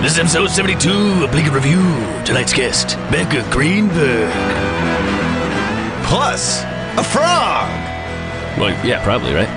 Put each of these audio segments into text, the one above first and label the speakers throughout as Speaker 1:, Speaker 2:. Speaker 1: This is episode 72 of Bleaker Review. Tonight's guest, Becca Greenberg.
Speaker 2: Plus, a frog.
Speaker 1: Well, yeah, probably, right?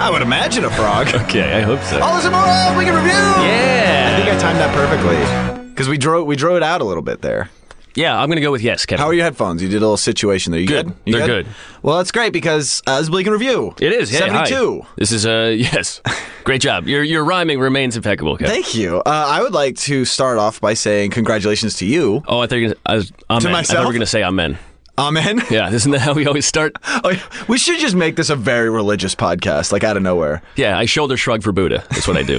Speaker 2: I would imagine a frog.
Speaker 1: Okay, I hope so.
Speaker 2: All this and more on Weekend Review. I
Speaker 1: Yeah.
Speaker 2: think I timed that perfectly because we drove we drove it out a little bit there.
Speaker 1: Yeah, I'm going to go with yes, Kevin.
Speaker 2: How are your headphones? You did a little situation there. You
Speaker 1: Good.
Speaker 2: good? You
Speaker 1: They're good.
Speaker 2: Well, that's great because uh, this is Bleakin' Review.
Speaker 1: it is. Hey, hi.
Speaker 2: seventy-two.
Speaker 1: This is, uh, yes. Great job. Your, your rhyming remains impeccable, Kevin.
Speaker 2: Thank you. Uh, I would like to start off by saying congratulations to you.
Speaker 1: Oh, I thought you were going to amen. I thought we
Speaker 2: myself?
Speaker 1: were going to say amen.
Speaker 2: Amen.
Speaker 1: Yeah, isn't that how we always start?
Speaker 2: Oh, yeah. we should just make this a very religious podcast, like out of nowhere.
Speaker 1: Yeah, I shoulder shrug for Buddha. That's what I do.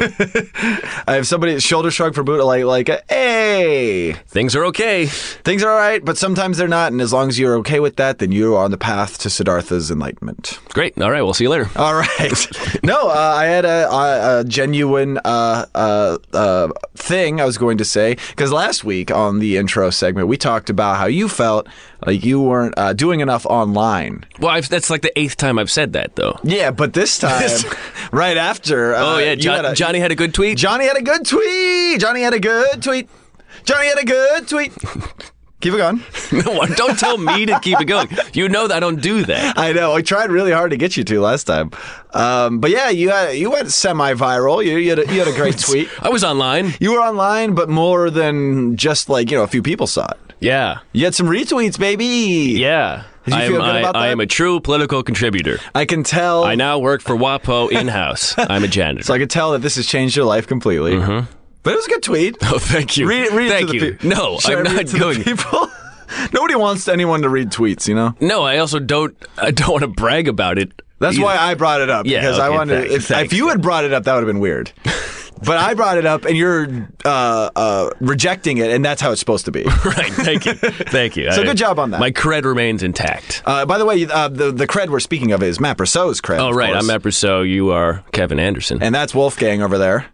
Speaker 2: I have somebody shoulder shrug for Buddha, like like, hey,
Speaker 1: Things are okay.
Speaker 2: things are all right, but sometimes they're not. And as long as you're okay with that, then you are on the path to Siddhartha's enlightenment.
Speaker 1: Great. All right, we'll see you later.
Speaker 2: All right. no, uh, I had a, a, a genuine uh, uh, uh, thing I was going to say because last week on the intro segment we talked about how you felt like you weren't uh, doing enough online.
Speaker 1: Well, I've, that's like the eighth time I've said that, though.
Speaker 2: Yeah, but this time, right after. Uh,
Speaker 1: Oh, yeah.
Speaker 2: you
Speaker 1: Jo-
Speaker 2: had a-
Speaker 1: Johnny had a good tweet.
Speaker 2: Johnny had a good tweet. Johnny had a good tweet. Johnny had a good tweet. Keep it going.
Speaker 1: No, don't tell me to keep it going. You know that I don't do that.
Speaker 2: I know. I tried really hard to get you to last time, um, but yeah, you had you went semi-viral. You, you had a, you had a great tweet.
Speaker 1: I was online.
Speaker 2: You were online, but more than just like you know a few people saw it.
Speaker 1: Yeah.
Speaker 2: You had some retweets, baby.
Speaker 1: Yeah.
Speaker 2: Did you
Speaker 1: I am,
Speaker 2: feel good
Speaker 1: I,
Speaker 2: about
Speaker 1: I
Speaker 2: that?
Speaker 1: am a true political contributor.
Speaker 2: I can tell.
Speaker 1: I now work for WAPO in house. I'm a janitor.
Speaker 2: So I can tell that this has changed your life completely. But it was a good tweet.
Speaker 1: oh, thank you.
Speaker 2: Read it. Read
Speaker 1: Mm-hmm. thank
Speaker 2: it to
Speaker 1: you.
Speaker 2: the people.
Speaker 1: No,
Speaker 2: Should I
Speaker 1: I'm
Speaker 2: read
Speaker 1: not
Speaker 2: it to the
Speaker 1: going.
Speaker 2: people. Nobody wants anyone to read tweets. You know.
Speaker 1: No, I also don't. I don't want to brag about it.
Speaker 2: That's
Speaker 1: either.
Speaker 2: why I brought it up
Speaker 1: Yeah,
Speaker 2: because I
Speaker 1: okay,
Speaker 2: wanted.
Speaker 1: thanks,
Speaker 2: if,
Speaker 1: thanks.
Speaker 2: if you had brought it up, that would have been weird. but I brought it up, and you're uh, uh, rejecting it, and that's how it's supposed to be.
Speaker 1: right. Thank you. Thank you.
Speaker 2: So
Speaker 1: I-
Speaker 2: good job on that.
Speaker 1: My cred remains intact.
Speaker 2: Uh, by the way, uh, the the cred we're speaking of is Matt Brousseau's cred.
Speaker 1: oh,
Speaker 2: of
Speaker 1: right.
Speaker 2: course.
Speaker 1: I'm Matt Brousseau. You are Kevin Anderson.
Speaker 2: and that's Wolfgang over there.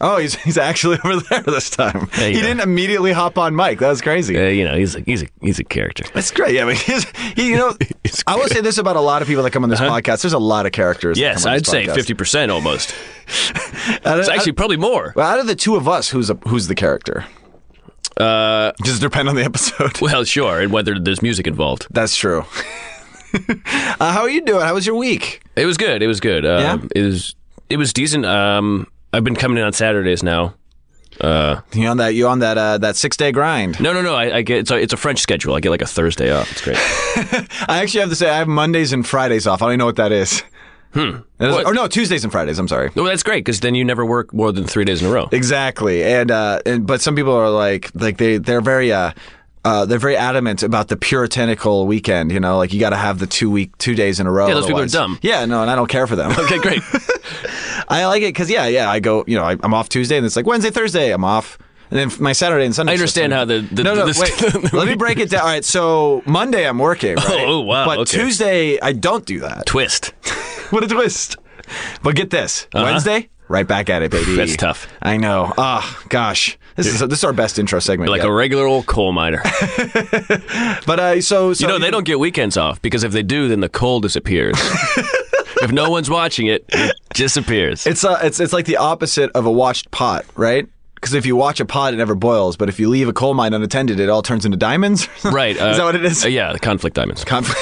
Speaker 2: Oh, he's he's actually over there this time.
Speaker 1: you
Speaker 2: he
Speaker 1: go.
Speaker 2: didn't immediately hop on mic. That was crazy.
Speaker 1: Uh, you know, he's a, he's a he's a character.
Speaker 2: That's great. Yeah, I mean, he's, he, you know,
Speaker 1: It's
Speaker 2: I will say this about a lot of people that come on this podcast. There's a lot of characters. that
Speaker 1: Uh-huh. Yes,
Speaker 2: come on
Speaker 1: I'd
Speaker 2: this
Speaker 1: say
Speaker 2: podcast.
Speaker 1: fifty percent almost.
Speaker 2: Out of-
Speaker 1: It's actually probably more.
Speaker 2: well, out of the two of us, who's a, who's the character? Uh, just depend on the episode.
Speaker 1: Well, sure, and whether there's music involved.
Speaker 2: That's true. uh, how are you doing? How was your week?
Speaker 1: It was good. It was good. Um, It was it was decent. Um, I've been coming in on Saturdays now.
Speaker 2: You on that? You on that? Uh, that six day grind?
Speaker 1: No, no, no. I, I get it's a, it's a French schedule. I get like a Thursday off. It's great.
Speaker 2: I actually have to say I have Mondays and Fridays off. I don't even know what that is. Hmm.
Speaker 1: What?
Speaker 2: Or no, Tuesdays and Fridays. I'm sorry.
Speaker 1: well, that's great because then you never work more than three days in a row.
Speaker 2: Exactly. And uh, and but some people are like like they they're very uh. Uh, they're very adamant about the puritanical weekend, you know, like you got to have the two week, two days in a row.
Speaker 1: Yeah, those people are
Speaker 2: otherwise-
Speaker 1: dumb.
Speaker 2: Yeah, no, and I don't care for them.
Speaker 1: Okay, great.
Speaker 2: I like it because yeah, yeah, I go, you know, I, I'm off Tuesday, and it's like Wednesday, Thursday, I'm off, and then my Saturday and Sunday.
Speaker 1: I understand how the- the-
Speaker 2: no, no,
Speaker 1: the- the-
Speaker 2: wait, let me break it down. All right, so Monday I'm working. Right?
Speaker 1: oh, wow,
Speaker 2: But
Speaker 1: okay.
Speaker 2: Tuesday I don't do that.
Speaker 1: Twist.
Speaker 2: What a twist. But get this Wednesday, right back at it, baby.
Speaker 1: Uh-huh. That's tough.
Speaker 2: I know. Ah, gosh. This is this is our best intro segment.
Speaker 1: Like
Speaker 2: yet.
Speaker 1: a regular old coal miner.
Speaker 2: but uh, so,
Speaker 1: You
Speaker 2: so
Speaker 1: know, they don't get weekends off because if they do, then the coal disappears. if no one's watching it, it disappears.
Speaker 2: It's uh, it's it's like the opposite of a watched pot, right? Because if you watch a pot, it never boils. But if you leave a coal mine unattended, it all turns into diamonds.
Speaker 1: right.
Speaker 2: is that what it is?
Speaker 1: uh, yeah, conflict diamonds.
Speaker 2: Conf-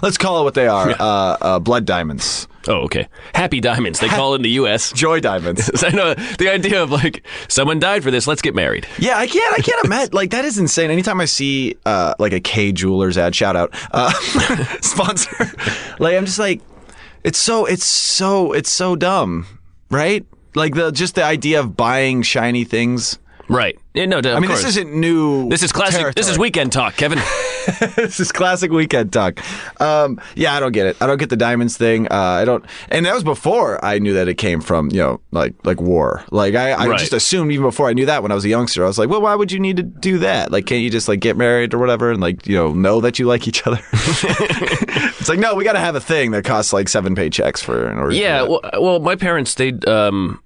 Speaker 2: Let's call it what they are. Uh, uh, blood diamonds,
Speaker 1: oh, okay. Happy diamonds. They call it in the U.S.
Speaker 2: joy diamonds.
Speaker 1: I know the idea of like someone died for this. Let's get married.
Speaker 2: Yeah, I can't. I can't imagine. Like that is insane. Anytime I see uh, like a K Jewelers ad, shout out uh, sponsor. Like I'm just like, it's so it's so it's so dumb, right? Like the just the idea of buying shiny things.
Speaker 1: Right. Yeah, no.
Speaker 2: I mean, this isn't new.
Speaker 1: this is classic. This is
Speaker 2: territory.
Speaker 1: weekend talk, Kevin.
Speaker 2: this is classic weekend talk. Um, yeah, I don't get it. I don't get the diamonds thing. Uh, I don't, and that was before I knew that it came from you know like like war. Like I, I
Speaker 1: Right.
Speaker 2: just assumed even before I knew that when I was a youngster, I was like, well, why would you need to do that? Like, can't you just like get married or whatever and like you know know that you like each other? it's like no, we got to have a thing that costs like seven paychecks for in order. to
Speaker 1: yeah.
Speaker 2: do that.
Speaker 1: Well, well, my parents they um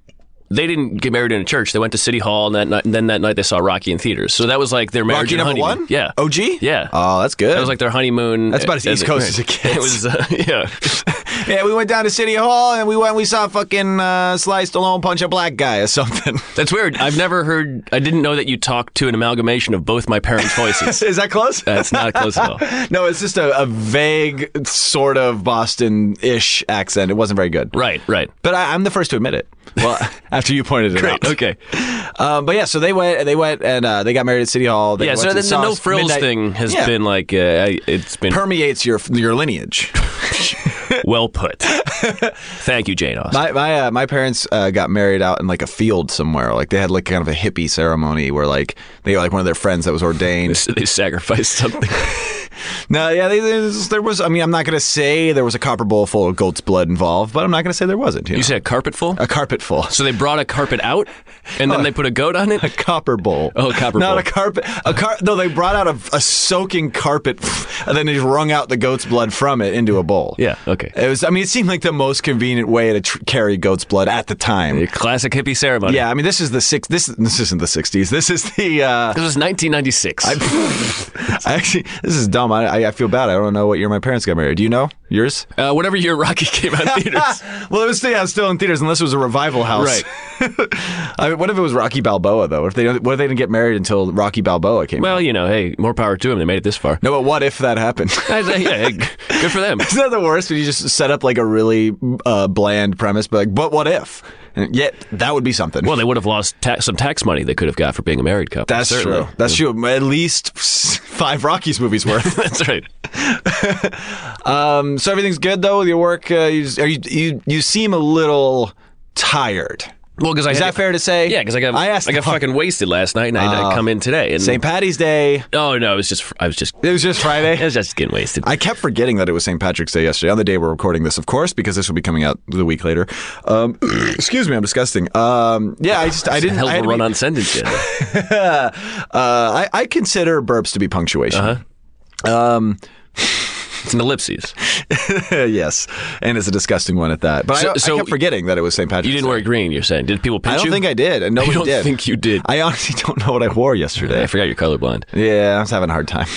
Speaker 1: they didn't get married in a church. They went to city hall and that night. And then that night they saw Rocky in theaters. So that was like their marriage
Speaker 2: Rocky
Speaker 1: and
Speaker 2: number
Speaker 1: honeymoon.
Speaker 2: one.
Speaker 1: Yeah.
Speaker 2: OG.
Speaker 1: Yeah.
Speaker 2: Oh, that's good.
Speaker 1: that was like their honeymoon.
Speaker 2: That's about as East Coast as it
Speaker 1: It
Speaker 2: gets.
Speaker 1: was. Uh, yeah.
Speaker 2: yeah, we went down to City Hall and we went. We saw fucking uh, Sly Stallone punch a black guy or something.
Speaker 1: That's weird. I've never heard. I didn't know that you talked to an amalgamation of both my parents' voices.
Speaker 2: Is that close?
Speaker 1: That's not close at all.
Speaker 2: no, it's just a, a vague sort of Boston-ish accent. It wasn't very good.
Speaker 1: Right, right.
Speaker 2: But I, I'm the first to admit it. Well, after you pointed it
Speaker 1: Great.
Speaker 2: out.
Speaker 1: Okay.
Speaker 2: Um, but yeah, so they went. They went and uh, they got married at City Hall. They
Speaker 1: Yeah. So
Speaker 2: went
Speaker 1: then
Speaker 2: to
Speaker 1: the no
Speaker 2: Sauce
Speaker 1: frills
Speaker 2: Midnight-
Speaker 1: thing has
Speaker 2: Yeah.
Speaker 1: been like uh, I- it's been
Speaker 2: permeates your your lineage.
Speaker 1: well put. Thank you, Jane Austen.
Speaker 2: My my uh, my parents uh, got married out in like a field somewhere. Like they had like kind of a hippie ceremony where like they like one of their friends that was ordained.
Speaker 1: they sacrificed something.
Speaker 2: no, yeah, they, they- there was. I mean, I'm not gonna say there was a copper bowl full of goat's blood involved, but I'm not gonna say there wasn't. You know?
Speaker 1: You said a carpet full.
Speaker 2: a carpet full.
Speaker 1: So they brought a carpet out, and then they put a goat on it.
Speaker 2: A copper bowl.
Speaker 1: Oh, copper
Speaker 2: Not
Speaker 1: bowl.
Speaker 2: a carpet. A car. No, they brought out a, a soaking carpet, and then they just wrung out the goat's blood from it into a bowl.
Speaker 1: Yeah, okay.
Speaker 2: It was. I mean, it seemed like the most convenient way to tr- carry goat's blood at the time.
Speaker 1: A classic hippie ceremony.
Speaker 2: Yeah, I mean, this is the six. This this isn't the '60s. This is the. Uh,
Speaker 1: This was 1996.
Speaker 2: I actually, this is dumb. I, I I feel bad. I don't know what year my parents got married. Do you know yours?
Speaker 1: uh, whatever year Rocky came out in theaters.
Speaker 2: well, it was still, yeah, it was still in theaters, unless it was a revival house. Right. I mean, what if it was Rocky Balboa though? If they don't- what if they didn't get married until Rocky Balboa came? out?
Speaker 1: Well, you know, hey, more power to them. They made it this far.
Speaker 2: No, but what if that happened?
Speaker 1: I- I- yeah, hey, good for them.
Speaker 2: Isn't that the worst? When you just set up like a really uh, bland premise, but like, but what if? And yet that would be something.
Speaker 1: Well, they would have lost ta- some tax money they could have got for being a married couple.
Speaker 2: that's
Speaker 1: certainly.
Speaker 2: true. That's true. At least five Rockies movies worth.
Speaker 1: That's right.
Speaker 2: Um, so everything's good though with your work. Uh, you, just- are you, you you seem a little tired.
Speaker 1: Well, because I
Speaker 2: Is
Speaker 1: had-
Speaker 2: that fair to say?
Speaker 1: Yeah, because I got
Speaker 2: I
Speaker 1: I,
Speaker 2: asked. Oh.
Speaker 1: got fucking wasted last night, and I, I come in today. And,
Speaker 2: St. Patty's Day.
Speaker 1: Oh no, it was just I was just
Speaker 2: It was just
Speaker 1: I
Speaker 2: Friday.
Speaker 1: was just getting wasted.
Speaker 2: I kept forgetting that it was St. Patrick's Day yesterday. On the day we're recording this, of course, because this will be coming out the week later. Um, excuse me, I'm disgusting. Um, yeah, I just I didn't.
Speaker 1: Hell
Speaker 2: I
Speaker 1: of
Speaker 2: had
Speaker 1: a
Speaker 2: to
Speaker 1: run
Speaker 2: be-
Speaker 1: on sentence yet.
Speaker 2: uh, I, I consider burps to be punctuation.
Speaker 1: Uh-huh.
Speaker 2: Um,
Speaker 1: It's an ellipses.
Speaker 2: yes, and it's a disgusting one at that. But I
Speaker 1: So-
Speaker 2: don't- I,
Speaker 1: so
Speaker 2: kept forgetting that it was St. Patrick's.
Speaker 1: You didn't
Speaker 2: Day.
Speaker 1: wear green. You're saying did people pinch
Speaker 2: I don't
Speaker 1: you?
Speaker 2: think I did, and nobody
Speaker 1: You don't
Speaker 2: did.
Speaker 1: think you did?
Speaker 2: I honestly don't know what I wore yesterday.
Speaker 1: I forgot you're colorblind.
Speaker 2: Yeah, I was having a hard time.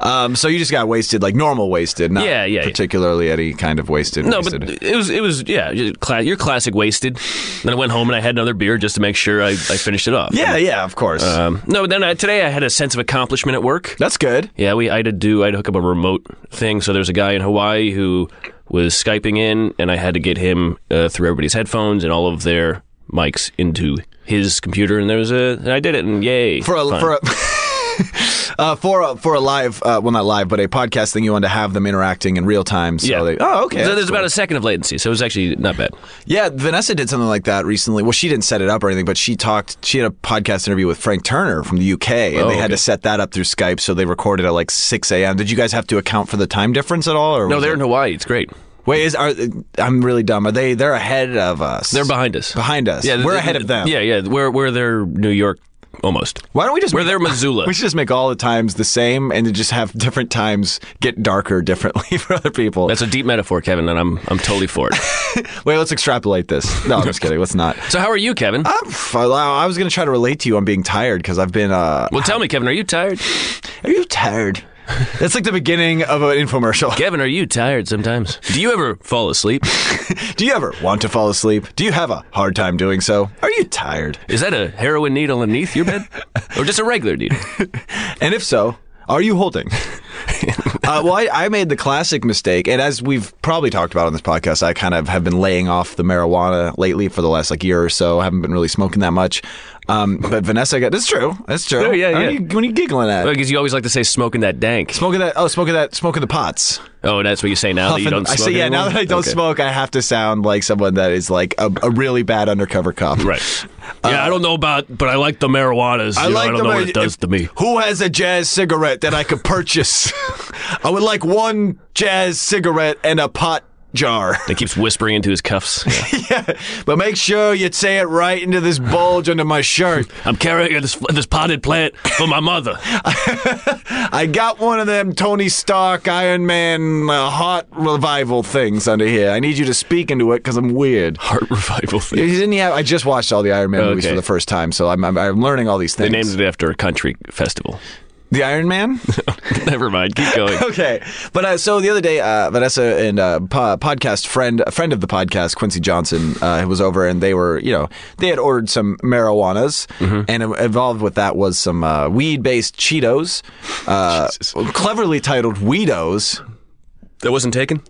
Speaker 2: Um, so you just got wasted, like normal wasted, not
Speaker 1: Yeah, yeah, yeah.
Speaker 2: particularly any kind of wasted.
Speaker 1: No,
Speaker 2: wasted.
Speaker 1: but it was it was yeah. You're, cla- you're classic wasted. Then I went home and I had another beer just to make sure I, I finished it off.
Speaker 2: yeah, yeah, of course.
Speaker 1: Um, no, then I, today I had a sense of accomplishment at work.
Speaker 2: That's good.
Speaker 1: Yeah, we I had to do I had to hook up a remote thing. So there's a guy in Hawaii who was skyping in, and I had to get him uh, through everybody's headphones and all of their mics into his computer. And there was a and I did it, and yay!
Speaker 2: For a,
Speaker 1: Fun.
Speaker 2: for a, uh, for a, for a live, uh, well, not live, but a podcast thing. You want to have them interacting in real time. So
Speaker 1: yeah.
Speaker 2: They, oh, okay.
Speaker 1: So
Speaker 2: that's
Speaker 1: there's
Speaker 2: cool.
Speaker 1: about a second of latency, so it was actually not bad.
Speaker 2: Yeah, Vanessa did something like that recently. Well, she didn't set it up or anything, but she talked. She had a podcast interview with Frank Turner from the UK, and
Speaker 1: Oh,
Speaker 2: they had
Speaker 1: okay.
Speaker 2: to set that up through Skype. So they recorded at like six a.m. Did you guys have to account for the time difference at all? Or
Speaker 1: No,
Speaker 2: was
Speaker 1: they're
Speaker 2: it-
Speaker 1: in Hawaii. It's great.
Speaker 2: Wait, is are I'm really dumb. Are they? They're ahead of us.
Speaker 1: They're behind us.
Speaker 2: behind us. we're
Speaker 1: th-
Speaker 2: ahead of them.
Speaker 1: Yeah, yeah. We're we're their New York almost.
Speaker 2: Why don't we just
Speaker 1: We're
Speaker 2: make,
Speaker 1: their Missoula.
Speaker 2: we should just make all the times the same and then just have different times get darker differently for other people.
Speaker 1: That's a deep metaphor, Kevin, and I'm I'm totally for it.
Speaker 2: Wait, let's extrapolate this. No, I'm just kidding. Let's not.
Speaker 1: So how are you, Kevin?
Speaker 2: I'm, f- uh, I was going to try to relate to you on being tired because I've been. Uh,
Speaker 1: well, tell me, Kevin, are you tired?
Speaker 2: are you tired? That's like the beginning of an infomercial.
Speaker 1: Kevin, are you tired sometimes? Do you ever fall asleep?
Speaker 2: Do you ever want to fall asleep? Do you have a hard time doing so? Are you tired?
Speaker 1: Is that a heroin needle underneath your bed? Or just a regular needle?
Speaker 2: And if so, are you holding? uh, well, I, I made the classic mistake, and as we've probably talked about on this podcast, I kind of have been laying off the marijuana lately for the last like year or so. I haven't been really smoking that much. Um, but Vanessa got this is true. That's true.
Speaker 1: Oh, yeah,
Speaker 2: What are
Speaker 1: yeah.
Speaker 2: you- what are you giggling at?
Speaker 1: Because Oh, you always like to say smoking that dank.
Speaker 2: Smoking that, oh, smoking that, smoking the pots.
Speaker 1: Oh, that's what you say now that you
Speaker 2: Often-
Speaker 1: don't
Speaker 2: I
Speaker 1: smoke.
Speaker 2: say, yeah. Now
Speaker 1: anymore?
Speaker 2: that I don't
Speaker 1: Okay.
Speaker 2: smoke, I have to sound like someone that is like a, a really bad undercover cop.
Speaker 1: Right. Yeah, I don't know about, but I like the marijuanas.
Speaker 2: Uh, I
Speaker 1: you know,
Speaker 2: like
Speaker 1: I don't
Speaker 2: the
Speaker 1: know what
Speaker 2: mar-
Speaker 1: it does
Speaker 2: if-
Speaker 1: to me.
Speaker 2: Who has a jazz cigarette that I could purchase? I would like one jazz cigarette and a pot jar.
Speaker 1: It keeps whispering into his cuffs.
Speaker 2: yeah, but make sure you say it right into this bulge under my shirt.
Speaker 1: I'm carrying this, this potted plant for my mother.
Speaker 2: I got one of them Tony Stark Iron Man uh, heart revival things under here. I need you to speak into it because I'm weird.
Speaker 1: Heart revival thing.
Speaker 2: Didn't he have, I just watched all the Iron Man movies
Speaker 1: Okay.
Speaker 2: for the first time, so I'm, I'm, I'm learning all these things.
Speaker 1: They named it after a country festival.
Speaker 2: The Iron Man?
Speaker 1: Never mind. Keep going.
Speaker 2: okay. But uh, so the other day, uh, Vanessa and uh, po- podcast friend, a friend of the podcast, Quincy Johnson, uh, was over, and they were, you know, they had ordered some marijuanas,
Speaker 1: Mm-hmm.
Speaker 2: and in- involved with that was some uh, weed-based Cheetos, uh, cleverly titled Weedos.
Speaker 1: That wasn't taken.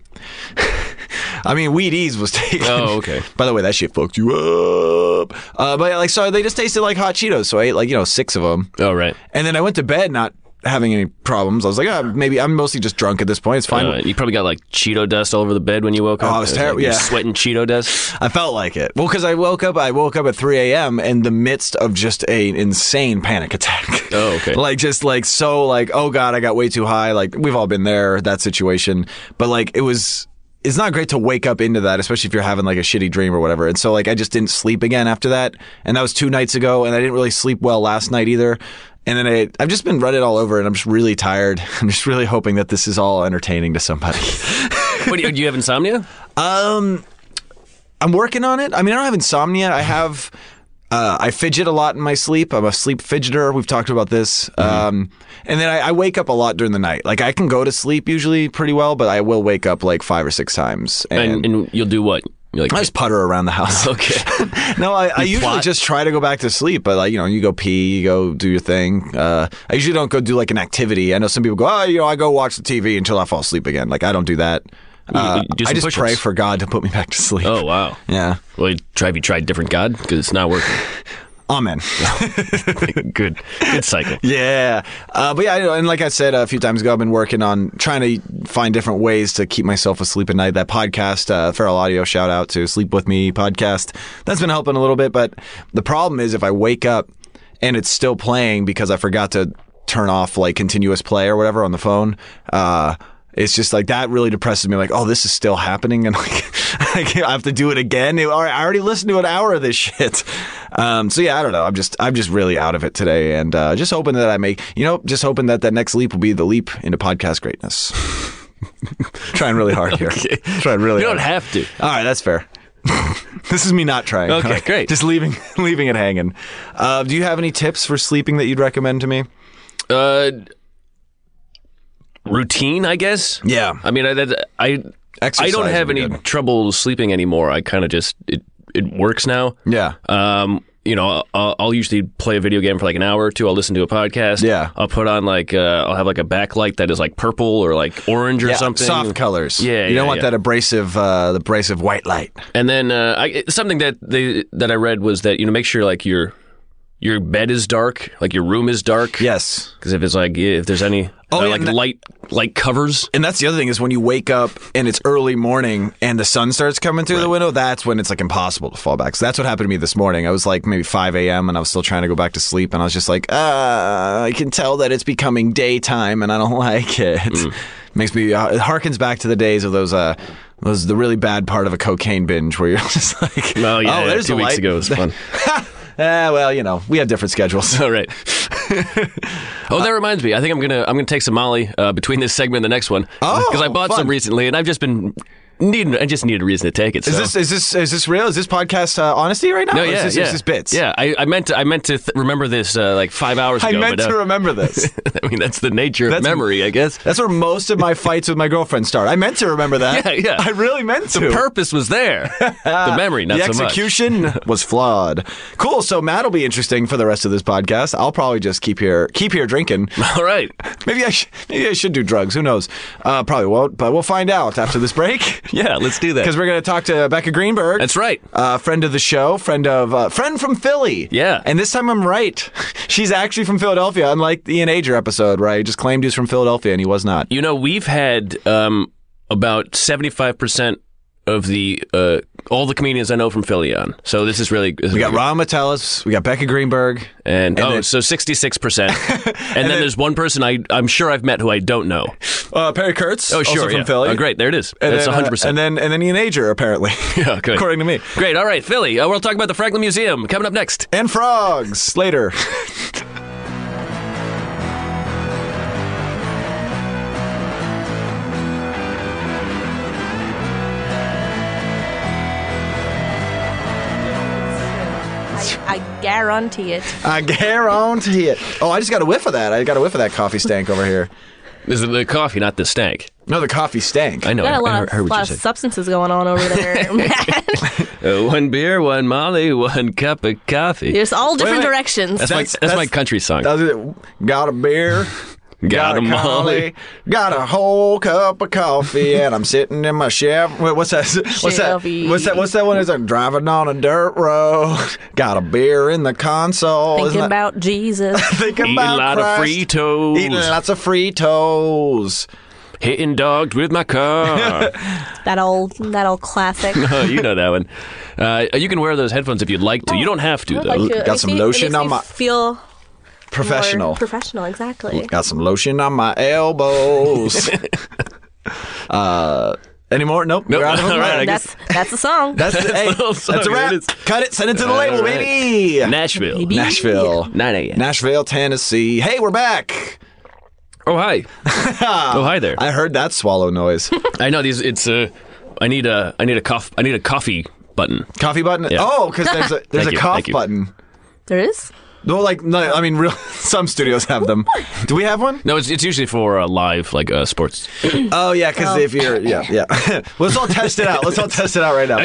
Speaker 2: I mean, Wheaties was taken.
Speaker 1: Oh, okay.
Speaker 2: By the way, that shit fucked you up. Uh, but like, so they just tasted like hot Cheetos, so I ate like you know six of them.
Speaker 1: Oh right.
Speaker 2: And then I went to bed not having any problems. I was like, oh, maybe I'm mostly just drunk at this point. It's fine.
Speaker 1: Uh, you probably got like Cheeto dust all over the bed when you woke up. Uh,
Speaker 2: Oh, it was terrible,
Speaker 1: Like, you're
Speaker 2: yeah.
Speaker 1: sweating Cheeto dust.
Speaker 2: I felt like it. Well, because I woke up, I woke up at 3 a.m. in the midst of just a insane panic attack.
Speaker 1: Oh, okay.
Speaker 2: like just like so, like oh god, I got way too high. Like we've all been there, that situation. But like it was. It's not great to wake up into that, especially if you're having like a shitty dream or whatever. And so, like, I just didn't sleep again after that. And that was two nights ago. And I didn't really sleep well last night either. And then I, I've just been running all over and I'm just really tired. I'm just really hoping that this is all entertaining to somebody.
Speaker 1: what, do you, do you have insomnia?
Speaker 2: I'm working on it. I mean, I don't have insomnia. I have. Uh, I fidget a lot in my sleep. I'm a sleep fidgeter. We've talked about this.
Speaker 1: Mm-hmm.
Speaker 2: Um, and then I, I wake up a lot during the night. Like I can go to sleep usually pretty well, but I will wake up like five or six times,
Speaker 1: And,
Speaker 2: and,
Speaker 1: and you'll do what? You're like,
Speaker 2: I just putter around the house.
Speaker 1: okay.
Speaker 2: no, I, I usually
Speaker 1: plot?
Speaker 2: just try to go back to sleep, but like you know, you go pee, you go do your thing. Uh, I usually don't go do like an activity. I know some people go, oh, you know, I go watch the TV until I fall asleep again. Like I don't do that. Uh,
Speaker 1: you do
Speaker 2: I
Speaker 1: some
Speaker 2: just
Speaker 1: push-ups.
Speaker 2: pray for God to put me back to sleep.
Speaker 1: Oh wow.
Speaker 2: Yeah,
Speaker 1: Well, you try, have you tried different God? Because it's not working.
Speaker 2: Amen.
Speaker 1: good, good cycle.
Speaker 2: Yeah, uh, but yeah, I know, and like I said uh, a few times ago, I've been working on trying to find different ways to keep myself asleep at night. That podcast, uh, Feral Audio, shout out to Sleep with Me podcast. That's been helping a little bit, but the problem is if I wake up and it's still playing because I forgot to turn off like continuous play or whatever on the phone. Uh, it's just like that really depresses me. Like, oh, this is still happening, and like, I can't- I have to do it again. It- all right, I already listened to an hour of this shit. Um, so yeah, I don't know. I'm just, I'm just really out of it today, and uh, just hoping that I make, you know, just hoping that that next leap will be the leap into podcast greatness. trying really hard here. Trying really.
Speaker 1: You don't
Speaker 2: hard.
Speaker 1: have to.
Speaker 2: All right, that's fair. this is me not trying.
Speaker 1: Okay, great.
Speaker 2: Just leaving, leaving it hanging. Uh, do you have any tips for sleeping that you'd recommend to me?
Speaker 1: Uh, routine, I guess.
Speaker 2: Yeah.
Speaker 1: I mean, I that, I I
Speaker 2: Exercise
Speaker 1: don't
Speaker 2: would
Speaker 1: have
Speaker 2: be
Speaker 1: any
Speaker 2: good.
Speaker 1: trouble sleeping anymore. I kind of just it it works now.
Speaker 2: Yeah.
Speaker 1: Um, you know, I'll, I'll usually play a video game for like an hour or two. I'll listen to a podcast.
Speaker 2: Yeah.
Speaker 1: I'll put on like uh, I'll have like a backlight that is like purple or like orange or
Speaker 2: Yeah,
Speaker 1: something.
Speaker 2: Soft colors.
Speaker 1: Yeah,
Speaker 2: You
Speaker 1: yeah,
Speaker 2: don't want
Speaker 1: yeah.
Speaker 2: that abrasive, uh, the abrasive white light.
Speaker 1: And then uh, I, something that they that I read was that you know make sure like your your bed is dark, like your room is dark.
Speaker 2: Yes.
Speaker 1: Because if it's like yeah, if there's any
Speaker 2: Oh,
Speaker 1: uh,
Speaker 2: yeah,
Speaker 1: like
Speaker 2: and that-
Speaker 1: light light covers.
Speaker 2: And that's the other thing is when you wake up and it's early morning and the sun starts coming through the window, that's when it's like impossible to fall back. So that's what happened to me this morning. I was like maybe 5 a.m. and I was still trying to go back to sleep. And I was just like, uh, I can tell that it's becoming daytime and I don't like it.
Speaker 1: Mm.
Speaker 2: Makes me, uh, it harkens back to the days of those, uh, those the really bad part of a cocaine binge where you're just like,
Speaker 1: Oh yeah, yeah,
Speaker 2: there's
Speaker 1: two
Speaker 2: the
Speaker 1: weeks
Speaker 2: light.
Speaker 1: ago it was fun.
Speaker 2: Ah, well, you know, we have different schedules.
Speaker 1: All right. oh, that reminds me. I think I'm gonna I'm gonna take some Molly uh, between this segment and the next one.
Speaker 2: Oh,
Speaker 1: because I bought
Speaker 2: fun.
Speaker 1: some recently, and I've just been needing. I just needed a reason to take it.
Speaker 2: Is
Speaker 1: so.
Speaker 2: this is this is this real? Is this podcast uh, honesty right now?
Speaker 1: No,
Speaker 2: Or
Speaker 1: yeah,
Speaker 2: is this,
Speaker 1: yeah.
Speaker 2: Is this bits?
Speaker 1: Yeah, I, I meant to I meant to th- remember this uh, like five hours
Speaker 2: I
Speaker 1: ago.
Speaker 2: meant
Speaker 1: but,
Speaker 2: to
Speaker 1: uh,
Speaker 2: remember this.
Speaker 1: I mean, that's the nature of
Speaker 2: That's-
Speaker 1: memory, I guess.
Speaker 2: That's where most of my fights with my girlfriend start. I meant to remember that.
Speaker 1: Yeah, yeah.
Speaker 2: I really meant to. Uh,
Speaker 1: Purpose was there. the memory, not
Speaker 2: the
Speaker 1: so much.
Speaker 2: execution was flawed. Cool. So Matt will be interesting for the rest of this podcast. I'll probably just keep here, keep here drinking.
Speaker 1: All right.
Speaker 2: Maybe I, sh- maybe I should do drugs. Who knows? Uh, probably won't, but we'll find out after this break.
Speaker 1: Yeah, let's do that.
Speaker 2: Because we're going to talk to Becca Greenberg.
Speaker 1: That's right.
Speaker 2: Uh, friend of the show, friend of uh, friend from Philly.
Speaker 1: Yeah.
Speaker 2: And this time I'm right. She's actually from Philadelphia, unlike the Ian Ager episode where I just claimed he was from Philadelphia and he was not.
Speaker 1: You know, we've had um, about seventy five percent of the uh, all the comedians I know from Philly on. So this is really
Speaker 2: We got Ron Metellus. We got Becca Greenberg.
Speaker 1: and, oh,
Speaker 2: then-
Speaker 1: so sixty six percent. And then there's one person I I'm sure I've met who I don't know.
Speaker 2: Uh, Perry Kurtz.
Speaker 1: Oh, sure,
Speaker 2: also from
Speaker 1: yeah.
Speaker 2: Philly.
Speaker 1: Oh, great, there it is.
Speaker 2: And
Speaker 1: That's one
Speaker 2: then, uh,
Speaker 1: hundred percent.
Speaker 2: And then and then Ian Ager apparently,
Speaker 1: Yeah, good.
Speaker 2: according to me.
Speaker 1: Great. All right, Philly. Uh, we'll talk about the Franklin Museum coming up next.
Speaker 2: And frogs later.
Speaker 3: I, I guarantee it.
Speaker 2: I guarantee it. Oh, I just got a whiff of that. I got a whiff of that coffee stank over here.
Speaker 1: This is the coffee, not the stank.
Speaker 2: No, the coffee stank.
Speaker 1: I know.
Speaker 3: Got a
Speaker 1: I
Speaker 3: lot
Speaker 1: heard,
Speaker 3: of,
Speaker 1: heard what
Speaker 3: lot
Speaker 1: you
Speaker 3: of
Speaker 1: said.
Speaker 3: substances going on over there.
Speaker 1: Uh, one beer, one Molly, one cup of coffee.
Speaker 3: There's all different
Speaker 2: wait.
Speaker 3: directions.
Speaker 1: that's, my
Speaker 2: That's-
Speaker 1: that's, my
Speaker 2: that's-
Speaker 1: country song.
Speaker 2: Does it- Got a beer.
Speaker 1: Got
Speaker 2: a
Speaker 1: a Molly.
Speaker 2: collie, Got a whole cup of coffee, and I'm sitting in my Chev. wait, What's that? What's
Speaker 3: Chevy.
Speaker 2: that? What's that? What's that one? Is like driving on a dirt road. Got a beer in the console.
Speaker 3: Thinking
Speaker 2: Isn't that-
Speaker 3: about Jesus.
Speaker 2: thinking
Speaker 1: Eating a
Speaker 2: about
Speaker 1: lot of
Speaker 2: Christ.
Speaker 1: Fritos.
Speaker 2: Eating lots of Fritos.
Speaker 1: Hitting dogs with my car.
Speaker 3: that old that old classic.
Speaker 1: oh, you know that one. Uh, you can wear those headphones if you'd like to. You don't have to,
Speaker 3: I would
Speaker 1: though.
Speaker 3: like uh, to- it
Speaker 2: Got
Speaker 3: makes
Speaker 2: some
Speaker 3: me-
Speaker 2: lotion
Speaker 3: it makes
Speaker 2: on
Speaker 3: me
Speaker 2: my-
Speaker 3: feel more
Speaker 2: Professional.
Speaker 3: Professional, exactly.
Speaker 2: Got some lotion on my elbows. uh, any more? Nope.
Speaker 1: Nope.
Speaker 2: We're out of them.
Speaker 1: All right, I guess-
Speaker 3: That's that's a song.
Speaker 2: That's, the- hey,
Speaker 1: the whole
Speaker 2: that's
Speaker 1: song.
Speaker 2: a wrap.
Speaker 1: It is.
Speaker 2: Cut it. Send it to the
Speaker 1: All
Speaker 2: label,
Speaker 1: right.
Speaker 2: baby.
Speaker 1: Nashville.
Speaker 3: Maybe.
Speaker 2: Nashville.
Speaker 1: 9 a.m.
Speaker 2: Nashville, Tennessee. Hey, we're back.
Speaker 1: Oh, hi. oh, hi there.
Speaker 2: I heard that swallow noise.
Speaker 1: I know these. It's a. I need a. I need a cough. I need a coffee button.
Speaker 2: coffee button. Oh, because there's a there's
Speaker 1: Thank
Speaker 2: a
Speaker 1: you,
Speaker 2: cough
Speaker 1: thank you.
Speaker 2: button.
Speaker 3: There is.
Speaker 2: No, like no, I mean, real, some studios have them. Do we have one?
Speaker 1: No, it's it's usually for uh, live like uh, sports.
Speaker 2: Oh yeah, because if you're yeah yeah, let's all test it out. Let's all test it out right now.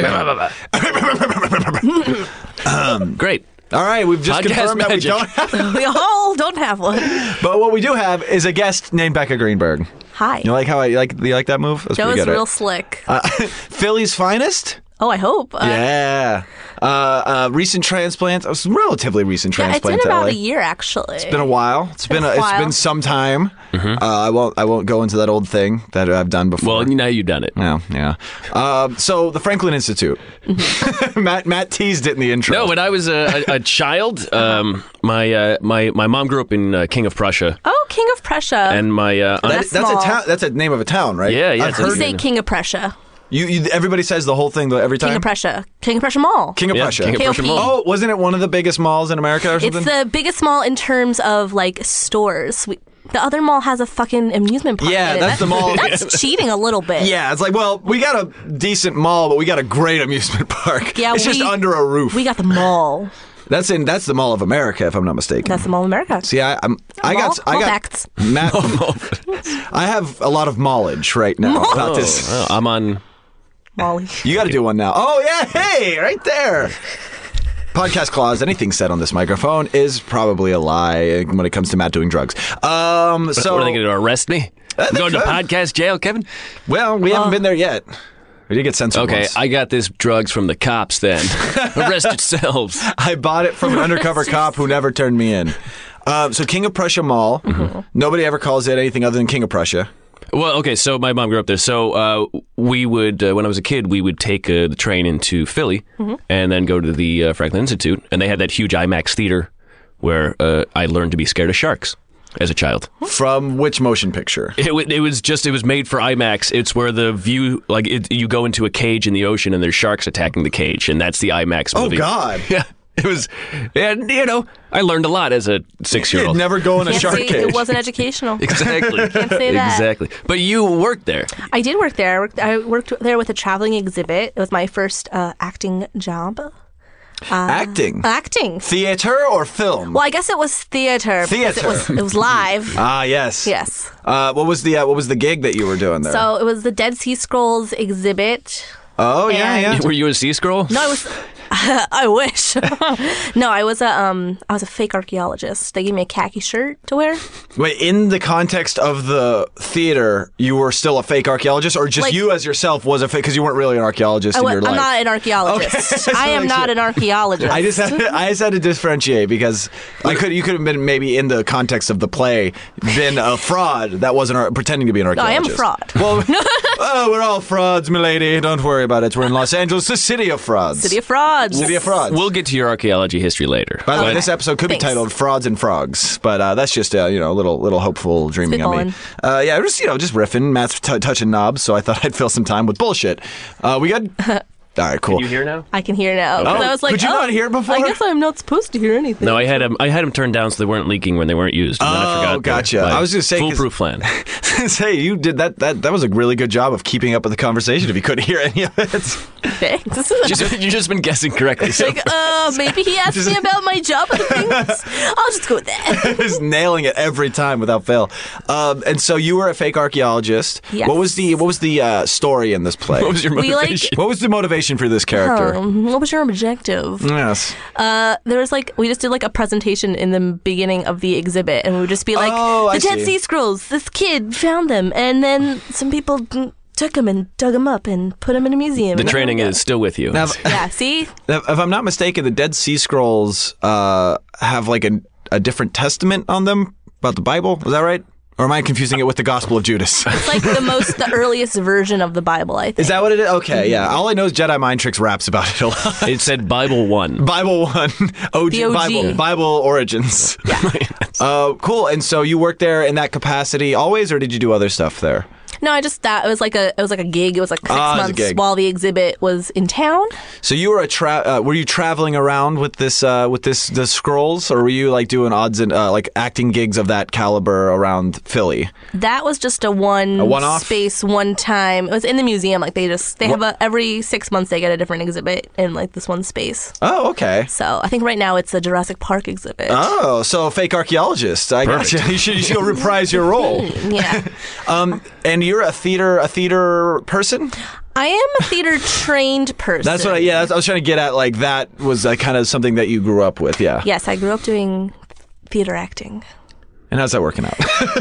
Speaker 1: Um, Great.
Speaker 2: All right, we've just
Speaker 1: Podcast
Speaker 2: confirmed that we
Speaker 1: magic.
Speaker 2: don't have,
Speaker 3: We all don't have one.
Speaker 2: but what we do have is a guest named Becca Greenberg.
Speaker 3: Hi.
Speaker 2: You like how I you like you like that move? That's
Speaker 3: that
Speaker 2: pretty
Speaker 3: was
Speaker 2: good,
Speaker 3: real
Speaker 2: right?
Speaker 3: slick.
Speaker 2: Uh, Philly's finest.
Speaker 3: oh, I hope. Uh,
Speaker 2: Yeah. Uh, uh, recent transplant. Uh, some relatively recent
Speaker 3: yeah, it's
Speaker 2: transplant.
Speaker 3: been
Speaker 2: to
Speaker 3: about
Speaker 2: LA.
Speaker 3: a year actually.
Speaker 2: It's been a while. It's been,
Speaker 3: been
Speaker 2: a,
Speaker 3: a
Speaker 2: it's
Speaker 3: while.
Speaker 2: been some time. Uh, I won't I won't go into that old thing that I've done before.
Speaker 1: Mm-hmm. Well, now you've done it.
Speaker 2: yeah, yeah. Um, so the Franklin Institute.
Speaker 3: Mm-hmm.
Speaker 2: Matt Matt teased it in the intro.
Speaker 1: No, Oh, when I was a, a, a child, um, my uh, my my mom grew up in uh, King of Prussia,
Speaker 3: oh, King of Prussia.
Speaker 1: and my uh, aunt-
Speaker 3: That's
Speaker 2: that's a
Speaker 3: small.
Speaker 2: town. That's a name of a town, right?
Speaker 1: Yeah, yeah,
Speaker 2: I've
Speaker 1: it's a-
Speaker 3: we
Speaker 2: heard
Speaker 3: say King of Prussia.
Speaker 2: you, you. Everybody says the whole thing though every time.
Speaker 3: King of Prussia. King of Prussia Mall.
Speaker 2: King of
Speaker 1: Yeah,
Speaker 2: Prussia.
Speaker 1: King of Prussia
Speaker 3: KOP.
Speaker 1: Mall.
Speaker 2: Oh, wasn't it one of the biggest malls in America or something?
Speaker 3: it's the biggest mall in terms of like stores. We, the other mall has a fucking amusement park.
Speaker 2: Yeah,
Speaker 3: in it.
Speaker 2: that's the mall.
Speaker 3: That's cheating a little bit.
Speaker 2: yeah, it's like, well, we got a decent mall, but we got a great amusement park.
Speaker 3: Yeah,
Speaker 2: it's just
Speaker 3: we-
Speaker 2: under a roof.
Speaker 3: We got the mall.
Speaker 2: that's in that's the Mall of America, if I'm not mistaken.
Speaker 3: That's the Mall of America.
Speaker 2: See, I, I'm, I
Speaker 3: Mall-
Speaker 2: got, I
Speaker 3: mall
Speaker 2: got,
Speaker 3: facts.
Speaker 2: Matt, I have a lot of knowledge right now about this.
Speaker 1: Oh, I'm on.
Speaker 3: Molly.
Speaker 2: You got to do one now. Oh yeah, hey, right there. Podcast clause. Anything said on this microphone is probably a lie when it comes to Matt doing drugs. Um, so
Speaker 1: what are they going to arrest me?
Speaker 2: they
Speaker 1: going
Speaker 2: could.
Speaker 1: to podcast jail, Kevin?
Speaker 2: well, we haven't been there yet. We did get censored.
Speaker 1: Okay,
Speaker 2: once.
Speaker 1: I got this drugs from the cops. Then arrest yourselves.
Speaker 2: I bought it from an undercover cop who never turned me in. Um, so King of Prussia Mall. Nobody ever calls it anything other than King of Prussia.
Speaker 1: Well, okay, so my mom grew up there. So uh, we would, uh, when I was a kid, we would take uh, the train into Philly
Speaker 3: Mm-hmm.
Speaker 1: and then go to the uh, Franklin Institute, and they had that huge IMAX theater where uh, I learned to be scared of sharks as a child.
Speaker 2: From which motion picture?
Speaker 1: It, wa- it was just, it was made for IMAX. It's where the view, like, it, you go into a cage in the ocean and there's sharks attacking the cage, and that's the IMAX
Speaker 2: Oh
Speaker 1: movie.
Speaker 2: God!
Speaker 1: Yeah. It was, and you know, I learned a lot as a six year old.
Speaker 2: Never go in a
Speaker 3: Can't
Speaker 2: shark
Speaker 3: say
Speaker 2: cage.
Speaker 3: It wasn't educational.
Speaker 1: Exactly. Can't
Speaker 3: say that.
Speaker 1: Exactly. But you worked there.
Speaker 3: I did work there. I worked, I worked there with a traveling exhibit. It was my first uh, acting job.
Speaker 2: Acting,
Speaker 3: Acting.
Speaker 2: theater, or film?
Speaker 3: Well, I guess it was theater. because
Speaker 2: Theater.
Speaker 3: It was, it was live.
Speaker 2: Ah, yes.
Speaker 3: Yes.
Speaker 2: Uh, what was the uh, what was the gig that you were doing there?
Speaker 3: So it was the Dead Sea Scrolls exhibit.
Speaker 2: oh yeah, yeah.
Speaker 3: and-
Speaker 1: Were you a sea scroll?
Speaker 3: No, I was. I wish. no, I was a um, I was a fake archaeologist. They gave me a khaki shirt to wear.
Speaker 2: Wait, in the context of the theater, you were still a fake archaeologist, or just
Speaker 3: Like-
Speaker 2: you as yourself was a fake because you weren't really an archaeologist
Speaker 3: I
Speaker 2: in
Speaker 3: wa-
Speaker 2: your
Speaker 3: I'm
Speaker 2: life.
Speaker 3: not an archaeologist.
Speaker 2: Okay.
Speaker 3: I am not an archaeologist.
Speaker 2: I just had to, I just had to differentiate because I could you could have been maybe in the context of the play been a fraud that wasn't ar- pretending to be an
Speaker 3: I am
Speaker 2: archaeologist.
Speaker 3: a fraud.
Speaker 2: Well, oh, we're all frauds, milady. Don't worry about it. We're in Los Angeles, the city of frauds.
Speaker 3: City of frauds.
Speaker 2: City of frauds.
Speaker 1: We'll get to your archaeology history later.
Speaker 2: By the way,
Speaker 1: But-
Speaker 2: this episode could
Speaker 3: Thanks.
Speaker 2: be titled "Frauds and Frogs," but uh, that's just uh, you know a little little hopeful dreaming on me. Uh, yeah, just you know just riffing. Matt's t- touching knobs, so I thought I'd fill some time with bullshit. Uh, we got All right, cool.
Speaker 1: You hear now?
Speaker 3: I can hear now. 'Cause
Speaker 2: Oh,
Speaker 3: I was like,
Speaker 2: could you
Speaker 3: oh,
Speaker 2: not hear before?
Speaker 3: I guess I'm not supposed to hear anything.
Speaker 1: No, I had them. I had them turned down so they weren't leaking when they weren't used. And then I
Speaker 2: Oh,
Speaker 1: forgot they're,
Speaker 2: gotcha. I was gonna say, 'cause-
Speaker 1: foolproof plan.
Speaker 2: Say you did that. That that was a really good job of keeping up with the conversation. If you couldn't hear any of it,
Speaker 3: Thanks.
Speaker 1: just, you've just been guessing correctly. So.
Speaker 3: like, uh, maybe he asked me about my job and things. I'll just go with that.
Speaker 2: just nailing it every time without fail. Um, and so you were a fake archaeologist.
Speaker 3: Yes.
Speaker 2: What was the what was the uh, story in this play?
Speaker 1: what was your
Speaker 3: we, like-
Speaker 1: motivation?
Speaker 2: What was the motivation for this character?
Speaker 3: Um, what was your objective?
Speaker 2: Yes.
Speaker 3: Uh, there was like we just did like a presentation in the beginning of the exhibit, and we would just be like,
Speaker 2: Oh,
Speaker 3: the
Speaker 2: I
Speaker 3: Dead
Speaker 2: see.
Speaker 3: Sea Scrolls. This kid found them, and then some people d- took them and dug them up and put them in a museum.
Speaker 1: the
Speaker 3: and-
Speaker 1: training is still with you.
Speaker 2: Now,
Speaker 3: Yeah. See,
Speaker 2: if if I'm not mistaken, the Dead Sea Scrolls uh, have like a, a different testament on them about the Bible. Is that right? Or am I confusing it with the Gospel of Judas?
Speaker 3: it's like the most the earliest version of the Bible. I think.
Speaker 2: Is that what it is? Okay, yeah. All I know is Jedi Mind Tricks raps about it a lot.
Speaker 1: it said Bible one.
Speaker 2: Bible one, OG,
Speaker 3: The OG.
Speaker 2: Bible, Bible origins. Uh, cool. And so you worked there in that capacity always, or did you do other stuff there?
Speaker 3: No, I just thought it was like a it was like a gig. It was like six
Speaker 2: Ah, it was a
Speaker 3: months
Speaker 2: gig.
Speaker 3: while the exhibit was in town.
Speaker 2: So you were a tra- uh, were you traveling around with this uh, with this the scrolls, or were you like doing odds and uh, like acting gigs of that caliber around Philly?
Speaker 3: That was just a one
Speaker 2: A one-off?
Speaker 3: space one time. It was in the museum. Like they just they have a every six months they get a different exhibit in like this one space.
Speaker 2: Oh, okay.
Speaker 3: So I think right now it's a Jurassic Park exhibit.
Speaker 2: Oh, so fake archaeologist. I got you.
Speaker 1: Perfect.
Speaker 2: You should, you should go reprise your role.
Speaker 3: Mm, Yeah,
Speaker 2: Um, and you're a theater a theater person.
Speaker 3: I am a theater trained person.
Speaker 2: That's what I yeah. That's, I was trying to get at. Like that was uh, kind of something that you grew up with. Yeah.
Speaker 3: Yes, I grew up doing theater acting.
Speaker 2: And how's that working out?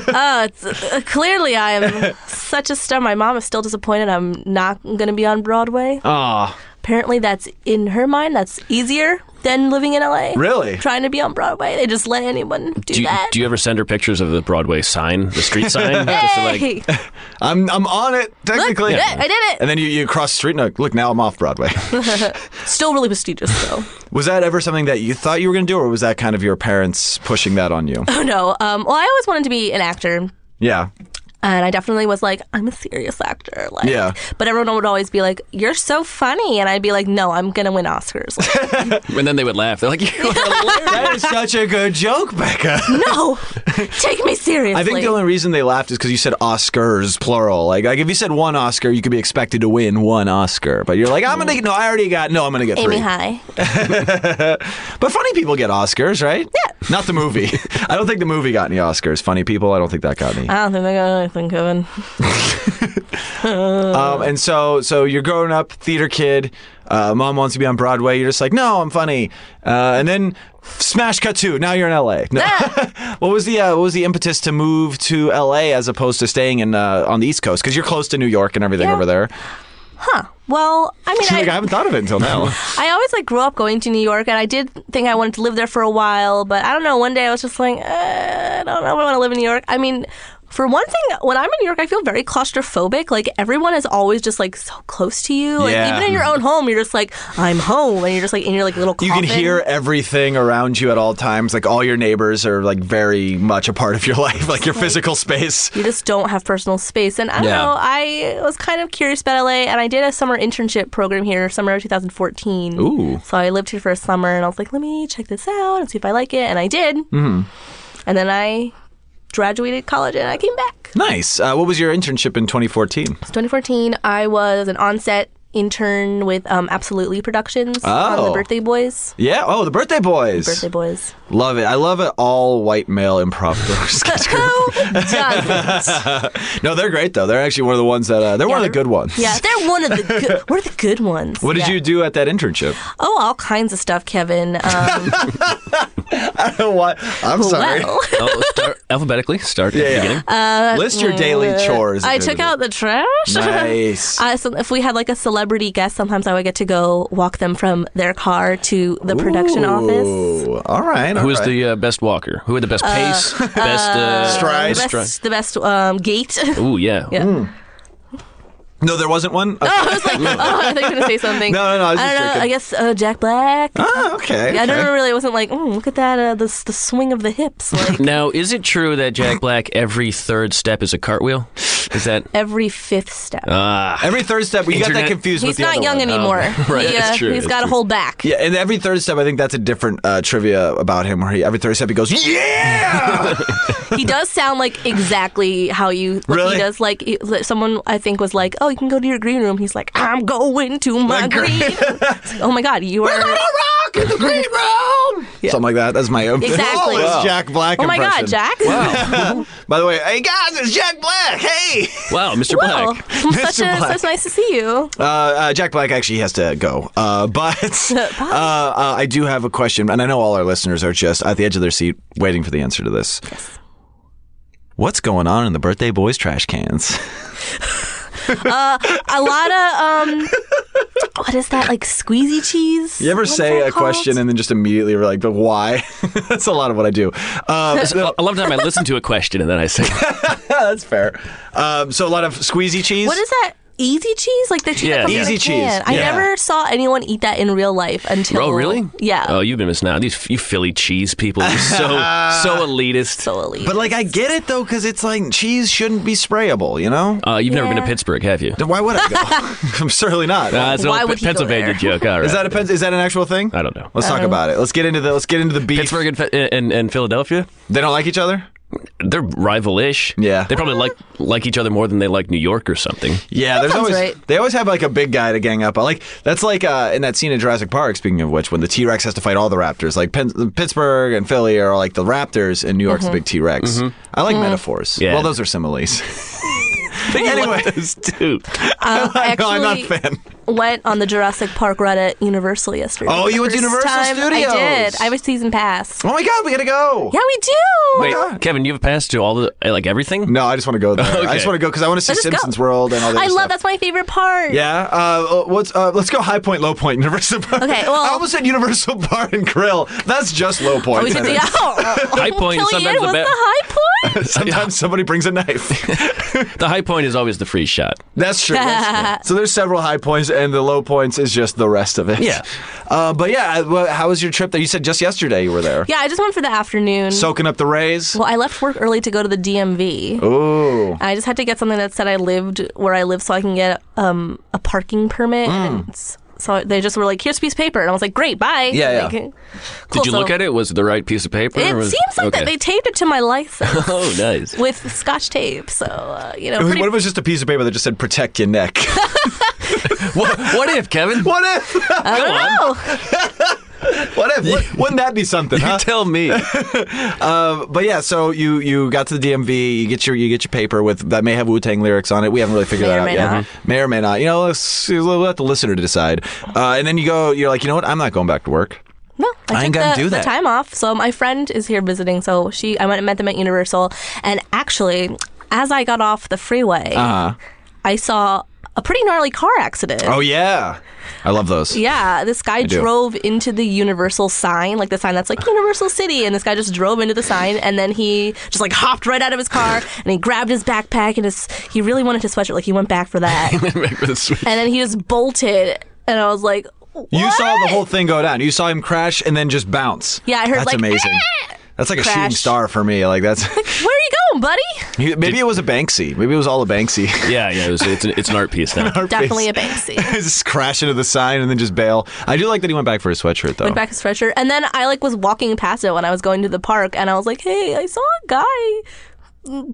Speaker 3: Uh, it's, uh, clearly, I am such a star. My mom is still disappointed. I'm not going to be on Broadway.
Speaker 2: Ah,
Speaker 3: Apparently, that's in her mind. That's easier than living in LA.
Speaker 2: Really?
Speaker 3: Trying to be on Broadway, they just let anyone do,
Speaker 1: Do you,
Speaker 3: that.
Speaker 1: do you ever send her pictures of the Broadway sign, the street sign? Just to, like,
Speaker 3: hey,
Speaker 2: I'm I'm on it technically.
Speaker 3: look, I did it.
Speaker 2: And then you, you cross the street and like, look now I'm off Broadway.
Speaker 3: Still really prestigious though.
Speaker 2: was that ever something that you thought you were going to do, or was that kind of your parents pushing that on you?
Speaker 3: oh no. Um, well, I always wanted to be an actor.
Speaker 2: yeah.
Speaker 3: And I definitely was like, I'm a serious actor. Like,
Speaker 2: Yeah.
Speaker 3: But everyone would always be like, "You're so funny," and I'd be like, "No, I'm gonna win Oscars." Like,
Speaker 1: and then they would laugh. They're like, "You are
Speaker 2: that is such a good joke, Becca.
Speaker 3: no, take me seriously.
Speaker 2: I think the only reason they laughed is because you said Oscars plural. Like, like if you said one Oscar, you could be expected to win one Oscar. But you're like, I'm gonna get, no, I already got no, I'm gonna get
Speaker 3: Amy
Speaker 2: three.
Speaker 3: High.
Speaker 2: But funny people get Oscars, right? Yeah. Not the movie. I don't think the movie got any Oscars. Funny people, I don't think that got any.
Speaker 3: I don't think I got anything coming.
Speaker 2: Um, and so, so you're growing up, theater kid. Uh, mom wants you to be on Broadway. You're just like, no, I'm funny. Uh, and then, smash cut two. Now you're in L.A. No. what was the uh, what was the impetus to move to L.A. as opposed to staying in uh, on the East Coast? Because you're close to New York and everything
Speaker 3: Yeah.
Speaker 2: over there.
Speaker 3: Well, I mean,
Speaker 2: She's like, I
Speaker 3: I,
Speaker 2: haven't thought of it until now.
Speaker 3: I always like grew up going to New York, and I did think I wanted to live there for a while. But I don't know. One day I was just like, uh, I don't know if I want to live in New York. I mean, for one thing, when I'm in New York, I feel very claustrophobic. Like everyone is always just like so close to you. Like
Speaker 2: Yeah.
Speaker 3: even in your own home, you're just like, I'm home, and you're just like in your like little.
Speaker 2: You can
Speaker 3: coffin.
Speaker 2: hear everything around you at all times. Like all your neighbors are like very much a part of your life, like your physical space.
Speaker 3: You just don't have personal space. And I don't
Speaker 2: Yeah.
Speaker 3: know, I was kind of curious about LA and I did a summer internship program here, summer of 2014.
Speaker 2: Ooh.
Speaker 3: So I lived here for a summer and I was like, let me check this out and see if I like it. And I did. Mm-hmm. And then I graduated college and I came back.
Speaker 2: Nice. Uh, what was your internship in 2014?
Speaker 3: It's 2014. I was an onset intern with um, Absolutely Productions on
Speaker 2: Oh.
Speaker 3: The Birthday Boys.
Speaker 2: Yeah. Oh, the Birthday Boys.
Speaker 3: Birthday Boys.
Speaker 2: Love it. I love it. All white male improv sketch group.
Speaker 3: Who doesn't?
Speaker 2: No, they're great though. They're actually one of the ones that uh, they're one of the
Speaker 3: they're-
Speaker 2: good ones.
Speaker 3: Yeah, they're one of the good. We're the good ones.
Speaker 2: What did
Speaker 3: Yeah.
Speaker 2: you do at that internship?
Speaker 3: Oh, all kinds of stuff, Kevin. Um,
Speaker 2: what? I'm sorry.
Speaker 3: well,
Speaker 1: oh, start, alphabetically, start at
Speaker 2: Yeah,
Speaker 1: the
Speaker 2: yeah. Uh,
Speaker 1: beginning.
Speaker 2: List your daily chores.
Speaker 3: uh, I took out the trash.
Speaker 2: Nice.
Speaker 3: Uh, so if we had like a celebrity guest, sometimes I would get to go walk them from their car to the production office.
Speaker 2: Ooh, All right.
Speaker 1: Who was the uh, best walker? Who had the best pace? best uh,
Speaker 2: Stride.
Speaker 3: The best, the best um, gate.
Speaker 1: Ooh, yeah.
Speaker 3: yeah.
Speaker 2: No, there wasn't one. Okay.
Speaker 3: Oh, I was like, oh, I thought you were gonna say something.
Speaker 2: Mm. No, no, no, I was just
Speaker 3: don't know.
Speaker 2: joking.
Speaker 3: I guess uh, Jack Black.
Speaker 2: Ah, okay.
Speaker 3: Yeah, I don't
Speaker 2: okay.
Speaker 3: know, really. It wasn't like, mm, look at that, uh, the the swing of the hips. Like
Speaker 1: Now, is it true that Jack Black every third step is a cartwheel? Is that
Speaker 3: every fifth step.
Speaker 1: ah?
Speaker 2: Every third step, we got that
Speaker 1: Internet-
Speaker 2: confused Uh, with
Speaker 3: He's
Speaker 2: the
Speaker 3: not
Speaker 2: other
Speaker 3: young
Speaker 2: one. Um,
Speaker 3: anymore.
Speaker 1: right,
Speaker 3: he, uh,
Speaker 1: that's true,
Speaker 3: He's
Speaker 1: that's
Speaker 3: got a
Speaker 1: true.
Speaker 3: whole back.
Speaker 2: Yeah, and every third step, I think that's a different uh, trivia about him, where he every third step he goes, "Yeah!"
Speaker 3: He does sound like exactly how you. like,
Speaker 2: Really?
Speaker 3: He does like he- someone I think was like, "Oh, you can go to your green room." He's like, "I'm going to my,
Speaker 2: My
Speaker 3: green."
Speaker 2: green-
Speaker 3: room." It's like, oh my god, you are.
Speaker 2: rock in the green room. Something like that. That's my own.
Speaker 3: Exactly.
Speaker 2: flawless Jack Black.
Speaker 3: Oh my
Speaker 2: impression.
Speaker 3: god, Jack!
Speaker 2: By the way, hey guys, it's Jack Black. Hey.
Speaker 1: Wow, Mr.
Speaker 3: Wow,
Speaker 1: Black.
Speaker 3: such
Speaker 2: Mr.
Speaker 3: a
Speaker 2: Black.
Speaker 3: such nice to see you.
Speaker 2: Uh, uh, Jack Black actually has to go, uh, but uh,
Speaker 3: Bye.
Speaker 2: uh, I do have a question, and I know all our listeners are just at the edge of their seat waiting for the answer to this. What's going on in the birthday boys trash cans?
Speaker 3: a lot of um what is that like squeezy cheese
Speaker 2: You ever
Speaker 3: What is
Speaker 2: say
Speaker 3: that
Speaker 2: a
Speaker 3: called?
Speaker 2: question and then just immediately are like, but why? That's a lot of what I do. Um, so-
Speaker 1: A lot of time I listen to a question and then I say,
Speaker 2: that's fair. Um, so a lot of squeezy cheese.
Speaker 3: what is that easy cheese like the cheese
Speaker 1: Yeah,
Speaker 3: that comes
Speaker 1: yeah.
Speaker 3: in
Speaker 2: Easy
Speaker 3: a can.
Speaker 2: cheese,
Speaker 3: i
Speaker 2: yeah.
Speaker 3: never saw anyone eat that in real life until
Speaker 1: "Oh, really?
Speaker 3: yeah
Speaker 1: Oh, you've been missing out. These you Philly cheese people, are so so elitist.
Speaker 3: so elite
Speaker 2: But like, I get it though, because it's like cheese shouldn't be sprayable. You know?
Speaker 1: Uh, you've never been to
Speaker 3: Yeah.
Speaker 1: Pittsburgh, have you?
Speaker 2: Then why would I go? I'm certainly not.
Speaker 1: Uh, it's an
Speaker 3: Why
Speaker 1: old
Speaker 3: would he go
Speaker 1: Pennsylvania
Speaker 3: there?
Speaker 1: joke. All right.
Speaker 2: is that a pen- is that an actual thing?
Speaker 1: I don't know.
Speaker 2: Let's talk about it. Let's get into the let's get into the beef.
Speaker 1: Pittsburgh and, Fe- and, and Philadelphia,
Speaker 2: They don't like each other.
Speaker 1: they're rival-ish.
Speaker 2: Yeah.
Speaker 1: they probably like like each other more than they like New York or something.
Speaker 2: Yeah, there's
Speaker 3: sounds
Speaker 2: always
Speaker 3: right.
Speaker 2: they always have like a big guy to gang up on. Like that's like uh, in that scene in Jurassic Park. Speaking of which, when the T Rex has to fight all the Raptors, like Pen- Pittsburgh and Philly are like the Raptors, and New York's
Speaker 3: Mm-hmm.
Speaker 2: the big T Rex. I like metaphors.
Speaker 1: Mm-hmm. Yeah.
Speaker 2: Well, those are similes. anyway,
Speaker 1: Dude,
Speaker 3: Um, I
Speaker 2: no, I'm not a
Speaker 3: actually
Speaker 2: fan.
Speaker 3: went on the Jurassic Park run at Universal yesterday.
Speaker 2: Oh,
Speaker 3: For the
Speaker 2: you went to
Speaker 3: first
Speaker 2: Universal
Speaker 3: time.
Speaker 2: Studios.
Speaker 3: I did. I have a season pass.
Speaker 2: Oh my god, we gotta go.
Speaker 3: Yeah, we do.
Speaker 1: wait, Kevin, you have a pass to all the like everything.
Speaker 2: No, I just want to go there. I
Speaker 1: Okay.
Speaker 2: just want to go because I want to see
Speaker 3: Let's just go.
Speaker 2: Simpsons World and all that.
Speaker 3: I
Speaker 2: stuff.
Speaker 3: love that's my favorite part.
Speaker 2: Yeah. Uh, what's uh, let's go high point, low point, Universal Bar.
Speaker 3: Okay, well-
Speaker 2: I almost said Universal Bar and Grill. That's just low
Speaker 3: Oh,
Speaker 2: point.
Speaker 3: we should be out. High
Speaker 1: point is sometimes the
Speaker 3: Killian, what's
Speaker 1: be-
Speaker 3: the high point?
Speaker 2: Sometimes somebody brings a knife.
Speaker 1: The high point is always the free shot.
Speaker 2: that's true. that's true. so there's several high points, and the low points is just the rest of it.
Speaker 1: Yeah.
Speaker 2: Uh, but yeah, wha- how was your trip there? You said just yesterday you were there,
Speaker 3: Yeah, I just went for the afternoon.
Speaker 2: soaking up the rays.
Speaker 3: Well, I left work early to go to the DMV.
Speaker 1: Oh.
Speaker 2: Ooh.
Speaker 3: I just had to get something that said I lived where I live so I can get um, a parking permit.
Speaker 1: Mm.
Speaker 3: And it's- so they just were like, here's a piece of paper. And I was like, great, bye.
Speaker 2: Yeah, yeah.
Speaker 3: Like, cool,
Speaker 1: Did you look at it? Was it the right piece of paper?
Speaker 3: It
Speaker 1: or was-
Speaker 3: seems like
Speaker 1: okay.
Speaker 3: that they taped it to my license
Speaker 1: Oh, nice.
Speaker 3: with scotch tape. So, uh, you know,
Speaker 2: What
Speaker 3: pretty,
Speaker 2: if it was just a piece of paper that just said "protect your neck"?
Speaker 1: what, what if Kevin?
Speaker 2: what if?
Speaker 3: I don't know.
Speaker 2: What if? Wouldn't that be something?
Speaker 1: You
Speaker 2: huh?
Speaker 1: tell me.
Speaker 2: But yeah, so you you got to the DMV, you get your you get your paper with that may have Wu Tang lyrics on it. We haven't really figured
Speaker 3: May
Speaker 2: that
Speaker 3: or
Speaker 2: out
Speaker 3: may
Speaker 2: yet.
Speaker 3: not.
Speaker 2: May or may not. You know, let's we'll let the listener to decide. Uh, and then you go, you're like, you know what? I'm not going back to work.
Speaker 3: No, I,
Speaker 2: I ain't
Speaker 3: took
Speaker 2: gonna
Speaker 3: the,
Speaker 2: do
Speaker 3: the
Speaker 2: that.
Speaker 3: time off. So my friend is here visiting. So she, I went and met them at Universal, and actually, as I got off the freeway,
Speaker 2: Uh,
Speaker 3: I saw a pretty gnarly car accident.
Speaker 2: oh yeah, I love those.
Speaker 3: Yeah, this guy
Speaker 2: do.
Speaker 3: drove into the Universal sign, like the sign that's like Universal City, and this guy just drove into the sign, and then he just like hopped right out of his car, and he grabbed his backpack and his he really wanted his sweatshirt, like he went back for that, and
Speaker 1: Back with the switch.
Speaker 3: then he just bolted, and I was like,
Speaker 2: You saw the
Speaker 3: "What?"
Speaker 2: whole thing go down. You saw him crash and then just bounce.
Speaker 3: Yeah, I heard,
Speaker 2: that's
Speaker 3: like,
Speaker 2: amazing. That's like a shooting
Speaker 3: Crash.
Speaker 2: star for me. Like that's
Speaker 3: Where are you going, buddy?
Speaker 2: maybe it was a Banksy. Maybe it was all a Banksy.
Speaker 1: Yeah, yeah. It was, it's, an, it's an art piece now.
Speaker 3: Definitely a Banksy.
Speaker 2: just crash into the sign and then just bail. I do like that he went back for his sweatshirt though.
Speaker 3: went back to stretcher and then i like was walking past it when i was going to the park and i was like hey i saw a guy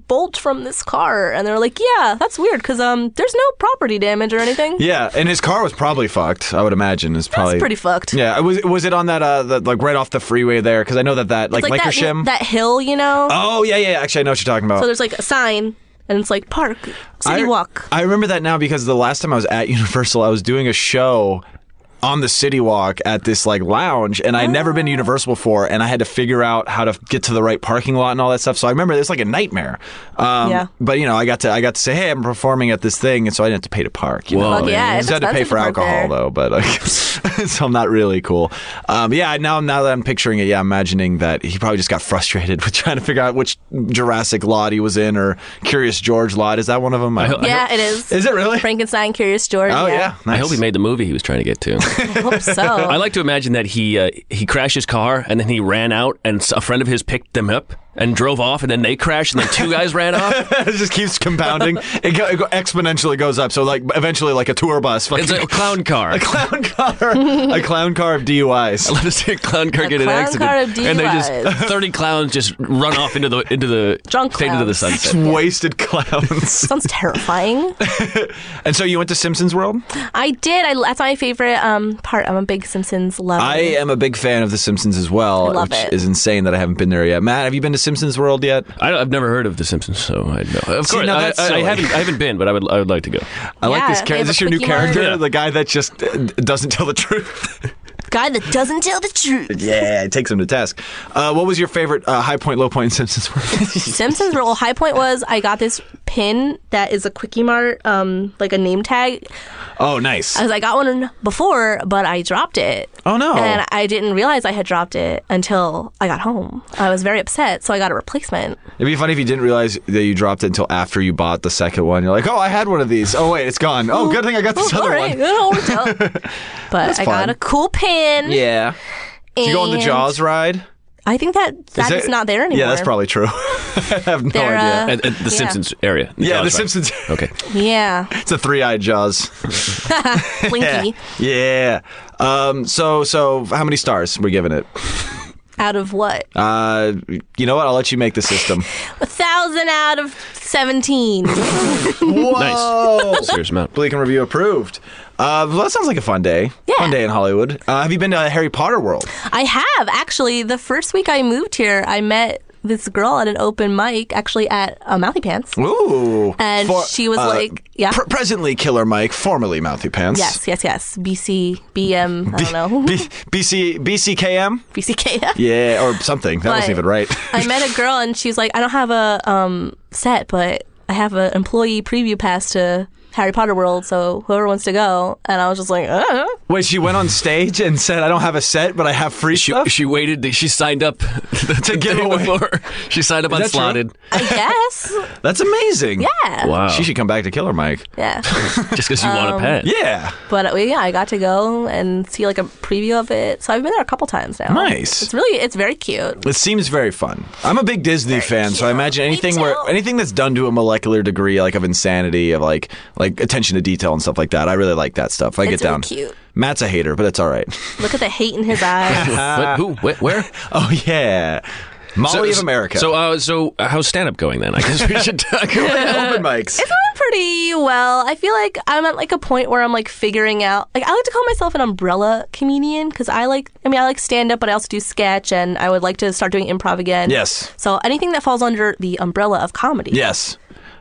Speaker 3: bolt from this car and they were like yeah that's weird because um there's no property damage or anything
Speaker 2: Yeah, and his car was probably fucked. I would imagine it's probably
Speaker 3: that's pretty fucked
Speaker 2: Yeah, it was was it on that uh the, like right off the freeway there? Because I know that that like,
Speaker 3: It's like
Speaker 2: Lancashire.
Speaker 3: that, that hill you know
Speaker 2: oh yeah, yeah. Actually, I know what you're talking about.
Speaker 3: so there's like a sign and it's like park
Speaker 2: I,
Speaker 3: city walk
Speaker 2: I remember that now because the last time I was at Universal, I was doing a show on the city walk at this like lounge, and I'd never been
Speaker 3: Oh.
Speaker 2: to Universal before, and I had to figure out how to get to the right parking lot and all that stuff. So I remember it was like a nightmare. Um,
Speaker 3: Yeah.
Speaker 2: But you know, I got to I got to say, hey, I'm performing at this thing, and so I didn't have to pay to park. You
Speaker 1: Whoa.
Speaker 2: know?
Speaker 1: Fuck
Speaker 3: yeah, it's
Speaker 2: I had to pay
Speaker 3: expensive
Speaker 2: for
Speaker 3: to park
Speaker 2: alcohol
Speaker 3: there.
Speaker 2: though, but uh, so I'm not really cool. Um, yeah, now now that I'm picturing it, yeah, I'm imagining that he probably just got frustrated with trying to figure out which Jurassic lot he was in or Curious George lot. Is that one of them? I, I-
Speaker 3: Yeah, it is.
Speaker 2: Is it really?
Speaker 3: Frankenstein, Curious George.
Speaker 2: Oh yeah,
Speaker 1: I
Speaker 2: nice.
Speaker 1: hope he made the movie he was trying to get to.
Speaker 3: I hope so.
Speaker 1: I like to imagine that he uh, he crashed his car and then he ran out and s- a friend of his picked them up and drove off and then they crashed and then two guys ran off.
Speaker 2: it just keeps compounding. It, go, it go, exponentially goes up. So like eventually, like a tour bus, fucking,
Speaker 1: It's a clown car.
Speaker 2: a clown car, a clown car of DUIs.
Speaker 1: Let us see a clown car
Speaker 3: A
Speaker 1: get in an
Speaker 3: clown
Speaker 1: accident,
Speaker 3: car of
Speaker 1: and they just
Speaker 3: DUIs.
Speaker 1: thirty clowns just run off into the into the
Speaker 3: Drunk
Speaker 1: fade into the
Speaker 3: clowns.
Speaker 1: sunset.
Speaker 2: Just wasted clowns.
Speaker 3: Sounds terrifying.
Speaker 2: and so you went to Simpsons World.
Speaker 3: I did. I, that's my favorite um, part. I'm a big Simpsons lover.
Speaker 2: I uh, am a big fan of The Simpsons as well,
Speaker 3: I love
Speaker 2: which
Speaker 3: it.
Speaker 2: is insane that I haven't been there yet. Matt, have you been to Simpsons World yet?
Speaker 1: I don't, I've never heard of The Simpsons, so I don't know. Of
Speaker 2: See,
Speaker 1: course,
Speaker 2: now
Speaker 1: I,
Speaker 2: that's
Speaker 1: I, I
Speaker 2: silly.
Speaker 1: haven't. I haven't been, but I would. I would like to go.
Speaker 2: I like
Speaker 3: Yeah,
Speaker 2: this
Speaker 3: they
Speaker 2: character. Is
Speaker 3: have
Speaker 2: this
Speaker 3: a
Speaker 2: your new
Speaker 3: quickie mart.
Speaker 2: character?
Speaker 1: Yeah.
Speaker 2: The guy that just uh, doesn't tell the truth.
Speaker 3: Guy that doesn't tell the truth.
Speaker 2: yeah, it takes him to task. Uh, what was your favorite uh, high point, low point in Simpsons World?
Speaker 3: Simpsons rule high point was I got this pin that is a quickie mart, um, like a name tag.
Speaker 2: oh, nice.
Speaker 3: Because I got one before, but I dropped it.
Speaker 2: Oh, no.
Speaker 3: And I didn't realize I had dropped it until I got home. I was very upset, so I got a replacement.
Speaker 2: It'd be funny if you didn't realize that you dropped it until after you bought the second one. You're like, oh, I had one of these. Oh, wait, it's gone. Oh, good thing I got this
Speaker 3: Oh,
Speaker 2: other
Speaker 3: alright,
Speaker 2: one.
Speaker 3: it all worked out. But
Speaker 2: fun.
Speaker 3: I got a cool pin.
Speaker 2: Yeah. Did you go on the
Speaker 3: and
Speaker 2: Jaws ride?
Speaker 3: I think that that is,
Speaker 2: it-
Speaker 3: not there anymore.
Speaker 2: Yeah, that's probably true. I have no
Speaker 3: They're,
Speaker 2: idea.
Speaker 3: uh,
Speaker 1: At, at the
Speaker 3: Yeah.
Speaker 1: Simpsons area. Jaws
Speaker 2: yeah, The
Speaker 1: ride.
Speaker 2: Simpsons.
Speaker 1: Okay.
Speaker 3: Yeah,
Speaker 2: it's a three-eyed Jaws.
Speaker 3: Blinky.
Speaker 2: Yeah. Um, so, so how many stars we're giving it?
Speaker 3: Out of what?
Speaker 2: Uh, you know what? I'll let you make the system.
Speaker 3: A thousand out of seventeen.
Speaker 2: Whoa!
Speaker 1: Serious amount.
Speaker 2: Bleak and review approved. Uh, well, that sounds like a fun day.
Speaker 3: Yeah.
Speaker 2: Fun day in Hollywood. Uh, have you been to Harry Potter World?
Speaker 3: I have actually. The first week I moved here, I met this girl at an open mic, actually at uh, Mouthy Pants.
Speaker 2: Ooh. uh,
Speaker 3: And she was like- yeah.
Speaker 2: Pre- presently Killer Mike, formerly Mouthy Pants.
Speaker 3: Yes, yes, yes. BC, BM, I don't know.
Speaker 2: B- BC, BCKM?
Speaker 3: BCKF.
Speaker 2: Yeah, or something. That wasn't
Speaker 3: But-
Speaker 2: even right.
Speaker 3: I met a girl and she's like, I don't have a um, set, but I have an employee preview pass to Harry Potter World, so whoever wants to go. And I was just like, uh.
Speaker 2: Wait, she went on stage and said, I don't have a set, but I have free
Speaker 1: She,
Speaker 2: stuff?
Speaker 1: she waited. She signed up the
Speaker 2: To give
Speaker 1: day
Speaker 2: away.
Speaker 1: before. She signed up on
Speaker 2: that true?
Speaker 1: slotted.
Speaker 3: I guess.
Speaker 2: That's amazing.
Speaker 3: Yeah.
Speaker 1: Wow.
Speaker 2: She should come back to Killer Mike.
Speaker 3: Yeah.
Speaker 1: just because you want a pet.
Speaker 2: Yeah.
Speaker 3: But uh, yeah, I got to go and see like a preview of it. So I've been there a couple times now.
Speaker 2: Nice.
Speaker 3: It's really, it's very cute.
Speaker 2: It seems very fun. I'm a big Disney fan, so I
Speaker 3: cute.
Speaker 2: imagine
Speaker 3: Me
Speaker 2: anything where
Speaker 3: too.
Speaker 2: anything that's done to a molecular degree, like of insanity, of like like attention to detail and stuff like that. I really like that stuff. I get
Speaker 3: It's really
Speaker 2: down.
Speaker 3: cute.
Speaker 2: Matt's a hater, but it's all right.
Speaker 3: Look at the hate in his
Speaker 1: What,
Speaker 3: eyes.
Speaker 1: who? Wh- where?
Speaker 2: oh yeah, Molly of America.
Speaker 1: So, uh, so how's stand up going then? I guess we should talk about
Speaker 3: uh,
Speaker 2: open mics.
Speaker 3: It's going pretty well. I feel like I'm at like a point where I'm like figuring out. Like I like to call myself an umbrella comedian because I like. I mean, I like stand up, but I also do sketch, and I would like to start doing improv again.
Speaker 2: Yes.
Speaker 3: So anything that falls under the umbrella of comedy
Speaker 2: Yes.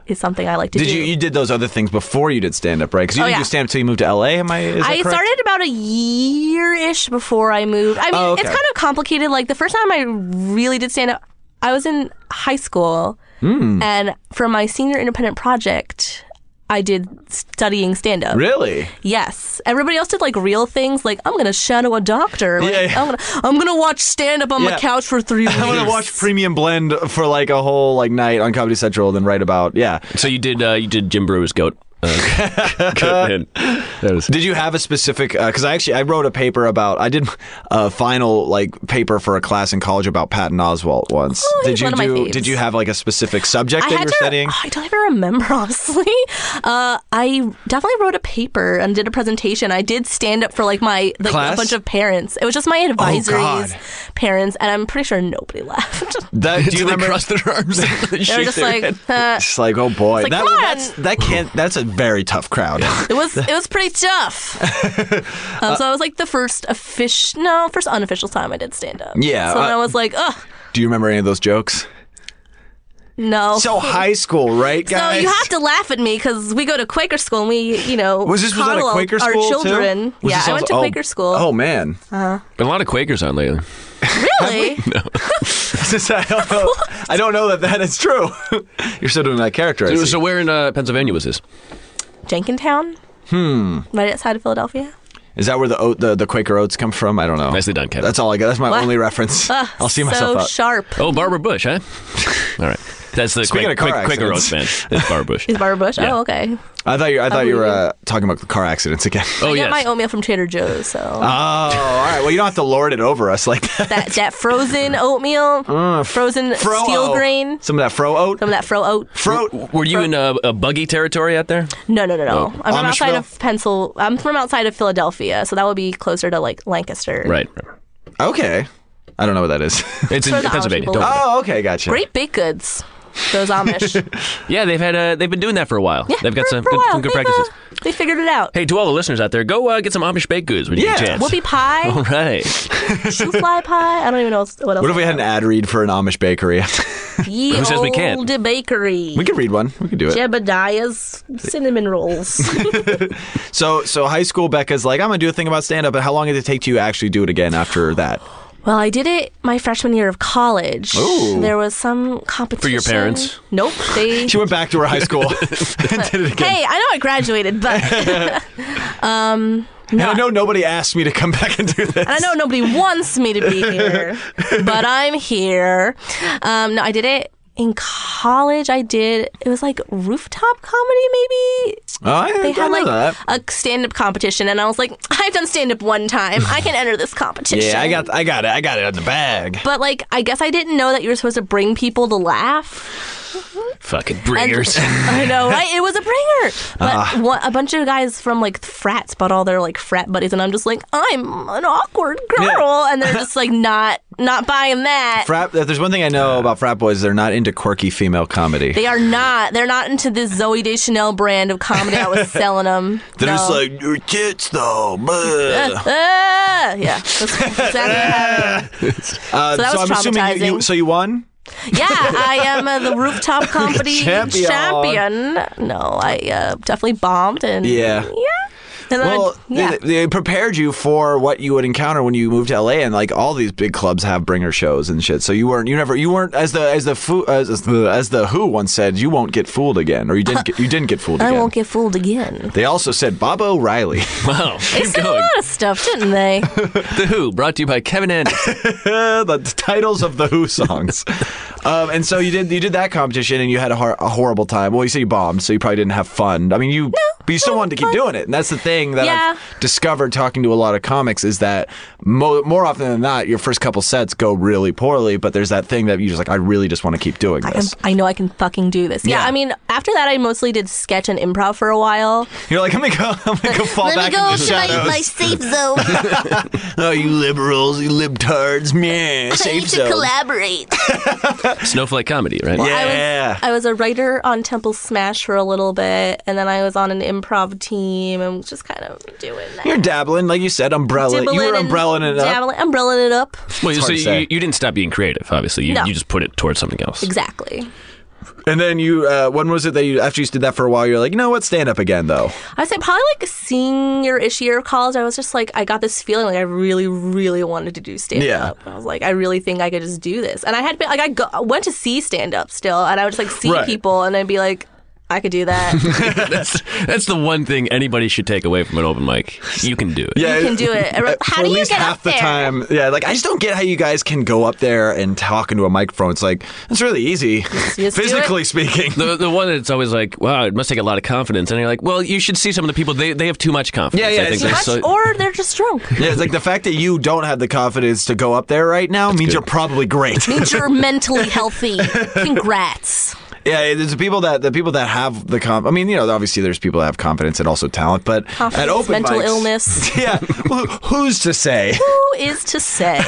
Speaker 3: is something I like to
Speaker 2: Did
Speaker 3: do.
Speaker 2: you you did those other things before you did stand up, right? Because you
Speaker 3: Oh,
Speaker 2: didn't
Speaker 3: yeah.
Speaker 2: do stand up till you moved to L.A. Am I? Is that
Speaker 3: I
Speaker 2: correct?
Speaker 3: started about a year ish before I moved. I mean,
Speaker 2: Oh, okay.
Speaker 3: it's kind of complicated. Like the first time I really did stand up, I was in high school,
Speaker 2: Hmm.
Speaker 3: and for my senior independent project, I did studying stand up.
Speaker 2: Really?
Speaker 3: Yes. Everybody else did like real things, like I'm gonna shadow a doctor. Like,
Speaker 2: Yeah, yeah.
Speaker 3: I'm gonna I'm gonna watch stand up on
Speaker 2: Yeah.
Speaker 3: my couch for three weeks.
Speaker 2: I'm gonna watch Premium Blend for like a whole like night on Comedy Central, then write about yeah.
Speaker 1: it. So you did. Uh, you did Jim Brewer's goat. Uh, good man. That was-
Speaker 2: Did you have a specific? Because I actually I wrote a paper about I did a final like paper for a class in college about Patton Oswalt once.
Speaker 3: Oh,
Speaker 2: did
Speaker 3: he's
Speaker 2: you
Speaker 3: one of my
Speaker 2: do?
Speaker 3: faves.
Speaker 2: Did you have like a specific subject
Speaker 3: I
Speaker 2: that you
Speaker 3: had
Speaker 2: were
Speaker 3: to.
Speaker 2: studying?
Speaker 3: oh, I don't even remember honestly. Uh, I definitely wrote a paper and did a presentation. I did stand up for like my like,
Speaker 2: Class? Oh,
Speaker 3: a bunch of parents. It was just my advisories,
Speaker 2: God.
Speaker 3: parents, and I'm pretty sure nobody laughed.
Speaker 2: That, do
Speaker 1: Did
Speaker 2: you
Speaker 1: they
Speaker 2: remember?
Speaker 1: cross their arms? and
Speaker 3: they were
Speaker 1: shake
Speaker 3: just
Speaker 1: their
Speaker 3: like,
Speaker 1: head?
Speaker 3: "Huh."
Speaker 2: It's like oh boy,
Speaker 3: like,
Speaker 2: that
Speaker 3: come on.
Speaker 2: that's that can't. That's a very tough crowd.
Speaker 3: it was it was pretty tough.
Speaker 2: Uh,
Speaker 3: um, so I was like the first official, no, first unofficial time I did stand up.
Speaker 2: Yeah,
Speaker 3: So then
Speaker 2: uh,
Speaker 3: I was like, ugh.
Speaker 2: do you remember any of those jokes?
Speaker 3: No.
Speaker 2: So high school, right,
Speaker 3: Oh, So
Speaker 2: guys?
Speaker 3: you have to laugh at me because we go to Quaker school and we, you know,
Speaker 2: Was this was that a
Speaker 3: coddle our-
Speaker 2: Quaker
Speaker 3: our
Speaker 2: school
Speaker 3: children.
Speaker 2: too? Was
Speaker 3: yeah,
Speaker 2: this
Speaker 3: I went
Speaker 2: also-
Speaker 3: to
Speaker 2: oh,
Speaker 3: Quaker school.
Speaker 2: Oh man,
Speaker 1: Been a lot of Quakers on lately.
Speaker 3: really?
Speaker 2: I don't know. I don't know that that is true. You're still doing that character. I see.
Speaker 1: So where in uh, Pennsylvania was this?
Speaker 3: Jenkintown. Hmm. Right outside of Philadelphia.
Speaker 2: Is that where the, oat, the the Quaker oats come from? I don't know.
Speaker 1: Nicely done, Kevin.
Speaker 2: That's all I got. That's my
Speaker 3: What?
Speaker 2: only reference.
Speaker 3: Ugh,
Speaker 2: I'll see myself
Speaker 3: so
Speaker 2: out.
Speaker 3: sharp.
Speaker 1: Oh, Barbara Bush, huh? All right. That's the
Speaker 2: Speaking
Speaker 1: Quaker,
Speaker 2: of car
Speaker 1: Quaker, Quaker Oats man.
Speaker 2: accidents.
Speaker 1: It's Barbara Bush.
Speaker 3: Is Barbara Bush?
Speaker 1: Yeah.
Speaker 3: Oh, okay.
Speaker 2: I thought you I thought you were
Speaker 3: Unbelievable.
Speaker 2: uh, talking about the car accidents again.
Speaker 1: Oh, yes. Ah.
Speaker 3: I get my oatmeal from Trader Joe's, so
Speaker 2: Oh, all right. Well, you don't have to lord it over us like that.
Speaker 3: that that frozen oatmeal,
Speaker 1: Mm,
Speaker 3: frozen
Speaker 2: Fro
Speaker 3: steel grain,
Speaker 2: Some of that fro oat.
Speaker 3: some of that fro oat.
Speaker 2: Fro.
Speaker 1: Were you in uh, a buggy territory out there?
Speaker 3: No, no, no, no. I'm from outside
Speaker 2: Amishville?
Speaker 3: of Pencil. I'm from outside of Philadelphia, so that would be closer to like Lancaster.
Speaker 1: Right.
Speaker 2: Okay. I don't know what that is.
Speaker 1: It's in
Speaker 3: For the
Speaker 1: Pennsylvania.
Speaker 3: Amish
Speaker 1: Don't worry.
Speaker 2: oh, okay. Gotcha.
Speaker 3: Great baked goods. Those Amish.
Speaker 1: yeah, they've had uh, they've been doing that for a while.
Speaker 3: Yeah,
Speaker 1: they've got
Speaker 3: for-
Speaker 1: some
Speaker 3: for a
Speaker 1: good,
Speaker 3: while.
Speaker 1: some good
Speaker 3: They've,
Speaker 1: practices.
Speaker 3: uh, they figured it out.
Speaker 1: Hey, to all the listeners out there, go uh, get some Amish baked goods when you get a
Speaker 2: Yeah.
Speaker 1: chance.
Speaker 3: Whoopie pie,
Speaker 1: All right.
Speaker 3: shoe fly pie. I don't even know what else- what else.
Speaker 2: What if we had an ad read for an Amish bakery?
Speaker 3: Ye
Speaker 1: Who says we can't?
Speaker 3: olde bakery?
Speaker 2: we could read one. We could do it.
Speaker 3: Jebediah's cinnamon rolls.
Speaker 2: So, so high school Becca's like, I'm gonna do a thing about stand up. But how long did it take to actually do it again after that?
Speaker 3: Well, I did it my freshman year of college.
Speaker 2: Ooh.
Speaker 3: There was some competition.
Speaker 1: parents?
Speaker 3: Nope. They.
Speaker 2: She went back to her high school and did it again.
Speaker 3: hey, I know I graduated, but and
Speaker 2: and I know nobody asked me to come back and do this.
Speaker 3: I know nobody wants me to be here, but I'm here. Um, no, I did it in college. I did. It was like rooftop comedy, maybe.
Speaker 2: Oh, I,
Speaker 3: They
Speaker 2: I
Speaker 3: had
Speaker 2: know
Speaker 3: like
Speaker 2: that.
Speaker 3: a stand-up competition, and I was like, I've done stand-up one time. I can enter this competition.
Speaker 2: Yeah, I got, I got it, I got it in the bag.
Speaker 3: But like, I guess I didn't know that you were supposed to bring people to laugh.
Speaker 1: Fucking
Speaker 3: And-
Speaker 1: bringers.
Speaker 3: I know, right? It was a bringer.
Speaker 2: Ah.
Speaker 3: But one, a bunch of guys from like frats bought all their like frat buddies, and I'm just like, I'm an awkward girl,
Speaker 2: Yeah.
Speaker 3: and they're just like not not buying that.
Speaker 2: Frat, if there's one thing I know about frat boys, they're not into quirky female comedy.
Speaker 3: they are not. They're not into this Zoe Deschanel brand of comedy I was selling them.
Speaker 2: They're just like your tits though. bleh."
Speaker 3: Ah, Uh, yeah, that's exactly how.
Speaker 2: Uh,
Speaker 3: that was
Speaker 2: I'm assuming you, you,
Speaker 3: traumatizing.
Speaker 2: so you won.
Speaker 3: Yeah, I am uh, the rooftop comedy
Speaker 2: Champion.
Speaker 3: champion. No, I uh, definitely bombed and
Speaker 2: Yeah.
Speaker 3: And then I-
Speaker 2: Well,
Speaker 3: yeah.
Speaker 2: they, they prepared you for what you would encounter when you moved to LA, and like all these big clubs have bringer shows and shit. So you weren't, you never, you weren't as the as the foo, as, as the as the Who once said, you won't get fooled again, or you didn't get, you didn't get fooled
Speaker 3: I
Speaker 2: again.
Speaker 3: won't get fooled again.
Speaker 2: they also said Bob O'Reilly.
Speaker 1: wow.
Speaker 3: They
Speaker 1: Keep
Speaker 3: said a
Speaker 1: going.
Speaker 3: lot of stuff, didn't they?
Speaker 1: The Who, brought to you by Kevin Anderson.
Speaker 2: the, the titles of the Who songs. um, and so you did you did that competition, and you had a, hor- a horrible time. Well, you said you bombed, so you probably didn't have fun. I mean, you but you still wanted to keep doing it, and that's the thing that
Speaker 3: Yeah.
Speaker 2: I've discovered talking to a lot of comics is that mo- more often than not, your first couple sets go really poorly, but there's that thing that you just like, I really just want to keep doing
Speaker 3: I'm-
Speaker 2: this.
Speaker 3: I know I can fucking do this. Yeah,
Speaker 2: Yeah.
Speaker 3: I mean, after that, I mostly did sketch and improv for a while.
Speaker 2: You're like, I'm gonna go, I'm gonna go fall back into the shadows.
Speaker 3: safe zone.
Speaker 2: oh, you liberals, you libtards, meh, safe zone.
Speaker 3: collaborate.
Speaker 1: Snowflake comedy, right?
Speaker 2: Yeah.
Speaker 3: I was a writer on Temple Smash for a little bit, and then I was on an improv team and was just kind of doing that.
Speaker 2: You're dabbling, like you said, umbrella.
Speaker 3: Dibbling
Speaker 2: you were
Speaker 3: and
Speaker 2: umbrelling it up.
Speaker 3: dabbling- umbrellaing it up.
Speaker 1: Well, so
Speaker 2: hard to
Speaker 1: you,
Speaker 2: say.
Speaker 1: you didn't stop being creative, obviously. You,
Speaker 3: No.
Speaker 1: you just put it towards something else.
Speaker 3: Exactly.
Speaker 2: And then you, uh, when was it that you, after you did that for a while, you're like, you know what, stand up again, though.
Speaker 3: I would say probably like senior-ish year of college. I was just like, I got this feeling like I really, really wanted to do stand up. I was like, I really think I could just do this. And I had been like, I go, I went to see stand up still, and I would just like see
Speaker 2: Right.
Speaker 3: people, and I'd be like, I could do that.
Speaker 1: that's, that's the one thing anybody should take away from an open mic. You can do it.
Speaker 3: You can do it.
Speaker 2: uh, for
Speaker 3: How do
Speaker 2: at
Speaker 3: you
Speaker 2: least
Speaker 3: get
Speaker 2: half
Speaker 3: up
Speaker 2: the
Speaker 3: there?
Speaker 2: time. Yeah, like I just don't get how you guys can go up there and talk into a microphone. It's like it's really easy,
Speaker 3: just do
Speaker 2: physically speaking.
Speaker 1: The, the one that's always like, wow, it must take a lot of confidence. And you're like, well, you should see some of the people. They, they have too much confidence.
Speaker 2: Yeah, yeah,
Speaker 1: I think
Speaker 2: it's
Speaker 1: they're
Speaker 3: Much-
Speaker 1: so-
Speaker 3: or they're just drunk.
Speaker 2: Yeah, it's like the fact that you don't have the confidence to go up there right now means
Speaker 1: good.
Speaker 2: you're probably great.
Speaker 3: Means you're mentally healthy. Congrats.
Speaker 2: Yeah, it- it's the people that the people that have the comp. I mean, you know, obviously there's people that have confidence and also talent, but at
Speaker 3: Confidence,
Speaker 2: open
Speaker 3: mental
Speaker 2: mics-
Speaker 3: illness.
Speaker 2: Yeah, well, who's to say?
Speaker 3: Who is to say?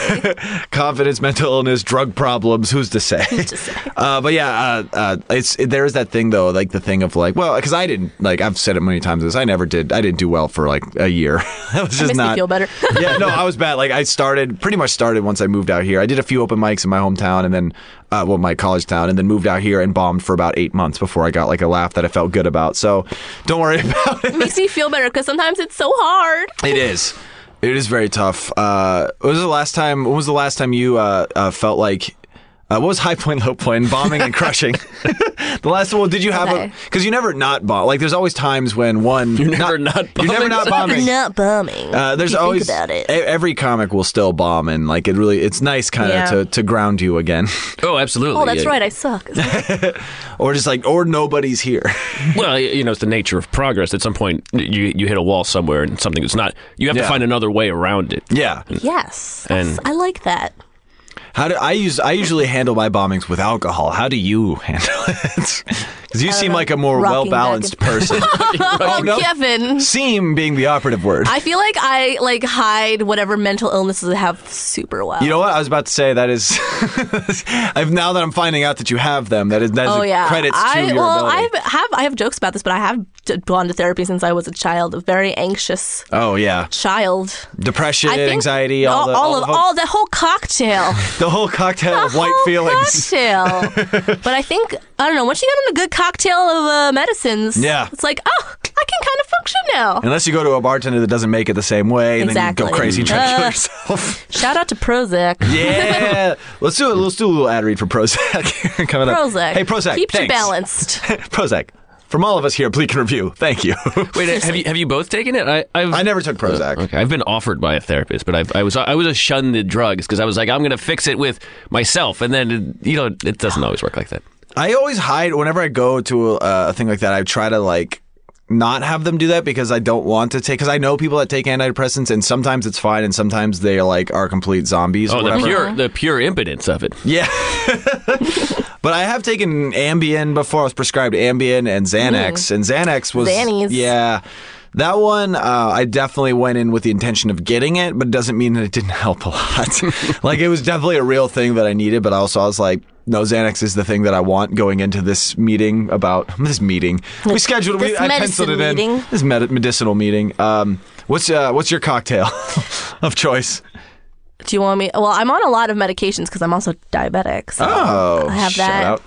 Speaker 2: confidence, mental illness, drug problems. Who's to say?
Speaker 3: to say?
Speaker 2: Uh, but yeah, uh, uh, it's it, there is that thing though, like the thing of like, well, because I didn't like I've said it many times. This I never did. I didn't do well for like a year. I was just
Speaker 3: makes me
Speaker 2: not
Speaker 3: feel better.
Speaker 2: yeah, no, I was bad. Like I started pretty much started once I moved out here. I did a few open mics in my hometown and then uh, well my college town and then moved out here and bombed for about eight months before I got like a laugh that I felt good about. So don't worry about it.
Speaker 3: makes me feel better because sometimes it's so hard.
Speaker 2: It is. It is very tough. Uh, what was the last time? When was the last time you uh, uh, felt like? Uh, what was high point, low point, bombing and crushing? the last one. Did you have a?
Speaker 3: Okay.
Speaker 2: Because you never not bomb. Like there's always times when one. You're
Speaker 1: never not
Speaker 2: You're
Speaker 1: bombing.
Speaker 2: never not bombing.
Speaker 3: Not bumming.
Speaker 2: Uh, there's
Speaker 3: if you
Speaker 2: always
Speaker 3: think about it.
Speaker 2: e- every comic will still bomb, and like it really, it's nice kind of
Speaker 3: Yeah.
Speaker 2: to, to ground you again,
Speaker 1: Oh, absolutely.
Speaker 3: oh, that's
Speaker 1: Yeah.
Speaker 3: right. I suck.
Speaker 2: or just like, or nobody's here.
Speaker 1: Well, y- you know, it's the nature of progress. At some point, you you hit a wall somewhere, and something that's not. You have
Speaker 2: Yeah.
Speaker 1: to find another way around it.
Speaker 2: yeah,
Speaker 3: yes,
Speaker 1: And-
Speaker 3: that's- I like that.
Speaker 2: how do I use? I usually handle my bombings with alcohol. How do you handle it? Because you seem
Speaker 3: know.
Speaker 2: like a more well
Speaker 3: Rocking back
Speaker 2: balanced
Speaker 3: and-
Speaker 2: person.
Speaker 3: Oh,
Speaker 2: no.
Speaker 3: Kevin.
Speaker 2: seem being the operative word.
Speaker 3: I feel like I like hide whatever mental illnesses I have super well.
Speaker 2: you know what I was about to say? That is, I've now that I'm finding out that you have them. That is, that is
Speaker 3: oh yeah,
Speaker 2: credits to
Speaker 3: I
Speaker 2: your
Speaker 3: well,
Speaker 2: ability.
Speaker 3: I have I have jokes about this, but I have d- gone to therapy since I was a child, a very anxious
Speaker 2: oh yeah,
Speaker 3: child.
Speaker 2: depression,
Speaker 3: I think
Speaker 2: anxiety, all, the,
Speaker 3: all, of
Speaker 2: the,
Speaker 3: all the whole cocktail.
Speaker 2: the whole cocktail of white
Speaker 3: whole
Speaker 2: feelings.
Speaker 3: Cocktail. but I think I don't know. Once you get on a good cocktail of uh, medicines,
Speaker 2: Yeah.
Speaker 3: it's like oh, I can kind of function now.
Speaker 2: Unless you go to a bartender that doesn't make it the same way, and then you
Speaker 3: Exactly.
Speaker 2: go crazy trying to kill
Speaker 3: Uh.
Speaker 2: yourself.
Speaker 3: Shout out to Prozac.
Speaker 2: yeah, let's do a let's do a little ad read for Prozac coming up.
Speaker 3: Prozac.
Speaker 2: hey Prozac,
Speaker 3: keeps you
Speaker 2: thanks.
Speaker 3: balanced.
Speaker 2: Prozac, from all of us here, at Bleak and Review, thank you.
Speaker 1: Wait, have you have you both taken it? I I've,
Speaker 2: I never took Prozac.
Speaker 1: Okay, I've been offered by a therapist, but I've, I was I was a shun the drugs because I was like I'm going to fix it with myself, and then it, you know it doesn't always work like that.
Speaker 2: I always hide whenever I go to a, a thing like that. I try to like not have them do that because I don't want to take. Because I know people that take antidepressants, and sometimes it's fine, and sometimes they like are complete zombies. or
Speaker 1: Oh, the
Speaker 2: whatever.
Speaker 1: pure the pure impotence of it.
Speaker 2: Yeah. but I have taken Ambien before. I was prescribed Ambien and Xanax, and Xanax was
Speaker 3: Mm. Xannies.
Speaker 2: yeah. That one, uh, I definitely went in with the intention of getting it, but it doesn't mean that it didn't help a lot. like it was definitely a real thing that I needed, but also I was like, no, Xanax is the thing that I want going into this meeting about this meeting. We scheduled, we,
Speaker 3: This
Speaker 2: I penciled it
Speaker 3: medicine
Speaker 2: in.
Speaker 3: meeting.
Speaker 2: This med- medicinal meeting. Um, what's uh, what's your cocktail of choice?
Speaker 3: Do you want me? Well, I'm on a lot of medications because I'm also diabetic. So
Speaker 2: Oh,
Speaker 3: I have
Speaker 2: shout
Speaker 3: that.
Speaker 2: out.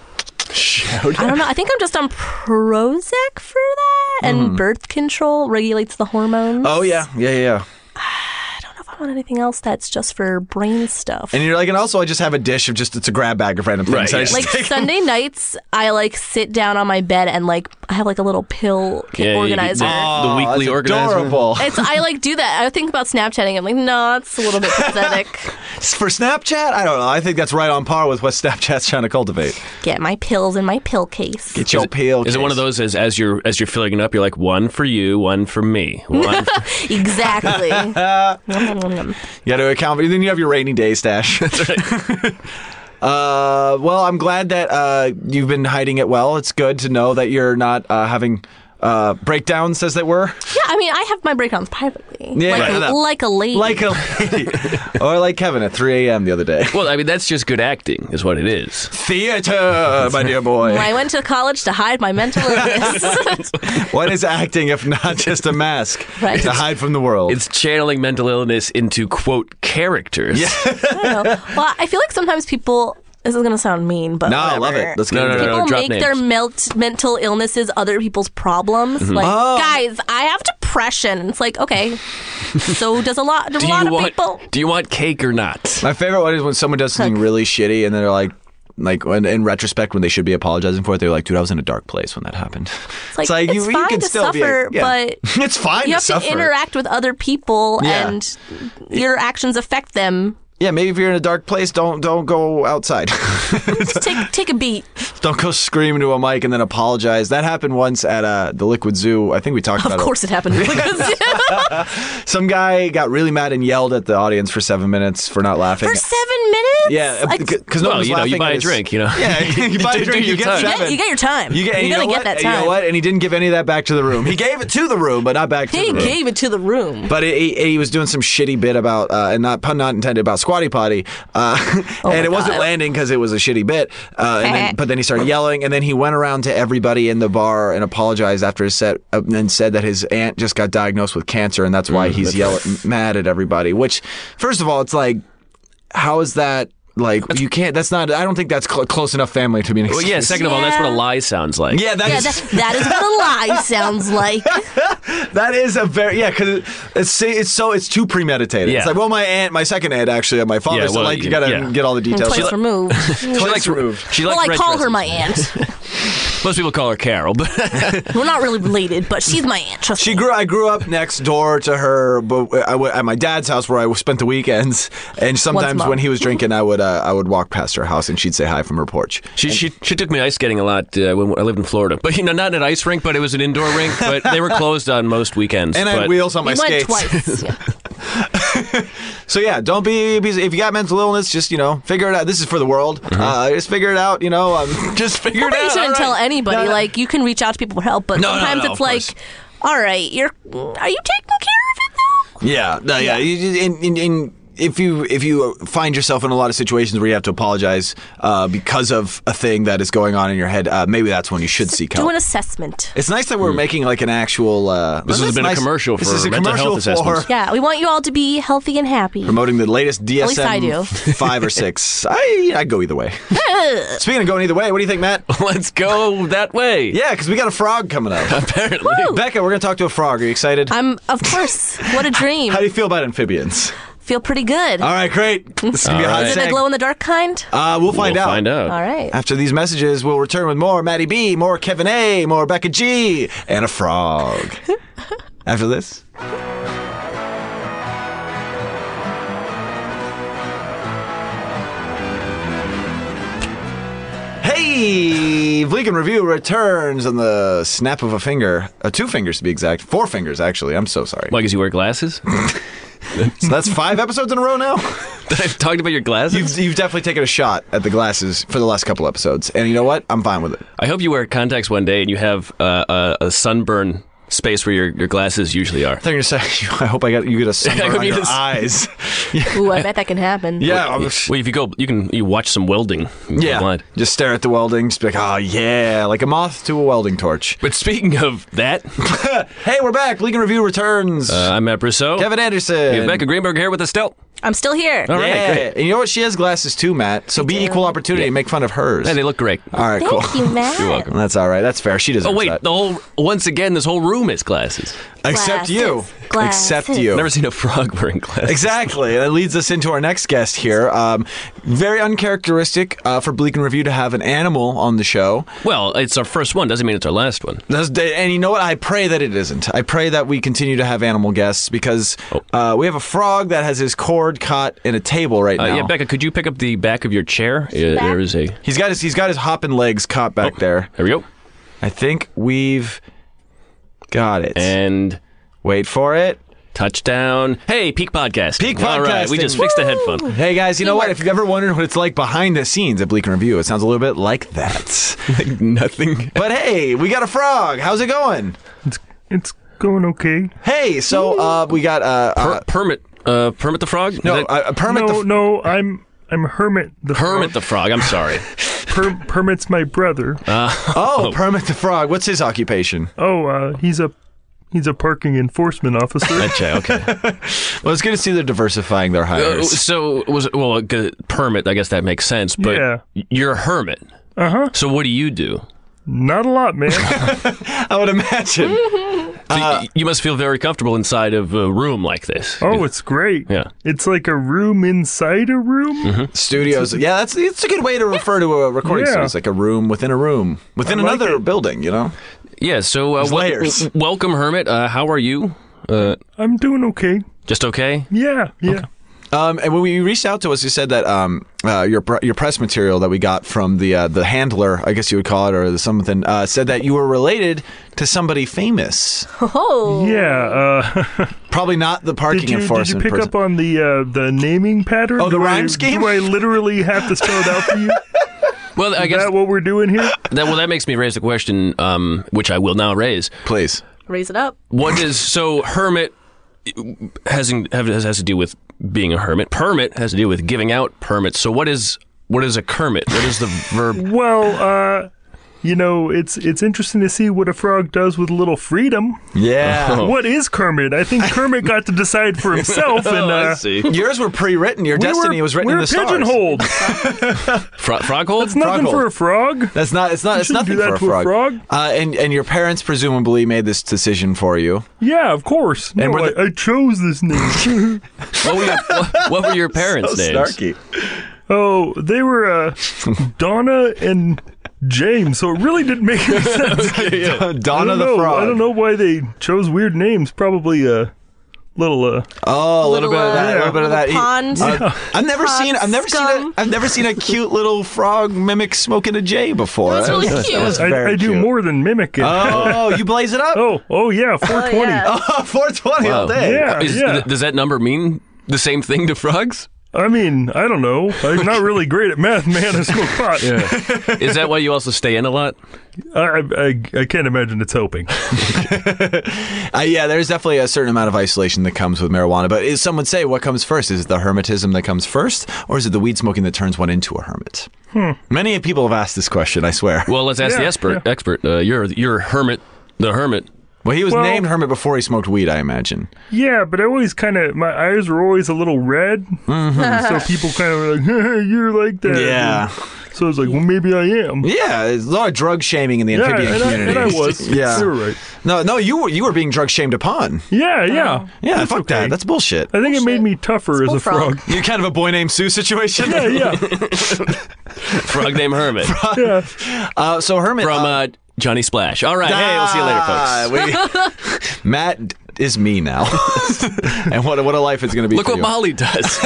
Speaker 2: Shout
Speaker 3: I don't know. I think I'm just on Prozac for that, and birth control regulates the hormones.
Speaker 2: Mm. Oh yeah, yeah, yeah, yeah.
Speaker 3: I don't know if I want anything else that's just for brain stuff.
Speaker 2: And you're like, and also I just have a dish of just it's a grab bag of random things.
Speaker 1: Right,
Speaker 2: I
Speaker 1: yeah.
Speaker 2: just
Speaker 3: like
Speaker 2: take-
Speaker 3: Sunday nights, I like sit down on my bed and like I have like a little pill kit
Speaker 1: Yeah, you-
Speaker 3: organizer.
Speaker 1: Oh. The
Speaker 2: Aw,
Speaker 1: weekly
Speaker 2: that's
Speaker 1: organizer.
Speaker 2: Adorable.
Speaker 3: It's I like do that. I think about Snapchatting. I'm like, no, it's a little bit pathetic.
Speaker 2: For Snapchat, I don't know. I think that's right on par with what Snapchat's trying to cultivate.
Speaker 3: Get my pills in my pill case.
Speaker 2: Get your peel.
Speaker 1: Is it one of those as as you're as you're filling it up, you're like one for you, one for me, one. For,
Speaker 3: exactly. Nom, nom, nom, nom.
Speaker 2: You got to account. Then you have your rainy day stash. That's right. uh, well, I'm glad that uh, you've been hiding it well. It's good to know that you're not uh, having uh, breakdowns, as it were.
Speaker 3: yeah, I mean, I have my breakdowns privately.
Speaker 2: Yeah,
Speaker 3: like,
Speaker 2: right.
Speaker 3: a, like a lady.
Speaker 2: Like a lady. or like Kevin at 3 a.m. the other day.
Speaker 1: well, I mean that's just good acting, is what it is.
Speaker 2: Theater, my dear boy.
Speaker 3: I went to college to hide my mental illness.
Speaker 2: What is acting if not just a mask
Speaker 3: Right.
Speaker 2: to hide from the world?
Speaker 1: It's channeling mental illness into quote characters. Yeah.
Speaker 3: I don't know. Well, I feel like sometimes people. This is gonna sound mean, but
Speaker 2: no, I love
Speaker 3: whatever.
Speaker 2: it. Let's get
Speaker 1: No, no,
Speaker 2: into
Speaker 1: no,
Speaker 2: it.
Speaker 1: no.
Speaker 3: People
Speaker 1: drop
Speaker 3: make their
Speaker 1: names.
Speaker 3: melt, mental illnesses other people's problems. Like,
Speaker 2: Oh.
Speaker 3: guys, I have depression. It's like, okay, so does a lot. Does
Speaker 1: Do
Speaker 3: a lot
Speaker 1: you
Speaker 3: of
Speaker 1: want
Speaker 3: people.
Speaker 1: do you want cake or not?
Speaker 2: My favorite one is when someone does something really shitty and then they're like, like when, in retrospect, when they should be apologizing for it, they're like, "Dude, I was in a dark place when that happened." It's
Speaker 3: like, it's fine to suffer, but
Speaker 2: it's fine
Speaker 3: You have to
Speaker 2: suffer.
Speaker 3: interact with other people,
Speaker 2: Yeah.
Speaker 3: and your actions affect them.
Speaker 2: Yeah, maybe if you're in a dark place, don't don't go outside.
Speaker 3: Just take take a beat.
Speaker 2: Don't go scream into a mic and then apologize. That happened once at uh, the Liquid Zoo. I think we talked
Speaker 3: Of
Speaker 2: about
Speaker 3: course, it happened.
Speaker 2: it. Some guy got really mad and yelled at the audience for seven minutes for not laughing.
Speaker 3: For seven minutes?
Speaker 2: yeah, uh,
Speaker 3: I-
Speaker 2: because no
Speaker 1: Well,
Speaker 2: one was
Speaker 1: you know, you
Speaker 2: laughing
Speaker 1: buy
Speaker 2: at
Speaker 1: a
Speaker 2: his-
Speaker 1: drink, you know.
Speaker 2: Yeah, you buy a
Speaker 1: Do
Speaker 2: drink,
Speaker 1: your
Speaker 2: you get
Speaker 1: time.
Speaker 3: you,
Speaker 2: seven.
Speaker 3: get, you get your time.
Speaker 2: You get, and
Speaker 3: you
Speaker 2: you
Speaker 3: gotta
Speaker 2: know
Speaker 3: get
Speaker 2: what?
Speaker 3: that
Speaker 2: And
Speaker 3: time.
Speaker 2: You know what? And he didn't give any of that back to the room. He gave it to the room, but not back to
Speaker 3: He
Speaker 2: the room.
Speaker 3: gave it to the room.
Speaker 2: but he, he was doing some shitty bit about, uh, and not pun not intended, about squatty potty, uh,
Speaker 3: Oh my
Speaker 2: and it wasn't
Speaker 3: God.
Speaker 2: landing because it was a shitty bit. Uh, and then, but then he started yelling, and then he went around to everybody in the bar and apologized after his set, uh, and said that his aunt just got diagnosed with cancer, and Mm, that's why he's yelling mad at everybody. Which, first of all, it's like, how is that? Like you can't. That's not. I don't think that's cl- close enough family to be an
Speaker 1: Well,
Speaker 2: excuse.
Speaker 1: yeah. Second of all, that's what a
Speaker 3: Yeah.
Speaker 1: lie sounds like.
Speaker 2: Yeah, that
Speaker 3: yeah,
Speaker 2: is-
Speaker 3: that, that is what a lie sounds like.
Speaker 2: That is a very yeah, because it's see, it's so it's too premeditated.
Speaker 1: Yeah.
Speaker 2: It's like well, my aunt, my second aunt actually, and my father.
Speaker 1: Yeah,
Speaker 2: so
Speaker 1: well,
Speaker 2: like you
Speaker 1: you-
Speaker 2: gotta
Speaker 1: yeah.
Speaker 2: get all the details.
Speaker 3: Place removed.
Speaker 1: She
Speaker 2: Place
Speaker 1: likes
Speaker 2: removed.
Speaker 1: She
Speaker 3: well,
Speaker 1: likes
Speaker 3: I
Speaker 1: red
Speaker 3: call
Speaker 1: dresses.
Speaker 3: her my aunt.
Speaker 1: Most people call her Carol, but
Speaker 3: We're not really related, but she's my aunt. Trust
Speaker 2: She
Speaker 3: me.
Speaker 2: grew. I grew up next door to her, but uh, I w- at my dad's house where I spent the weekends. And sometimes
Speaker 3: month.
Speaker 2: when he was drinking, I would uh, I would walk past her house and she'd say hi from her porch.
Speaker 1: She, she she took me ice skating a lot uh, when I lived in Florida, but you know not an ice rink, but it was an indoor rink. But they were closed on most weekends.
Speaker 2: And I had
Speaker 1: but-
Speaker 2: wheels on my
Speaker 3: You went
Speaker 2: skates.
Speaker 3: twice. Yeah.
Speaker 2: So yeah, don't be, be if you got mental illness, just you know figure it out. This is for the world.
Speaker 1: Mm-hmm.
Speaker 2: Uh, just figure it out. You know, um, just figure it
Speaker 3: Probably
Speaker 2: out.
Speaker 3: you shouldn't
Speaker 2: all
Speaker 3: tell
Speaker 2: right.
Speaker 3: anybody.
Speaker 2: No, no.
Speaker 3: Like you can reach out to people for help, but
Speaker 1: No, no,
Speaker 3: sometimes
Speaker 1: no,
Speaker 3: it's
Speaker 1: of
Speaker 3: like,
Speaker 1: course.
Speaker 3: all right, you're are you taking care of it though?
Speaker 2: Yeah, no, yeah. You, you- in, in, in, if you if you find yourself in a lot of situations where you have to apologize uh, because of a thing that is going on in your head, uh, maybe that's when you should seek
Speaker 3: Do
Speaker 2: help.
Speaker 3: an assessment.
Speaker 2: It's nice that we're making like an actual. Uh,
Speaker 1: Hmm. This
Speaker 2: well,
Speaker 1: has
Speaker 2: that's
Speaker 1: been a
Speaker 2: nice.
Speaker 1: commercial
Speaker 2: This
Speaker 1: for
Speaker 2: is a
Speaker 1: mental
Speaker 2: commercial
Speaker 1: health assessments.
Speaker 2: for
Speaker 3: Yeah, we want you all to be healthy and happy.
Speaker 2: promoting the latest DSM
Speaker 3: least I do.
Speaker 2: five or six. I I go either way. Speaking of going either way, what do you think, Matt?
Speaker 1: Let's go that way.
Speaker 2: Yeah, because we got a frog coming up.
Speaker 1: Apparently,
Speaker 2: Becca, we're gonna talk to a frog. Are you excited?
Speaker 3: I'm of course. What a dream.
Speaker 2: How do you feel about amphibians?
Speaker 3: Feel pretty good.
Speaker 2: All right, great. This is gonna be a
Speaker 1: All
Speaker 2: hot
Speaker 1: right.
Speaker 3: Is it the
Speaker 2: seg.
Speaker 3: glow in the dark kind?
Speaker 2: Uh, we'll find
Speaker 1: we'll
Speaker 2: out.
Speaker 1: find out.
Speaker 3: all right.
Speaker 2: After these messages, we'll return with more Maddie B, more Kevin A, more Becca G, and a frog. After this. Hey, Vegan Review returns on the snap of a finger, uh, two fingers to be exact, four fingers actually. I'm so sorry.
Speaker 1: Why? Because you wear glasses?
Speaker 2: So that's five episodes in a row now.
Speaker 1: I've talked about your glasses.
Speaker 2: You've, you've definitely taken a shot at the glasses for the last couple episodes, and you know what? I'm fine with it.
Speaker 1: I hope you wear contacts one day and you have uh, a, a sunburn space where your, your glasses usually are.
Speaker 2: I thought you were gonna say, I hope I got you get a sunburn
Speaker 1: hope
Speaker 2: on
Speaker 1: you
Speaker 2: your
Speaker 1: just-
Speaker 2: eyes.
Speaker 3: Ooh, I bet that can happen.
Speaker 2: yeah, I'm-
Speaker 1: Well, if you go, you can you watch some welding. You go
Speaker 2: yeah.
Speaker 1: blind.
Speaker 2: Just stare at the welding, just be like, oh yeah, like a moth to a welding torch.
Speaker 1: But speaking of that, uh,
Speaker 2: Hey, we're back. League and Review returns.
Speaker 1: I'm Matt Brousseau.
Speaker 2: Kevin Anderson.
Speaker 1: We have Becca Greenberg here with Estelle.
Speaker 3: I'm still here.
Speaker 1: All right.
Speaker 2: yeah,
Speaker 1: great.
Speaker 2: and you know what? She has glasses too, Matt. So be
Speaker 3: do.
Speaker 2: equal opportunity and make fun of hers.
Speaker 1: Hey, they look great.
Speaker 2: All right,
Speaker 3: Thank
Speaker 2: cool.
Speaker 3: you, Matt.
Speaker 1: You're welcome.
Speaker 2: That's all right. That's fair. She doesn't.
Speaker 1: Oh wait, the whole once again, this whole room is glasses.
Speaker 2: except you.
Speaker 3: Glasses. Glasses.
Speaker 2: Except you.
Speaker 1: I've never seen a frog wearing glasses.
Speaker 2: Exactly. That leads us into our next guest here. Um, very uncharacteristic uh, for Bleak and Review to have an animal on the show.
Speaker 1: Well, it's our first one. Doesn't mean it's our last one.
Speaker 2: That's, and you know what? I pray that it isn't. I pray that we continue to have animal guests because
Speaker 1: Oh.
Speaker 2: uh, we have a frog that has his cord caught in a table right
Speaker 1: Uh,
Speaker 2: now.
Speaker 1: Yeah, Becca, could you pick up the back of your chair? Uh, there is a.
Speaker 2: he's got his he's got his hopping legs caught
Speaker 1: Oh.
Speaker 2: back there.
Speaker 1: There we go.
Speaker 2: I think we've got it.
Speaker 1: And
Speaker 2: Wait for it.
Speaker 1: touchdown. Hey, Peak Podcast.
Speaker 2: Peak
Speaker 1: All right, we
Speaker 2: podcasting.
Speaker 1: just fixed the headphone.
Speaker 2: Hey guys, you know what?
Speaker 3: Teamwork.
Speaker 2: If you've ever wondered what it's like behind the scenes at Bleak and Review, it sounds a little bit like that.
Speaker 1: Nothing.
Speaker 2: but hey, we got a frog. How's it going?
Speaker 4: It's going okay.
Speaker 2: Hey, so uh, we got uh, uh,
Speaker 1: Permit. Uh, permit the frog.
Speaker 2: no
Speaker 1: Is that-
Speaker 2: uh, a permit.
Speaker 4: no,
Speaker 2: the f-
Speaker 4: no, I'm I'm Hermit the
Speaker 1: permit the frog. I'm sorry.
Speaker 4: frog. Per- Permit's my brother.
Speaker 2: oh, permit the frog. What's his occupation?
Speaker 4: oh, uh, he's a he's a parking enforcement officer.
Speaker 1: Okay. Okay.
Speaker 2: Well, it's good to see they're diversifying their
Speaker 1: Uh,
Speaker 2: hires.
Speaker 1: so was it, well a good permit. I guess that makes sense. But
Speaker 4: Yeah.
Speaker 1: you're a hermit.
Speaker 4: Uh huh.
Speaker 1: So what do you do?
Speaker 4: Not a lot, man.
Speaker 2: I would imagine.
Speaker 1: So y- you must feel very comfortable inside of a room like this.
Speaker 4: oh, it's great.
Speaker 1: Yeah.
Speaker 4: It's like a room inside a room.
Speaker 2: Mm-hmm. Studios. Yeah, that's it's a good way to refer to a recording
Speaker 4: Yeah.
Speaker 2: studio. It's like a room within a room within
Speaker 4: like
Speaker 2: another
Speaker 4: it.
Speaker 2: building, you know?
Speaker 1: Yeah. So uh, wel-
Speaker 2: layers.
Speaker 1: welcome, hermit. Uh, how are you?
Speaker 4: I'm doing okay.
Speaker 1: Just okay.
Speaker 4: Yeah, yeah.
Speaker 2: Um, and when we reached out to us, you said that um, uh, your pr- your press material that we got from the uh, the handler, I guess you would call it, or the something, uh, said that you were related to somebody famous.
Speaker 3: Oh,
Speaker 4: Yeah. Uh,
Speaker 2: Probably not the parking
Speaker 4: did you did you
Speaker 2: enforcement
Speaker 4: pick
Speaker 2: person.
Speaker 4: up on the uh, the naming pattern?
Speaker 2: Oh, the
Speaker 4: Do I-
Speaker 2: rhyme scheme?
Speaker 4: Do I literally have to spell it out for you?
Speaker 1: Well, I
Speaker 4: Is
Speaker 1: guess
Speaker 4: that what we're doing here?
Speaker 1: that well that makes me raise the question, um, which I will now raise.
Speaker 2: Please.
Speaker 3: raise it up.
Speaker 1: What does so hermit has has has to do with being a hermit. Permit has to do with giving out permits. So what is what is a kermit? What is the verb?
Speaker 4: Well, uh, you know, it's it's interesting to see what a frog does with a little freedom.
Speaker 2: Yeah.
Speaker 4: What is Kermit? I think Kermit got to decide for himself, and
Speaker 1: I
Speaker 4: uh,
Speaker 1: see.
Speaker 2: Yours were pre-written. Your
Speaker 4: we
Speaker 2: Oh, destiny
Speaker 4: were,
Speaker 2: was written
Speaker 4: we
Speaker 2: in
Speaker 4: were
Speaker 2: the stars.
Speaker 4: pigeonholed.
Speaker 1: Fro- frog hold?
Speaker 4: It's nothing
Speaker 2: Froghold.
Speaker 4: for a frog.
Speaker 2: That's not. It's not. It's
Speaker 4: shouldn't
Speaker 2: nothing
Speaker 4: do
Speaker 2: for
Speaker 4: that to a
Speaker 2: a frog.
Speaker 4: frog.
Speaker 2: Uh, and and your parents presumably made this decision for you.
Speaker 4: Yeah, of course. No,
Speaker 2: And we're
Speaker 4: I,
Speaker 2: the-
Speaker 4: I chose this name.
Speaker 1: what, were your, what, what were your parents' names?
Speaker 4: oh, they were uh, Donna and James, so it really didn't make any sense. I
Speaker 2: Donna
Speaker 4: don't
Speaker 2: the
Speaker 4: know.
Speaker 2: frog.
Speaker 4: I don't know why they chose weird names. Probably a little. Uh,
Speaker 2: Oh, a little, bit of that. A
Speaker 4: uh,
Speaker 2: little bit of that. He-
Speaker 3: pond.
Speaker 2: Uh, I've never
Speaker 3: Hot
Speaker 2: seen. I've never seen.
Speaker 3: scum.
Speaker 2: A, I've never seen a cute little frog mimic smoking a J before.
Speaker 3: That's really
Speaker 2: That was-
Speaker 3: cute.
Speaker 2: that was
Speaker 4: I,
Speaker 2: very
Speaker 4: I do
Speaker 2: cute.
Speaker 4: more than mimic it.
Speaker 2: Oh, you blaze it up.
Speaker 4: oh, oh yeah, 420.
Speaker 3: yeah.
Speaker 2: Oh, 420
Speaker 1: Wow.
Speaker 2: all day.
Speaker 4: Yeah.
Speaker 1: Is-
Speaker 4: yeah.
Speaker 1: th- does that number mean the same thing to frogs?
Speaker 4: I mean, I don't know. I'm not really great at math, man. I smoke pot.
Speaker 1: Is that why you also stay in a lot?
Speaker 4: I, I, I can't imagine it's helping.
Speaker 2: Uh, yeah, there's definitely a certain amount of isolation that comes with marijuana. But is, some would say, what comes first? Is it the hermetism that comes first, or is it the weed smoking that turns one into a hermit?
Speaker 4: Hmm.
Speaker 2: Many people have asked this question. I swear.
Speaker 1: Well, let's ask the
Speaker 4: Yeah,
Speaker 1: expert. Expert, uh, you're you're hermit, the hermit.
Speaker 2: Well, he was
Speaker 4: Well-
Speaker 2: named hermit before he smoked weed, I imagine.
Speaker 4: Yeah, but I always kind of my eyes were always a little red, so people kind of were like, "You're like that."
Speaker 2: Mm-hmm. Yeah.
Speaker 4: So I was like, "Well, maybe I am."
Speaker 2: Yeah, there's a lot of drug shaming in the
Speaker 4: Yeah,
Speaker 2: amphibian
Speaker 4: and I,
Speaker 2: community.
Speaker 4: and I was.
Speaker 2: yeah.
Speaker 4: you were right.
Speaker 2: No, no, you were you were being drug shamed upon.
Speaker 4: Yeah, yeah,
Speaker 2: Uh, Yeah, fuck that. That's bullshit.
Speaker 4: I think it made me tougher as a frog.
Speaker 3: bullfrog.
Speaker 2: You're kind of a boy named Sue situation.
Speaker 4: Yeah, yeah.
Speaker 1: Frog named Hermit
Speaker 2: Uh, so Herman
Speaker 1: from
Speaker 2: uh,
Speaker 1: uh, Johnny Splash. All right, hey, we'll see you later, folks.
Speaker 2: later, folks. Matt d- is me now, and what a- what a life it's going to be.
Speaker 1: Look
Speaker 2: for
Speaker 1: what
Speaker 2: you.
Speaker 1: Molly does.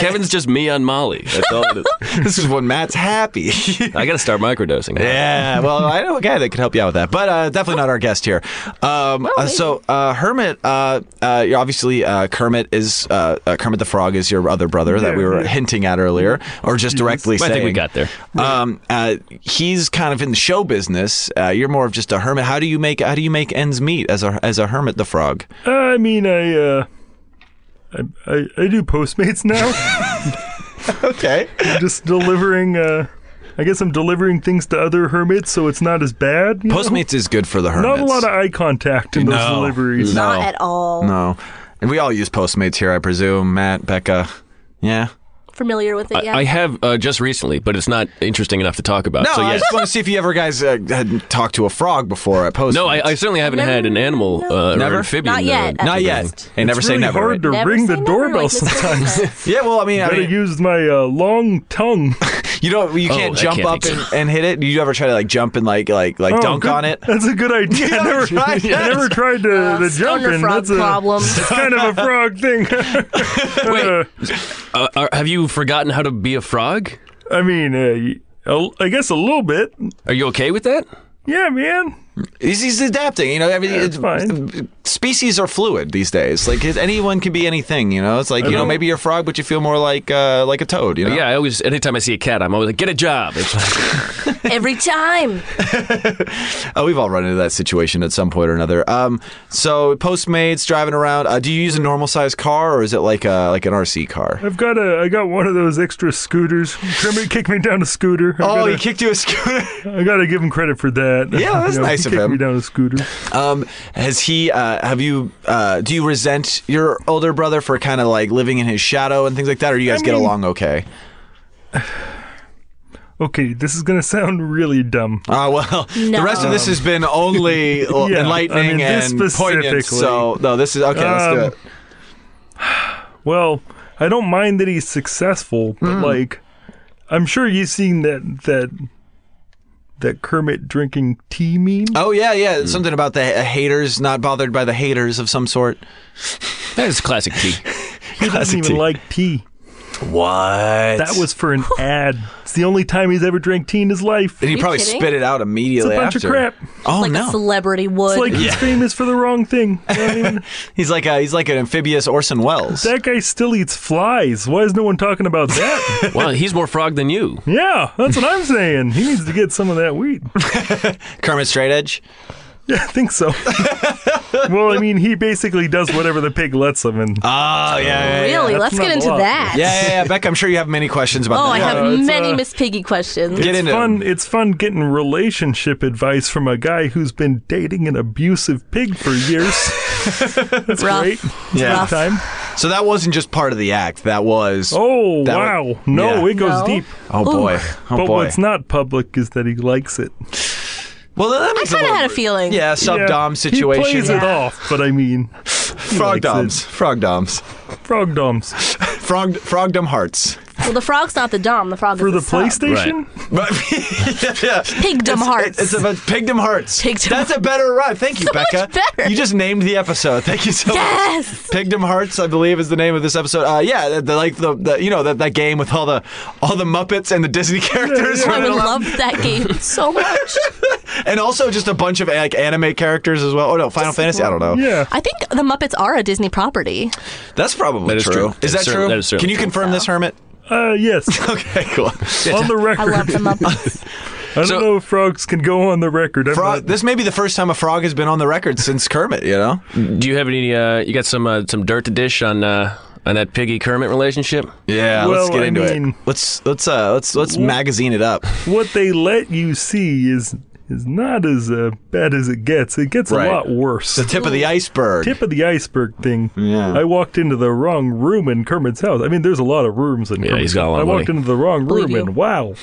Speaker 1: Kevin's just me on Molly. That's all it is.
Speaker 2: This is when Matt's happy.
Speaker 1: I got to start microdosing.
Speaker 2: yeah. Well, I know a guy that could help you out with that, but uh, definitely not our guest here. Um, uh, so uh, Hermit, uh, uh, you're obviously uh, Kermit is uh, uh, Kermit the Frog is your other brother that
Speaker 4: Yeah,
Speaker 2: we were
Speaker 4: yeah.
Speaker 2: hinting at earlier, or just directly
Speaker 1: I
Speaker 2: saying.
Speaker 1: think we got there.
Speaker 2: Um, uh, he's kind of in the show business. Uh, you're more of just a hermit. How do you make how do you make ends meet as a as a hermit the frog?
Speaker 4: I mean, I, uh, I, I, I do Postmates now.
Speaker 2: Okay.
Speaker 4: I'm just delivering. Uh, I guess I'm delivering things to other hermits, so it's not as bad. you know?
Speaker 2: Postmates is good for the
Speaker 4: Not
Speaker 2: hermits.
Speaker 4: a lot of eye contact in those
Speaker 2: No.
Speaker 4: deliveries.
Speaker 2: No.
Speaker 3: Not at all.
Speaker 2: no. And we all use Postmates here, I presume. Matt, Becca. Yeah.
Speaker 3: Familiar with it yet?
Speaker 1: I have uh, just recently, but it's not interesting enough to talk about.
Speaker 2: No,
Speaker 1: so
Speaker 2: I
Speaker 1: yes.
Speaker 2: just want to see if you ever guys uh, had talked to a frog before at Postmates.
Speaker 1: No, I, I certainly haven't
Speaker 3: Never-
Speaker 1: had an animal uh,
Speaker 2: Never?
Speaker 1: or amphibian.
Speaker 3: Not yet.
Speaker 1: Uh,
Speaker 2: Not yet.
Speaker 3: It's
Speaker 2: Hey, never say
Speaker 4: really
Speaker 2: never.
Speaker 4: hard
Speaker 2: right?
Speaker 4: to
Speaker 3: Never
Speaker 4: ring
Speaker 3: say
Speaker 4: the
Speaker 3: never,
Speaker 4: doorbell
Speaker 3: like Mr.
Speaker 4: sometimes.
Speaker 3: Smith.
Speaker 2: Yeah, well, I mean, I
Speaker 4: Gotta
Speaker 2: mean
Speaker 4: use my uh, long tongue.
Speaker 2: you don't you Oh, can't
Speaker 1: I
Speaker 2: jump
Speaker 1: can't
Speaker 2: up
Speaker 1: think
Speaker 2: and, and hit it. Do you ever try to like jump and like like like
Speaker 4: Oh,
Speaker 2: dunk
Speaker 4: good-
Speaker 2: on it?
Speaker 4: That's a good idea. I never,
Speaker 2: tried
Speaker 4: I
Speaker 2: that?
Speaker 4: never tried to, to jump
Speaker 3: stoner
Speaker 4: in.
Speaker 3: Uh, frog
Speaker 4: That's a,
Speaker 3: problem.
Speaker 4: It's kind of a frog thing.
Speaker 1: Wait, uh, are, have you forgotten how to be a frog?
Speaker 4: I mean, uh, y- a- I guess a little bit.
Speaker 1: Are you okay with that?
Speaker 4: Yeah, man.
Speaker 2: He's, he's adapting, you know. Everything
Speaker 4: it's fine.
Speaker 2: Species are fluid these days. Like it- anyone can be anything, you know. It's like you know,
Speaker 4: know.
Speaker 2: maybe you're a frog, but you feel more like uh, like a toad, you know.
Speaker 1: Yeah, I always. Anytime I see a cat, I'm always like, "Get a job." It's like,
Speaker 3: Every time.
Speaker 2: Oh, we've all run into that situation at some point or another. Um, so Postmates driving around. Uh, do you use a normal sized car or is it like a like an RC car?
Speaker 4: I've got a, I got one of those extra scooters. Kermit kicked me down a scooter. I've
Speaker 2: Oh,
Speaker 4: gotta,
Speaker 2: he kicked you a scooter.
Speaker 4: I gotta give him credit for that.
Speaker 2: Yeah, that's
Speaker 4: You
Speaker 2: nice
Speaker 4: he
Speaker 2: of
Speaker 4: kicked
Speaker 2: him.
Speaker 4: me down a scooter.
Speaker 2: Um, has he? Uh, have you? Uh, do you resent your older brother for kind of like living in his shadow and things like that, or do you guys get
Speaker 4: mean-
Speaker 2: along okay?
Speaker 4: Okay, this is gonna sound really dumb.
Speaker 2: Ah, well, the rest of this has been only l-
Speaker 4: yeah,
Speaker 2: enlightening
Speaker 4: I mean, this
Speaker 2: and poignant.
Speaker 4: specifically.
Speaker 2: So, no, this is okay. Let's do
Speaker 4: Um,
Speaker 2: it.
Speaker 4: Well, I don't mind that he's successful,
Speaker 2: Hmm.
Speaker 4: but like, I'm sure you've seen that that that Kermit drinking tea meme.
Speaker 2: Oh yeah, yeah. Something about the uh, haters not bothered by the haters of some sort.
Speaker 1: that is classic tea.
Speaker 4: He doesn't even
Speaker 2: tea.
Speaker 4: like tea.
Speaker 2: What?
Speaker 4: That was for an ad. It's the only time he's ever drank tea in his
Speaker 2: And
Speaker 4: life. It's
Speaker 2: he
Speaker 3: you
Speaker 2: probably
Speaker 3: kidding?
Speaker 2: spit it out immediately
Speaker 4: a bunch
Speaker 2: after.
Speaker 4: of crap.
Speaker 2: Oh
Speaker 3: like
Speaker 2: no!
Speaker 3: a celebrity would.
Speaker 4: It's like he's famous for the wrong thing. You know what I mean?
Speaker 2: he's like a, he's like an amphibious Orson Welles.
Speaker 4: that guy still eats flies. Why is no one talking about that?
Speaker 1: Well, he's more frog than you.
Speaker 4: yeah, that's what I'm saying. He needs to get some of that wheat.
Speaker 2: Kermit Straight Edge.
Speaker 4: Yeah, I think so. well, I mean, he basically does whatever the pig lets him, and
Speaker 2: Oh yeah, yeah, yeah.
Speaker 3: really? Let's get
Speaker 4: That's not
Speaker 3: into
Speaker 4: a lot.
Speaker 3: that.
Speaker 2: Yeah, yeah, yeah. Beck, I'm sure you have many questions about
Speaker 3: Oh, I
Speaker 2: that.
Speaker 4: Yeah,
Speaker 3: have
Speaker 4: it's,
Speaker 3: many
Speaker 4: uh,
Speaker 3: Miss Piggy questions.
Speaker 2: Get
Speaker 4: it's
Speaker 2: into
Speaker 4: fun. It's fun getting relationship advice from a guy who's been dating an abusive pig for years. That's
Speaker 3: Rough.
Speaker 4: great.
Speaker 2: Yeah.
Speaker 4: Good time.
Speaker 2: So that wasn't just part of the act. That was.
Speaker 4: Oh
Speaker 2: That
Speaker 4: wow!
Speaker 2: would-
Speaker 4: no,
Speaker 2: yeah.
Speaker 4: it goes
Speaker 3: No.
Speaker 4: deep.
Speaker 2: Oh, boy. Oh
Speaker 4: but
Speaker 2: boy.
Speaker 4: what's not public is that he likes it.
Speaker 2: well, that makes
Speaker 3: I kind of
Speaker 2: little-
Speaker 3: had a feeling.
Speaker 2: Yeah, sub
Speaker 4: Yeah,
Speaker 2: dom situation.
Speaker 4: He plays it off, but I mean,
Speaker 2: Frog
Speaker 4: likes it.
Speaker 2: doms. Frog doms.
Speaker 4: frog doms
Speaker 2: Frog frogdom hearts.
Speaker 3: Well, the frog's not the dom. The frog
Speaker 4: for
Speaker 3: is
Speaker 4: the
Speaker 3: sub.
Speaker 4: PlayStation.
Speaker 2: But- yeah.
Speaker 3: Pigdom hearts.
Speaker 2: It's about pigdom hearts.
Speaker 3: Pigdom
Speaker 2: That's a better rhyme. Thank you, Becca.
Speaker 3: better.
Speaker 2: You just named the episode. Thank you so much.
Speaker 3: Yes!
Speaker 2: Pigdom hearts, I believe, is the name of this episode. Uh, yeah, the, the- like the, the you know that, that game with all the all the Muppets and the Disney characters,
Speaker 4: yeah.
Speaker 3: I
Speaker 2: running
Speaker 3: would
Speaker 2: around.
Speaker 3: love that game so much.
Speaker 2: and also just a bunch of like anime characters as well. Oh no, Final Fantasy. I don't know.
Speaker 4: Yeah.
Speaker 3: I think the Muppets are a Disney property.
Speaker 2: That's probably
Speaker 1: That is true. That
Speaker 2: Is that
Speaker 1: is certain-
Speaker 2: true?
Speaker 1: that is certainly
Speaker 2: Can you
Speaker 1: true.
Speaker 2: confirm this, Hermit?
Speaker 4: Uh, yes.
Speaker 2: Okay, cool.
Speaker 4: on the
Speaker 3: I
Speaker 4: record. I,
Speaker 3: love the Muppets.
Speaker 4: don't
Speaker 1: So-
Speaker 4: know if frogs can go on the record. I'm
Speaker 2: Frog,
Speaker 4: not-
Speaker 2: this may be the first time a frog has been on the record since Kermit. You know.
Speaker 1: Do you have any? Uh, you got some uh, some dirt to dish on uh, on that Piggy Kermit relationship?
Speaker 2: Yeah, let's
Speaker 4: Well,
Speaker 2: get
Speaker 4: I
Speaker 2: into it.
Speaker 4: mean-
Speaker 2: Let's let's uh let's let's magazine it up.
Speaker 4: what they let you see is is not as uh, bad as it gets. It gets
Speaker 2: Right.
Speaker 4: a lot worse.
Speaker 2: The tip of the iceberg.
Speaker 4: tip of the iceberg thing.
Speaker 2: Yeah.
Speaker 4: I walked into the wrong room in Kermit's house. I mean, there's a lot of rooms in Kermit's
Speaker 1: he's got a lot
Speaker 4: house.
Speaker 1: of
Speaker 4: I walked
Speaker 1: money.
Speaker 4: into the wrong
Speaker 3: Believe
Speaker 4: room
Speaker 3: you.
Speaker 4: and wow.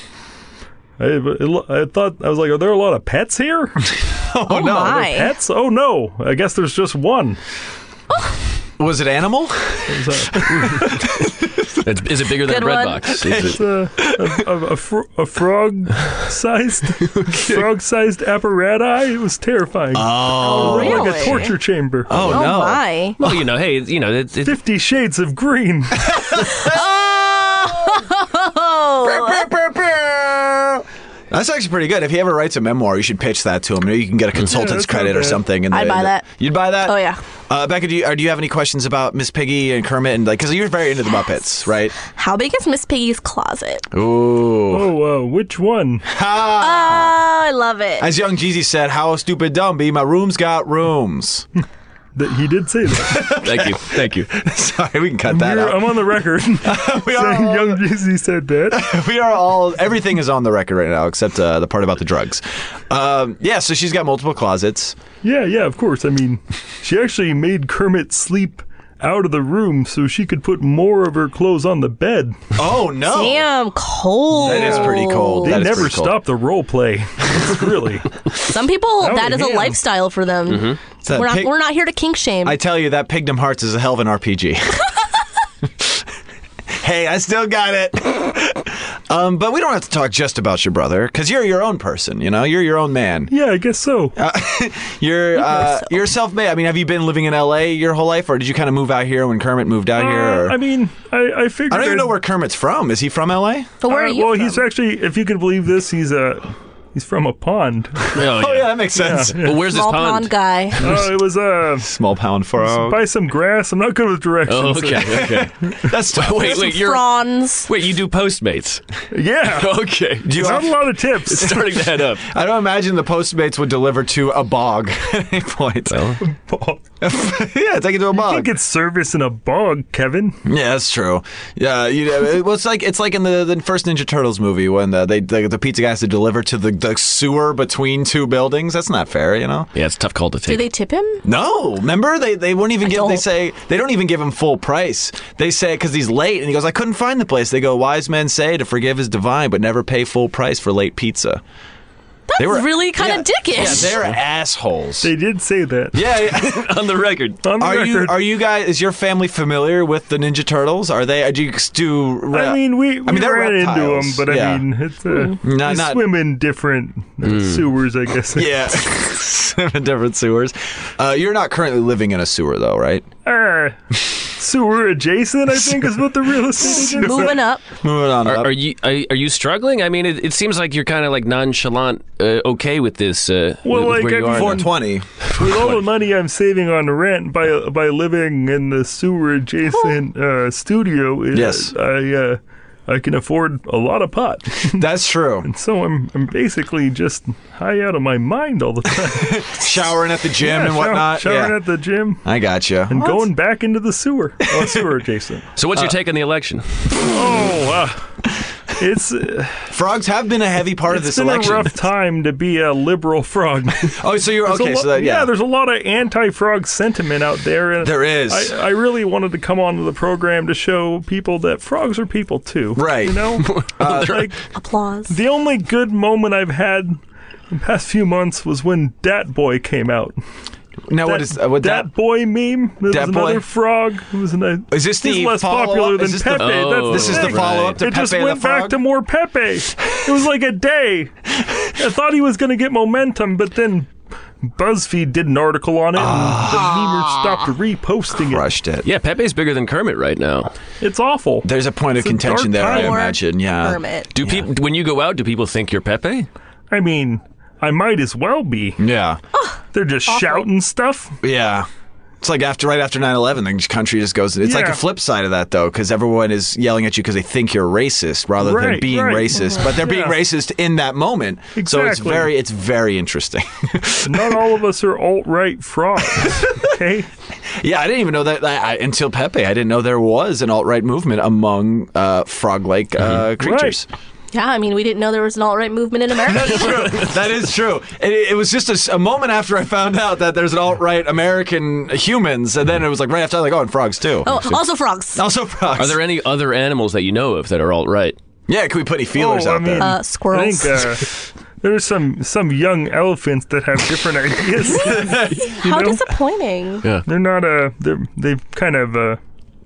Speaker 4: I, I thought I was like, are there a lot of pets here?
Speaker 2: Oh,
Speaker 3: Oh,
Speaker 2: no.
Speaker 3: my.
Speaker 4: pets? Oh no! I guess there's just one.
Speaker 2: Was it animal? Oh,
Speaker 1: It's, is it bigger than
Speaker 3: Good
Speaker 1: a bread
Speaker 3: one.
Speaker 1: box? Is
Speaker 4: It's a, a, a, a, fro- a frog-sized frog-sized apparatus. It was terrifying.
Speaker 2: Oh.
Speaker 4: It was Like
Speaker 3: Really?
Speaker 4: a torture chamber.
Speaker 2: Oh,
Speaker 3: Oh
Speaker 2: no.
Speaker 3: my.
Speaker 1: well, you know, hey, you know, it, it,
Speaker 4: Fifty Shades of Green.
Speaker 3: Oh,
Speaker 2: That's actually pretty good. If he ever writes a memoir, you should pitch that to him. Maybe you can get a consultant's
Speaker 4: that's not
Speaker 2: credit or
Speaker 4: bad.
Speaker 2: something. And
Speaker 3: I'd buy that.
Speaker 2: You'd buy that.
Speaker 3: Oh, yeah.
Speaker 2: Uh, Becca, do you, or do you have any questions about Miss Piggy and Kermit and like? Because you're very into the Muppets, right?
Speaker 3: how big is Miss Piggy's closet?
Speaker 2: Ooh.
Speaker 4: oh, uh, which one? Ah.
Speaker 2: Ha!
Speaker 3: Oh, I love it.
Speaker 2: As Young Jeezy said, "How stupid dumb be my room's got rooms."
Speaker 4: That he did say that.
Speaker 1: thank you, thank you.
Speaker 2: Sorry, we can cut that
Speaker 4: You're-
Speaker 2: out.
Speaker 4: I'm on the record.
Speaker 2: we are
Speaker 4: saying
Speaker 2: all-
Speaker 4: Young Jeezy said that.
Speaker 2: we are all everything is on the record right now except uh, the part about the drugs um, yeah so she's got multiple closets
Speaker 4: Yeah, yeah, of course. I mean, she actually made Kermit sleep out of the room so she could put more of her clothes on the bed.
Speaker 2: oh no
Speaker 3: Damn, cold.
Speaker 2: That is pretty cold.
Speaker 4: They
Speaker 2: That is
Speaker 4: never
Speaker 2: pretty cool.
Speaker 4: stop the role play. It's really.
Speaker 3: Some people, that
Speaker 4: would
Speaker 3: is
Speaker 4: be
Speaker 3: a
Speaker 4: him.
Speaker 3: lifestyle for them.
Speaker 2: that
Speaker 3: We're not,
Speaker 2: pig-
Speaker 3: we're not here to kink shame.
Speaker 2: i tell you that pigdom hearts is a hell of an rpg hey i still got it um, but we don't have to talk just about your brother because you're your own person you know you're your own man
Speaker 4: yeah, I guess so.
Speaker 2: you're uh,
Speaker 3: so.
Speaker 2: you're self-made i mean have you been living in la your whole life or did you kind of move out here when kermit moved out here
Speaker 4: Uh,
Speaker 2: or-
Speaker 4: I mean, I, I figured.
Speaker 2: I don't even
Speaker 4: I'd-
Speaker 2: know where kermit's from is he from la
Speaker 3: but where
Speaker 4: uh,
Speaker 3: are you
Speaker 4: well,
Speaker 3: from?
Speaker 4: he's actually, if you can believe this, he's Uh, He's from a pond.
Speaker 1: Oh, yeah.
Speaker 2: oh yeah that makes sense
Speaker 1: Well, where's
Speaker 3: Small
Speaker 1: this pond?
Speaker 3: pond guy.
Speaker 4: Uh, it was uh,
Speaker 2: small pound frog
Speaker 4: by some grass. I'm not good with directions.
Speaker 1: Oh, okay, okay.
Speaker 2: that's
Speaker 1: wait, wait, you're
Speaker 3: Prawns.
Speaker 1: wait, you do Postmates?
Speaker 4: Yeah,
Speaker 1: Okay, do you
Speaker 4: not a lot of tips.
Speaker 1: starting to head up?
Speaker 2: I don't imagine the Postmates would deliver to a bog at any point.
Speaker 4: Paul.
Speaker 2: yeah, take it to a
Speaker 4: I think
Speaker 2: bog.
Speaker 4: it's service in a bog, Kevin.
Speaker 2: Yeah, that's true. Yeah, you know, it, well, it's like it's like in the, the first Ninja Turtles movie when the, they the, the pizza guy has to deliver to the, the sewer between two buildings. That's not fair, you know.
Speaker 1: Yeah, it's a tough call to take.
Speaker 3: Do they tip him?
Speaker 2: No, remember they they won't even give. They
Speaker 3: don't.
Speaker 2: say they don't even give him full price. They say because he's late, and he goes, "I couldn't find the place." They go, "Wise men say to forgive is divine, but never pay full price for late pizza." That's they were
Speaker 3: really kinda dickish.
Speaker 2: Yeah, they're assholes.
Speaker 4: They did say that.
Speaker 2: yeah, yeah.
Speaker 1: on the record.
Speaker 4: On the
Speaker 2: Are
Speaker 4: record.
Speaker 2: you are you guys? Is your family familiar with the Ninja Turtles? Are they? Do you do? uh,
Speaker 4: I mean, we, we
Speaker 2: they're
Speaker 4: ran into them,
Speaker 2: reptiles.
Speaker 4: but
Speaker 2: Yeah.
Speaker 4: I mean, it's uh,
Speaker 2: Not-
Speaker 4: they
Speaker 2: not- Mm.
Speaker 4: swim in different uh, sewers, I guess.
Speaker 2: yeah, seven different sewers. Uh, you're not currently living in a sewer though, right?
Speaker 4: Uh, sewer adjacent. I think is what the real estate agent said.
Speaker 3: Moving up.
Speaker 2: Moving on.
Speaker 1: Are,
Speaker 2: up.
Speaker 1: are you are, are you struggling? I mean, it, it seems like you're kind of like nonchalant, uh, okay with this. Uh,
Speaker 4: Well,
Speaker 1: with
Speaker 4: like,
Speaker 1: where you
Speaker 4: I've
Speaker 1: are now.
Speaker 2: 420.
Speaker 4: With all the money I'm saving on rent by by living in the sewer adjacent uh, studio, it-
Speaker 2: Yes.
Speaker 4: I uh, I can afford a lot of pot.
Speaker 2: That's true.
Speaker 4: so I'm I'm basically just high out of my mind all the time.
Speaker 2: Showering at the gym and
Speaker 4: shower-
Speaker 2: whatnot.
Speaker 4: showering
Speaker 2: yeah.
Speaker 4: at the gym.
Speaker 2: I got you.
Speaker 4: And going back into the sewer, oh, sewer adjacent.
Speaker 1: So, what's your take on the election?
Speaker 4: Oh, uh, it's uh,
Speaker 2: Frogs have been a heavy part of
Speaker 4: it's
Speaker 2: this
Speaker 4: been
Speaker 2: election.
Speaker 4: a rough time to be a liberal frog.
Speaker 2: oh, so you're
Speaker 4: There's a
Speaker 2: okay.
Speaker 4: lo-
Speaker 2: so that, yeah.
Speaker 4: there's a lot of anti-frog sentiment out there. And
Speaker 2: There is.
Speaker 4: I, I really wanted to come onto the program to show people that frogs are people too.
Speaker 2: Right.
Speaker 4: You know, Uh, like
Speaker 3: Applause.
Speaker 4: the only good moment I've had in the past few months was when Dat Boy came out.
Speaker 2: now, what is uh, what
Speaker 4: Dat,
Speaker 2: that?
Speaker 4: Boy meme? There
Speaker 2: Dat
Speaker 4: was
Speaker 2: Boy?
Speaker 4: another frog. It was an, uh,
Speaker 2: Is this
Speaker 4: he's
Speaker 2: the
Speaker 4: less
Speaker 2: follow-up?
Speaker 4: popular
Speaker 2: Is
Speaker 4: than
Speaker 2: this the-
Speaker 4: Pepe.
Speaker 1: Oh.
Speaker 4: That's the
Speaker 2: This is the
Speaker 4: thing.
Speaker 2: follow up to
Speaker 4: it
Speaker 2: Pepe
Speaker 4: just
Speaker 2: the
Speaker 4: went
Speaker 2: Frog.
Speaker 4: back to more Pepe. It was like a day. I thought he was going to get momentum, but then BuzzFeed did an article on it, and
Speaker 2: Ah.
Speaker 4: the memers stopped reposting
Speaker 2: Crushed it.
Speaker 1: Yeah, Pepe's bigger than Kermit right now.
Speaker 4: it. It's awful.
Speaker 2: There's a point of
Speaker 4: It's a
Speaker 2: contention there,
Speaker 4: dark
Speaker 2: I
Speaker 4: time.
Speaker 2: imagine. Yeah.
Speaker 3: Permit.
Speaker 1: Do people when you go out, do people think you're Pepe?
Speaker 4: I mean, I might as well be.
Speaker 2: Yeah.
Speaker 4: They're just shouting stuff.
Speaker 2: Yeah. It's like after right after 9/11, the country just goes. It's like
Speaker 4: Yeah.
Speaker 2: a flip side of that though, because everyone is yelling at you because they think you're racist rather than
Speaker 4: Right,
Speaker 2: being
Speaker 4: right.
Speaker 2: racist. But they're being
Speaker 4: Yeah.
Speaker 2: racist in that moment, so it's
Speaker 4: Exactly.
Speaker 2: very it's very interesting.
Speaker 4: Not all of us are alt right frogs. Okay,
Speaker 2: yeah, I didn't even know that I, I, until Pepe. I didn't know there was an alt right movement among uh, frog like
Speaker 4: Mm-hmm.
Speaker 2: uh, creatures.
Speaker 3: Yeah, I mean, we didn't know there was an alt right movement in America.
Speaker 2: that is true. And it, it was just a s- a, moment after I found out that there's an alt right American humans, and then it was like right after, like oh, and frogs too.
Speaker 3: oh, also frogs.
Speaker 2: Also frogs.
Speaker 1: Are there any other animals that you know of that are alt right?
Speaker 2: yeah, can we put any feelers
Speaker 4: Oh, I
Speaker 2: out there?
Speaker 4: mean-
Speaker 3: Uh,
Speaker 4: I
Speaker 3: squirrels.
Speaker 4: think uh, there's some some young elephants that have different ideas.
Speaker 3: How disappointing.
Speaker 4: They're not uh they're they've kind of uh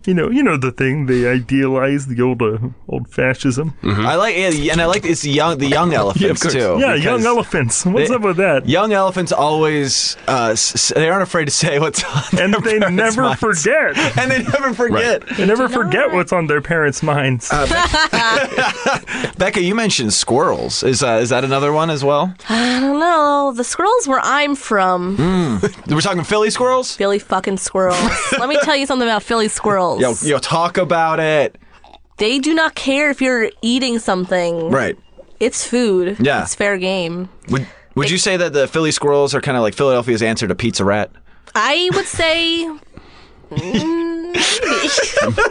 Speaker 4: you know you know the thing they idealize the old uh, old fascism.
Speaker 2: I like yeah, and I like it's young the young elephants too.
Speaker 4: Yeah,
Speaker 2: because
Speaker 4: young elephants. What's
Speaker 2: they-
Speaker 4: up with that?
Speaker 2: Young elephants always uh, s- s- they aren't afraid to say what's on
Speaker 4: and
Speaker 2: their
Speaker 4: they
Speaker 2: parents'
Speaker 4: never
Speaker 2: minds.
Speaker 4: forget.
Speaker 2: and they never forget.
Speaker 4: They never
Speaker 3: know
Speaker 4: forget
Speaker 3: what?
Speaker 4: what's on their parents' minds.
Speaker 2: Uh, Becca, you mentioned squirrels. Is uh, is that another one as well?
Speaker 3: I don't know. The squirrels where I'm from,
Speaker 2: We're talking Philly squirrels.
Speaker 3: Philly fucking squirrels. Let me tell you something about Philly squirrels.
Speaker 2: Yo, yo, talk about it.
Speaker 3: They do not care if you're eating something.
Speaker 2: Right.
Speaker 3: It's food.
Speaker 2: Yeah.
Speaker 3: It's fair game.
Speaker 2: Would Would you say that the Philly squirrels are kind of like Philadelphia's answer to Pizza Rat?
Speaker 3: I would say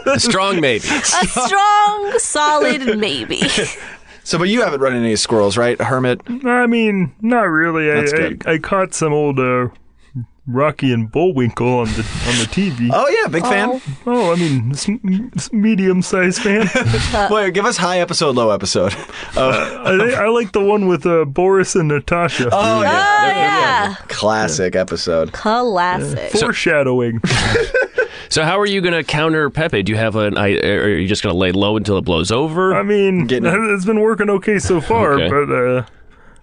Speaker 1: A strong maybe.
Speaker 3: a strong, solid maybe.
Speaker 2: Oh, So, but you haven't run into any squirrels, right, Hermit?
Speaker 4: I mean, not really.
Speaker 2: That's
Speaker 4: I,
Speaker 2: good.
Speaker 4: I I caught some old uh, Rocky and Bullwinkle on the on the TV.
Speaker 2: Oh yeah, big fan.
Speaker 4: Oh, I mean, s- m- s- medium-sized fan. uh,
Speaker 2: Boy, give us high episode, low episode. Uh,
Speaker 4: I, think- I like the one with uh, Boris and Natasha.
Speaker 2: oh yeah,
Speaker 3: Oh, yeah.
Speaker 2: classic episode.
Speaker 3: Classic.
Speaker 4: Foreshadowing.
Speaker 1: So how are you going to counter Pepe? Do you have an? I, are you just going to lay low until it blows over?
Speaker 4: I mean,
Speaker 2: Getting it.
Speaker 4: it's been working okay so far,
Speaker 1: Okay.
Speaker 4: but uh,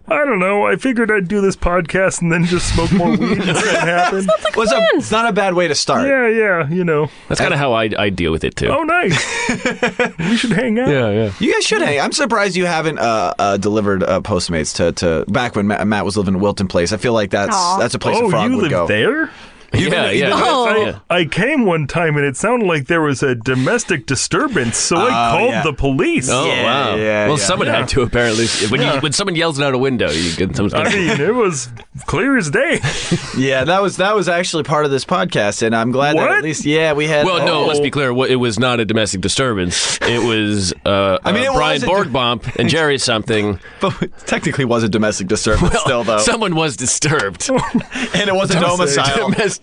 Speaker 4: I don't know. I figured I'd do this podcast and then just smoke more weed. and let it happen.
Speaker 2: Was a, it's not a bad way to start.
Speaker 4: yeah, yeah, you know.
Speaker 1: That's kind of how I, I deal with it too.
Speaker 4: Oh, nice. we should hang out.
Speaker 1: yeah, yeah.
Speaker 2: You guys should hang. I'm surprised you haven't uh, uh, delivered uh, Postmates to, to back when Matt, Matt was living in Wilton Place. I feel like that's
Speaker 3: Aw.
Speaker 2: that's a place a
Speaker 4: Oh,
Speaker 2: frog
Speaker 4: you
Speaker 2: would
Speaker 4: live
Speaker 2: go.
Speaker 4: there?
Speaker 1: yeah, yeah.
Speaker 3: Oh.
Speaker 4: I, I came one time and it sounded like there was a domestic disturbance, so I
Speaker 2: Oh,
Speaker 4: called
Speaker 2: yeah.
Speaker 4: the police.
Speaker 1: Oh
Speaker 2: Yeah,
Speaker 1: wow!
Speaker 2: yeah,
Speaker 1: well,
Speaker 2: yeah.
Speaker 1: someone had to apparently. When you, when someone yells it out a window, you can someone's
Speaker 4: I
Speaker 1: gonna-
Speaker 4: mean, it was clear as day.
Speaker 2: Yeah, that was that was actually part of this podcast, and I'm glad that at
Speaker 4: What?
Speaker 2: least yeah we had.
Speaker 1: Well, no.
Speaker 2: oh.
Speaker 1: Let's be clear. wha- It was not a domestic disturbance. It was. Uh, I
Speaker 2: mean,
Speaker 1: mean,
Speaker 2: it
Speaker 1: Brian
Speaker 2: was a-
Speaker 1: Borgbomp and Jerry something.
Speaker 2: But it technically was a domestic disturbance still though,
Speaker 1: Someone was disturbed
Speaker 2: and it was a domicile.
Speaker 1: domestically.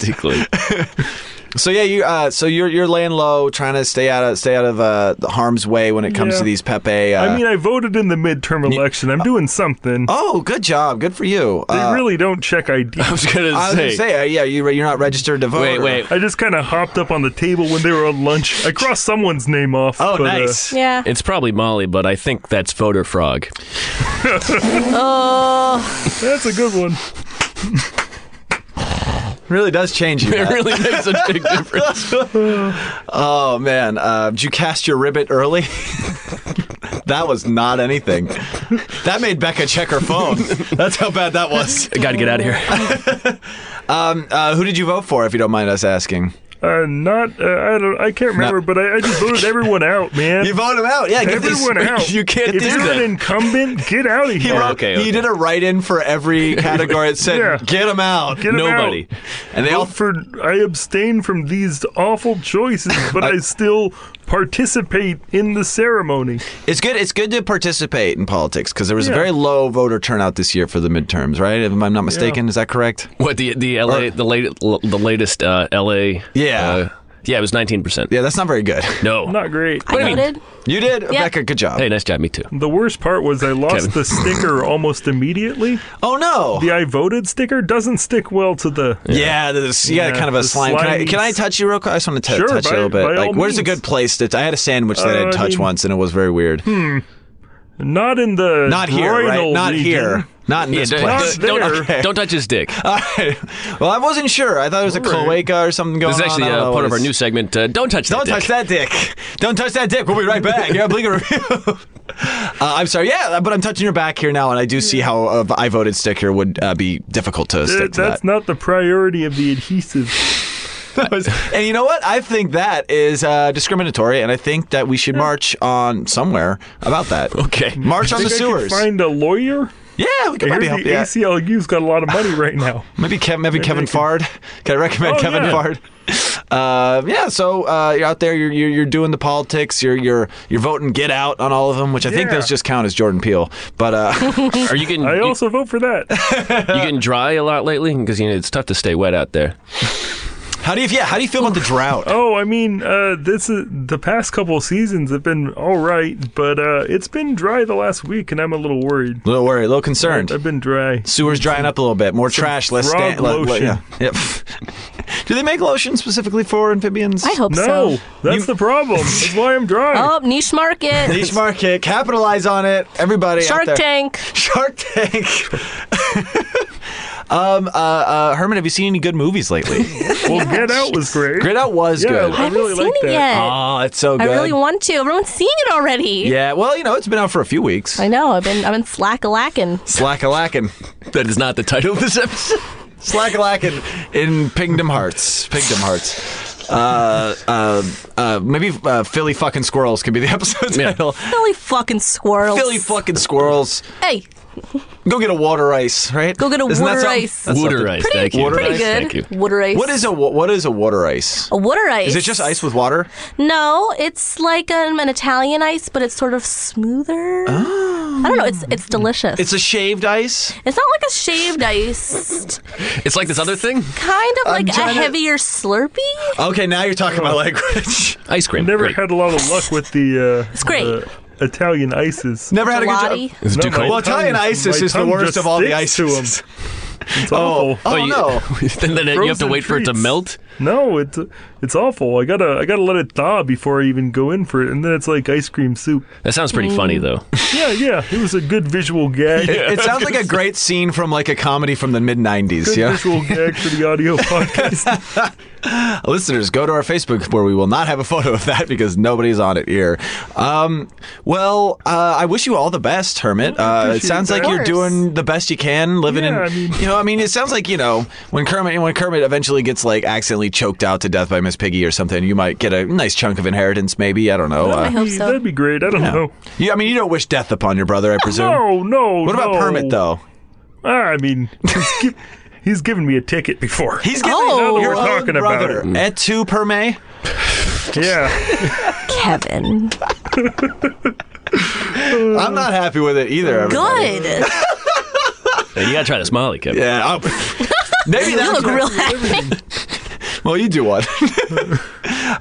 Speaker 2: So yeah, you uh, so you're you're laying low, trying to stay out of stay out of uh, the harm's way when it comes
Speaker 4: Yeah.
Speaker 2: to these Pepe. Uh,
Speaker 4: I mean, I voted in the midterm election. I'm doing something.
Speaker 2: oh, good job, good for you.
Speaker 4: They
Speaker 2: Uh,
Speaker 4: really don't check ID.
Speaker 1: I was gonna
Speaker 2: I was
Speaker 1: say.
Speaker 2: gonna say uh, yeah, you you're not registered to vote.
Speaker 1: wait,
Speaker 2: or-
Speaker 1: wait.
Speaker 4: I just kind of hopped up on the table when they were on lunch. I crossed someone's name off.
Speaker 2: Oh,
Speaker 4: but, uh,
Speaker 2: nice.
Speaker 3: Yeah.
Speaker 1: It's probably Molly, but I think that's voter frog.
Speaker 3: Oh,
Speaker 4: that's a good one.
Speaker 2: really does change you.
Speaker 1: It
Speaker 2: Matt.
Speaker 1: really makes a big difference.
Speaker 2: Oh man, uh, did you cast your ribbit early? that was not anything. That made Becca check her phone. That's how bad that was.
Speaker 1: I gotta get out of here.
Speaker 2: Uh, who did you vote for, if you don't mind us asking?
Speaker 4: Uh, not uh, I don't I can't remember, but I, I just voted everyone out, man.
Speaker 2: You vote him out. Yeah, get these-
Speaker 4: everyone out.
Speaker 1: you can't
Speaker 4: if
Speaker 1: do
Speaker 4: you're
Speaker 1: that.
Speaker 4: an incumbent, get out of
Speaker 2: He,
Speaker 4: here.
Speaker 2: wrote,
Speaker 1: okay,
Speaker 2: he
Speaker 1: okay.
Speaker 2: did a write-in for every category. It said,
Speaker 4: Oh, Yeah.
Speaker 2: "Get him out."
Speaker 4: Get 'em
Speaker 1: Nobody.
Speaker 4: out.
Speaker 2: and they all
Speaker 4: Vote for I abstain from these awful choices, but I still participate in the ceremony.
Speaker 2: It's good. It's good to participate in politics because there was a
Speaker 4: Yeah.
Speaker 2: very low voter turnout this year for the midterms, right? If I'm not mistaken, is that correct?
Speaker 1: What the the LA the late the latest uh, LA?
Speaker 2: Yeah.
Speaker 1: uh, yeah, it was nineteen percent.
Speaker 2: Yeah, that's not very good.
Speaker 1: No,
Speaker 4: Not great.
Speaker 1: do
Speaker 3: I
Speaker 1: you mean?
Speaker 3: voted.
Speaker 2: You did,
Speaker 3: Yeah.
Speaker 2: Becca. Good job.
Speaker 1: hey, nice job, me too.
Speaker 4: The worst part was I lost
Speaker 1: Kevin.
Speaker 4: the sticker almost immediately.
Speaker 2: Oh no.
Speaker 4: The I voted sticker doesn't stick well to the
Speaker 2: Yeah, there's, you got
Speaker 4: Yeah,
Speaker 2: kind of a
Speaker 4: the
Speaker 2: slime. Can I,
Speaker 4: slimies.
Speaker 2: can I touch you real quick? I just want to t-
Speaker 4: Sure,
Speaker 2: touch you
Speaker 4: by-
Speaker 2: a little bit.
Speaker 4: by all
Speaker 2: Like, where's a
Speaker 4: means.
Speaker 2: good place to? I had a sandwich that I
Speaker 4: Uh,
Speaker 2: had
Speaker 4: I
Speaker 2: touched
Speaker 4: mean-
Speaker 2: once, and it was very weird.
Speaker 4: not in the
Speaker 2: Not here, right?
Speaker 4: groinal
Speaker 2: Not
Speaker 4: region.
Speaker 2: here. Not in this
Speaker 1: don't,
Speaker 2: place.
Speaker 4: Not
Speaker 1: don't,
Speaker 4: there.
Speaker 1: don't touch his dick.
Speaker 2: All right. Well, I wasn't sure. I thought it was a cloaca or something going
Speaker 1: This is
Speaker 2: on.
Speaker 1: actually
Speaker 2: I don't
Speaker 1: uh,
Speaker 2: know
Speaker 1: part
Speaker 2: what
Speaker 1: of our
Speaker 2: it's-
Speaker 1: new segment. Uh, don't touch
Speaker 2: Don't
Speaker 1: that dick.
Speaker 2: touch that dick. Don't touch that dick. We'll be right back. You're Bleaker Review. Uh, I'm sorry. Yeah, but I'm touching your back here now, and I do see how uh, the I voted sticker would uh, be difficult to
Speaker 4: Uh,
Speaker 2: stick to
Speaker 4: that's
Speaker 2: that.
Speaker 4: not the priority of the adhesive.
Speaker 2: and you know what? I think that is uh, discriminatory, and I think that we should march on somewhere about that.
Speaker 1: Okay.
Speaker 2: March on the
Speaker 4: Think I could
Speaker 2: sewers.
Speaker 4: find a lawyer.
Speaker 2: yeah, we could
Speaker 4: I hear
Speaker 2: maybe
Speaker 4: the
Speaker 2: help you. out.
Speaker 4: ACLU's got a lot of money right now.
Speaker 2: Maybe Kevin, maybe Kevin
Speaker 4: I can-
Speaker 2: Fard. Can I recommend
Speaker 4: Oh,
Speaker 2: Kevin
Speaker 4: yeah.
Speaker 2: Fard? Uh, yeah, so uh, you're out there, you're, you're you're doing the politics, you're you're you're voting get out on all of them, which I think
Speaker 4: Yeah.
Speaker 2: those just count as Jordan Peele. But uh,
Speaker 1: Are you getting
Speaker 4: I
Speaker 1: you,
Speaker 4: also vote for that.
Speaker 1: you getting dry a lot lately? Because you know it's tough to stay wet out there.
Speaker 2: how do you yeah how do you feel about the drought?
Speaker 4: Oh, I mean, uh, this is, the past couple of seasons have been all right, but uh, it's been dry the last week, and I'm a little worried.
Speaker 2: A little worried, a little concerned.
Speaker 4: I've been dry.
Speaker 2: Sewers drying up a little bit, more trash, less
Speaker 4: Uh, frog
Speaker 2: sta- le- le-
Speaker 4: lotion.
Speaker 2: yeah. Yep. do they make lotion specifically for amphibians?
Speaker 3: I hope
Speaker 4: No,
Speaker 3: so.
Speaker 4: that's the problem. That's why I'm dry.
Speaker 3: Oh, niche market.
Speaker 2: Niche market, capitalize on it, everybody. out
Speaker 3: Shark
Speaker 2: there.
Speaker 3: Tank.
Speaker 2: Shark Tank. um, uh, uh, Herman, have you seen any good movies lately?
Speaker 4: well, Get Out was great.
Speaker 2: Get Out was
Speaker 4: Yeah,
Speaker 2: good.
Speaker 4: I
Speaker 3: I haven't
Speaker 4: really
Speaker 3: seen
Speaker 4: like
Speaker 3: it
Speaker 4: that.
Speaker 3: yet.
Speaker 2: Oh, it's so
Speaker 3: I
Speaker 2: good.
Speaker 3: really want to. Everyone's seeing it already.
Speaker 2: yeah, well, you know, it's been out for a few weeks.
Speaker 3: I know. I've been I've been slack a lacking.
Speaker 2: Slack a lackin'.
Speaker 1: That is not the title of this episode.
Speaker 2: Slack a lackin' in Pingdom Hearts. Pingdom Hearts. Uh, uh, uh, maybe uh, Philly fucking squirrels can be the episode
Speaker 1: Yeah.
Speaker 2: title.
Speaker 3: Philly fucking squirrels.
Speaker 2: Philly fucking squirrels.
Speaker 3: Hey,
Speaker 2: Go get a water ice, right?
Speaker 3: Go get a
Speaker 2: Isn't that
Speaker 3: water
Speaker 2: something?
Speaker 3: ice.
Speaker 2: That's
Speaker 1: Water
Speaker 2: something.
Speaker 1: ice, thank you.
Speaker 2: water
Speaker 3: pretty
Speaker 2: ice,
Speaker 3: good.
Speaker 1: Thank you.
Speaker 3: Water ice.
Speaker 2: What is a wa- what is a water ice?
Speaker 3: a water ice?
Speaker 2: Is it just ice with water?
Speaker 3: No, it's like um, an Italian ice, but it's sort of smoother. I don't know. It's it's delicious.
Speaker 2: Oh. Mm. It's a shaved ice.
Speaker 3: It's not like a shaved ice.
Speaker 1: It's like this other thing,
Speaker 3: kind of like a
Speaker 2: trying to-
Speaker 3: heavier Slurpee.
Speaker 2: Okay, now you're talking my language.
Speaker 1: ice cream.
Speaker 4: Never
Speaker 1: Great.
Speaker 4: had a lot of luck with the, uh,
Speaker 3: It's great.
Speaker 4: the Italian ices.
Speaker 2: Never had a good
Speaker 3: Gelati.
Speaker 2: job.
Speaker 1: Is it too
Speaker 4: No, my
Speaker 1: cold?
Speaker 2: Well, Italian
Speaker 4: tongue-
Speaker 2: ISIS
Speaker 4: my
Speaker 2: is the
Speaker 4: tongue
Speaker 2: worst
Speaker 4: just
Speaker 2: of all the
Speaker 4: sticks to 'em.
Speaker 2: Ices.
Speaker 4: It's awful.
Speaker 2: Oh,
Speaker 1: you-
Speaker 2: no.
Speaker 1: then then you have to
Speaker 4: Frozen
Speaker 1: wait for it to
Speaker 4: treats.
Speaker 1: melt.
Speaker 4: No, it's it's awful. I gotta I gotta let it thaw before I even go in for it, and then it's like ice cream soup.
Speaker 1: That sounds pretty funny though.
Speaker 4: Yeah, yeah, it was a good visual gag.
Speaker 2: It sounds like a great scene from like a comedy from the mid '90s.
Speaker 4: Good
Speaker 2: Yeah,
Speaker 4: visual gag for the audio podcast.
Speaker 2: listeners, go to our Facebook where we will not have a photo of that because nobody's on it here. Um, well, uh, I wish you all the best, Hermit. Uh, it
Speaker 4: appreciate
Speaker 2: sounds like
Speaker 4: that.
Speaker 2: you're
Speaker 3: Of
Speaker 2: doing the best you can, living
Speaker 4: Yeah,
Speaker 2: in.
Speaker 4: I mean-
Speaker 2: you know, I mean, it sounds like you know when Kermit when Kermit eventually gets like accidentally choked out to death by Miss Piggy or something, you might get a nice chunk of inheritance, maybe. I don't know.
Speaker 3: I
Speaker 2: Uh,
Speaker 3: hope so.
Speaker 4: That'd be great. I don't know.
Speaker 2: you, I mean, you don't wish death upon your brother, I presume.
Speaker 4: No, no. Ah,
Speaker 2: What about Permit though?
Speaker 4: I mean, he's, gi- he's given me a ticket before.
Speaker 2: He's getting
Speaker 3: Oh.
Speaker 2: your
Speaker 4: We're
Speaker 2: own
Speaker 4: talking about
Speaker 2: brother at two per May.
Speaker 4: yeah.
Speaker 3: Kevin.
Speaker 2: I'm not happy with it either. everybody.
Speaker 3: Good.
Speaker 1: Hey, you gotta try this Molly, Kevin.
Speaker 2: Yeah. I'll- Maybe
Speaker 3: You
Speaker 2: that's
Speaker 3: look real happy.
Speaker 2: well. You do one.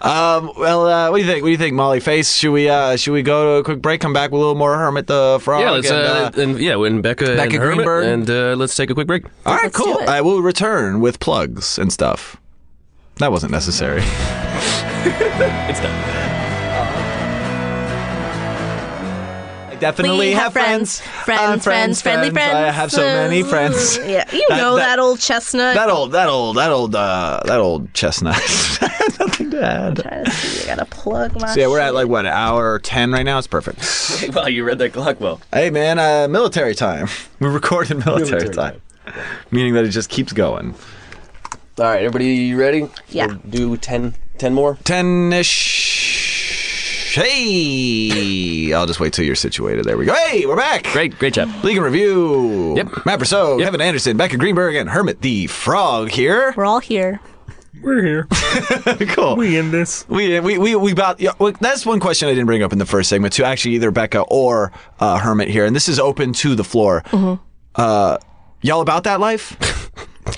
Speaker 2: um, well, uh, what do you think? What do you think, Molly? Face? Should we uh, should we go to a quick break? Come back with a little more Hermit the Frog.
Speaker 1: Yeah, let's
Speaker 2: and,
Speaker 1: uh, and yeah, when Becca, and
Speaker 2: Becca
Speaker 1: Hermit,
Speaker 2: Greenberg.
Speaker 1: and uh, let's take a quick break.
Speaker 2: all right,
Speaker 3: Let's
Speaker 2: cool.
Speaker 3: do it.
Speaker 2: I will return with plugs and stuff. That wasn't necessary.
Speaker 1: It's done.
Speaker 2: definitely have friends.
Speaker 3: Friends,
Speaker 2: Uh,
Speaker 3: friends, friendly friends.
Speaker 2: I have so many friends.
Speaker 3: Yeah, you
Speaker 2: That-
Speaker 3: know
Speaker 2: that-
Speaker 3: that, old chestnut.
Speaker 2: That old, that old, that old, uh, that old chestnut. Nothing to add.
Speaker 3: Trying to see, I gotta plug my.
Speaker 2: So yeah, we're
Speaker 3: shit.
Speaker 2: at like what an hour ten right now. It's perfect.
Speaker 1: wow, you read that clock well.
Speaker 2: Hey man, uh, military time. We recorded military,
Speaker 4: Military
Speaker 2: time, meaning that it just keeps going.
Speaker 1: All right, everybody, you ready?
Speaker 3: Yeah.
Speaker 1: We'll do 10, 10 more.
Speaker 2: Ten ish. Hey, I'll just wait till you're situated. There we go. Hey, we're back.
Speaker 1: Great, great job.
Speaker 2: League and Review.
Speaker 1: Yep.
Speaker 2: Matt Brousseau, Kevin Anderson, Becca Greenberg, and Hermit the Frog here.
Speaker 3: We're all here.
Speaker 4: We're here.
Speaker 2: cool. We-
Speaker 4: We in this.
Speaker 2: we, we, we, about, yeah, well, that's one question I didn't bring up in the first segment, too. Actually, either Becca or uh, Hermit here. And this is open to the floor. Uh, y'all about that life?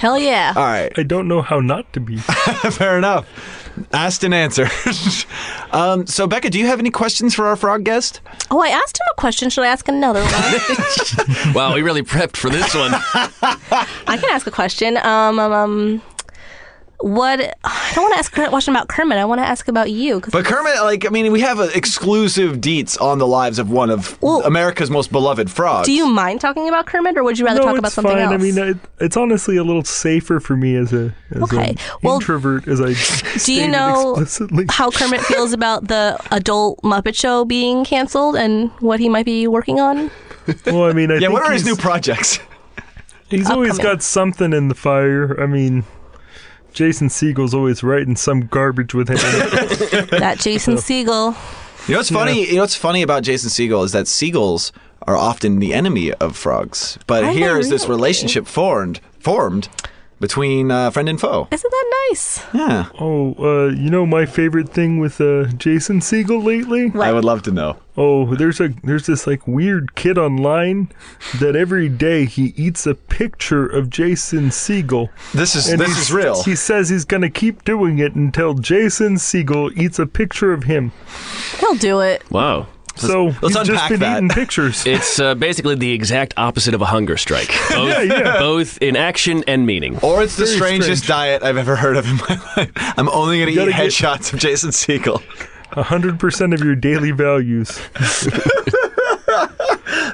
Speaker 3: Hell yeah.
Speaker 2: All right.
Speaker 4: I don't know how not to be.
Speaker 2: Fair enough. Asked and answered. um, so, Becca, do you have any questions for our frog guest?
Speaker 3: oh, I asked him a question. Should I ask another one?
Speaker 1: Wow, we really prepped for this one.
Speaker 3: I can ask a question. Um, um, um what? I don't want to ask a question about Kermit. I want to ask about you. 'cause-
Speaker 2: But Kermit, like, I mean, we have uh, exclusive deets on the lives of one of
Speaker 3: Well-
Speaker 2: America's most beloved frogs.
Speaker 3: do you mind talking about Kermit, or would you rather
Speaker 4: no,
Speaker 3: talk
Speaker 4: it's
Speaker 3: about something
Speaker 4: fine.
Speaker 3: else?
Speaker 4: I mean, it, it's honestly a little safer for me as a as
Speaker 3: Okay.
Speaker 4: an
Speaker 3: Well,
Speaker 4: introvert as I
Speaker 3: do
Speaker 4: stated
Speaker 3: you know
Speaker 4: explicitly.
Speaker 3: how Kermit feels about the adult Muppet Show being canceled and what he might be working on?
Speaker 4: Well, I mean, I
Speaker 2: Yeah,
Speaker 4: think
Speaker 2: what are
Speaker 4: he's,
Speaker 2: his new projects?
Speaker 4: he's always
Speaker 3: upcoming?
Speaker 4: got something in the fire. I mean, Jason Siegel's always writing some garbage with him.
Speaker 3: that Jason Siegel.
Speaker 2: You know what's funny? You know what's funny about Jason Siegel is that seagulls are often the enemy of frogs, but
Speaker 3: Are
Speaker 2: here
Speaker 3: they
Speaker 2: is this
Speaker 3: really?
Speaker 2: relationship formed formed between uh, friend and foe.
Speaker 3: Isn't that nice?
Speaker 2: Yeah,
Speaker 4: oh, uh, you know my favorite thing with uh, Jason Siegel lately?
Speaker 2: I would love to know.
Speaker 4: Oh, there's a there's this like weird kid online that every day he eats a picture of Jason Siegel.
Speaker 2: This is this
Speaker 4: he's-
Speaker 2: is real.
Speaker 4: He says he's gonna keep doing it until Jason Siegel eats a picture of him.
Speaker 3: He'll do it.
Speaker 1: wow.
Speaker 4: So he's
Speaker 2: unpack
Speaker 4: just been
Speaker 2: that.
Speaker 4: eating pictures.
Speaker 1: It's uh, basically the exact opposite of a hunger strike. Both,
Speaker 4: yeah.
Speaker 1: both in action and meaning.
Speaker 2: Or it's the
Speaker 4: Very
Speaker 2: strangest
Speaker 4: strange.
Speaker 2: diet I've ever heard of in my life. I'm only going to
Speaker 4: gotta
Speaker 2: eat
Speaker 4: get-
Speaker 2: headshots of Jason Siegel.
Speaker 4: hundred percent of your daily values.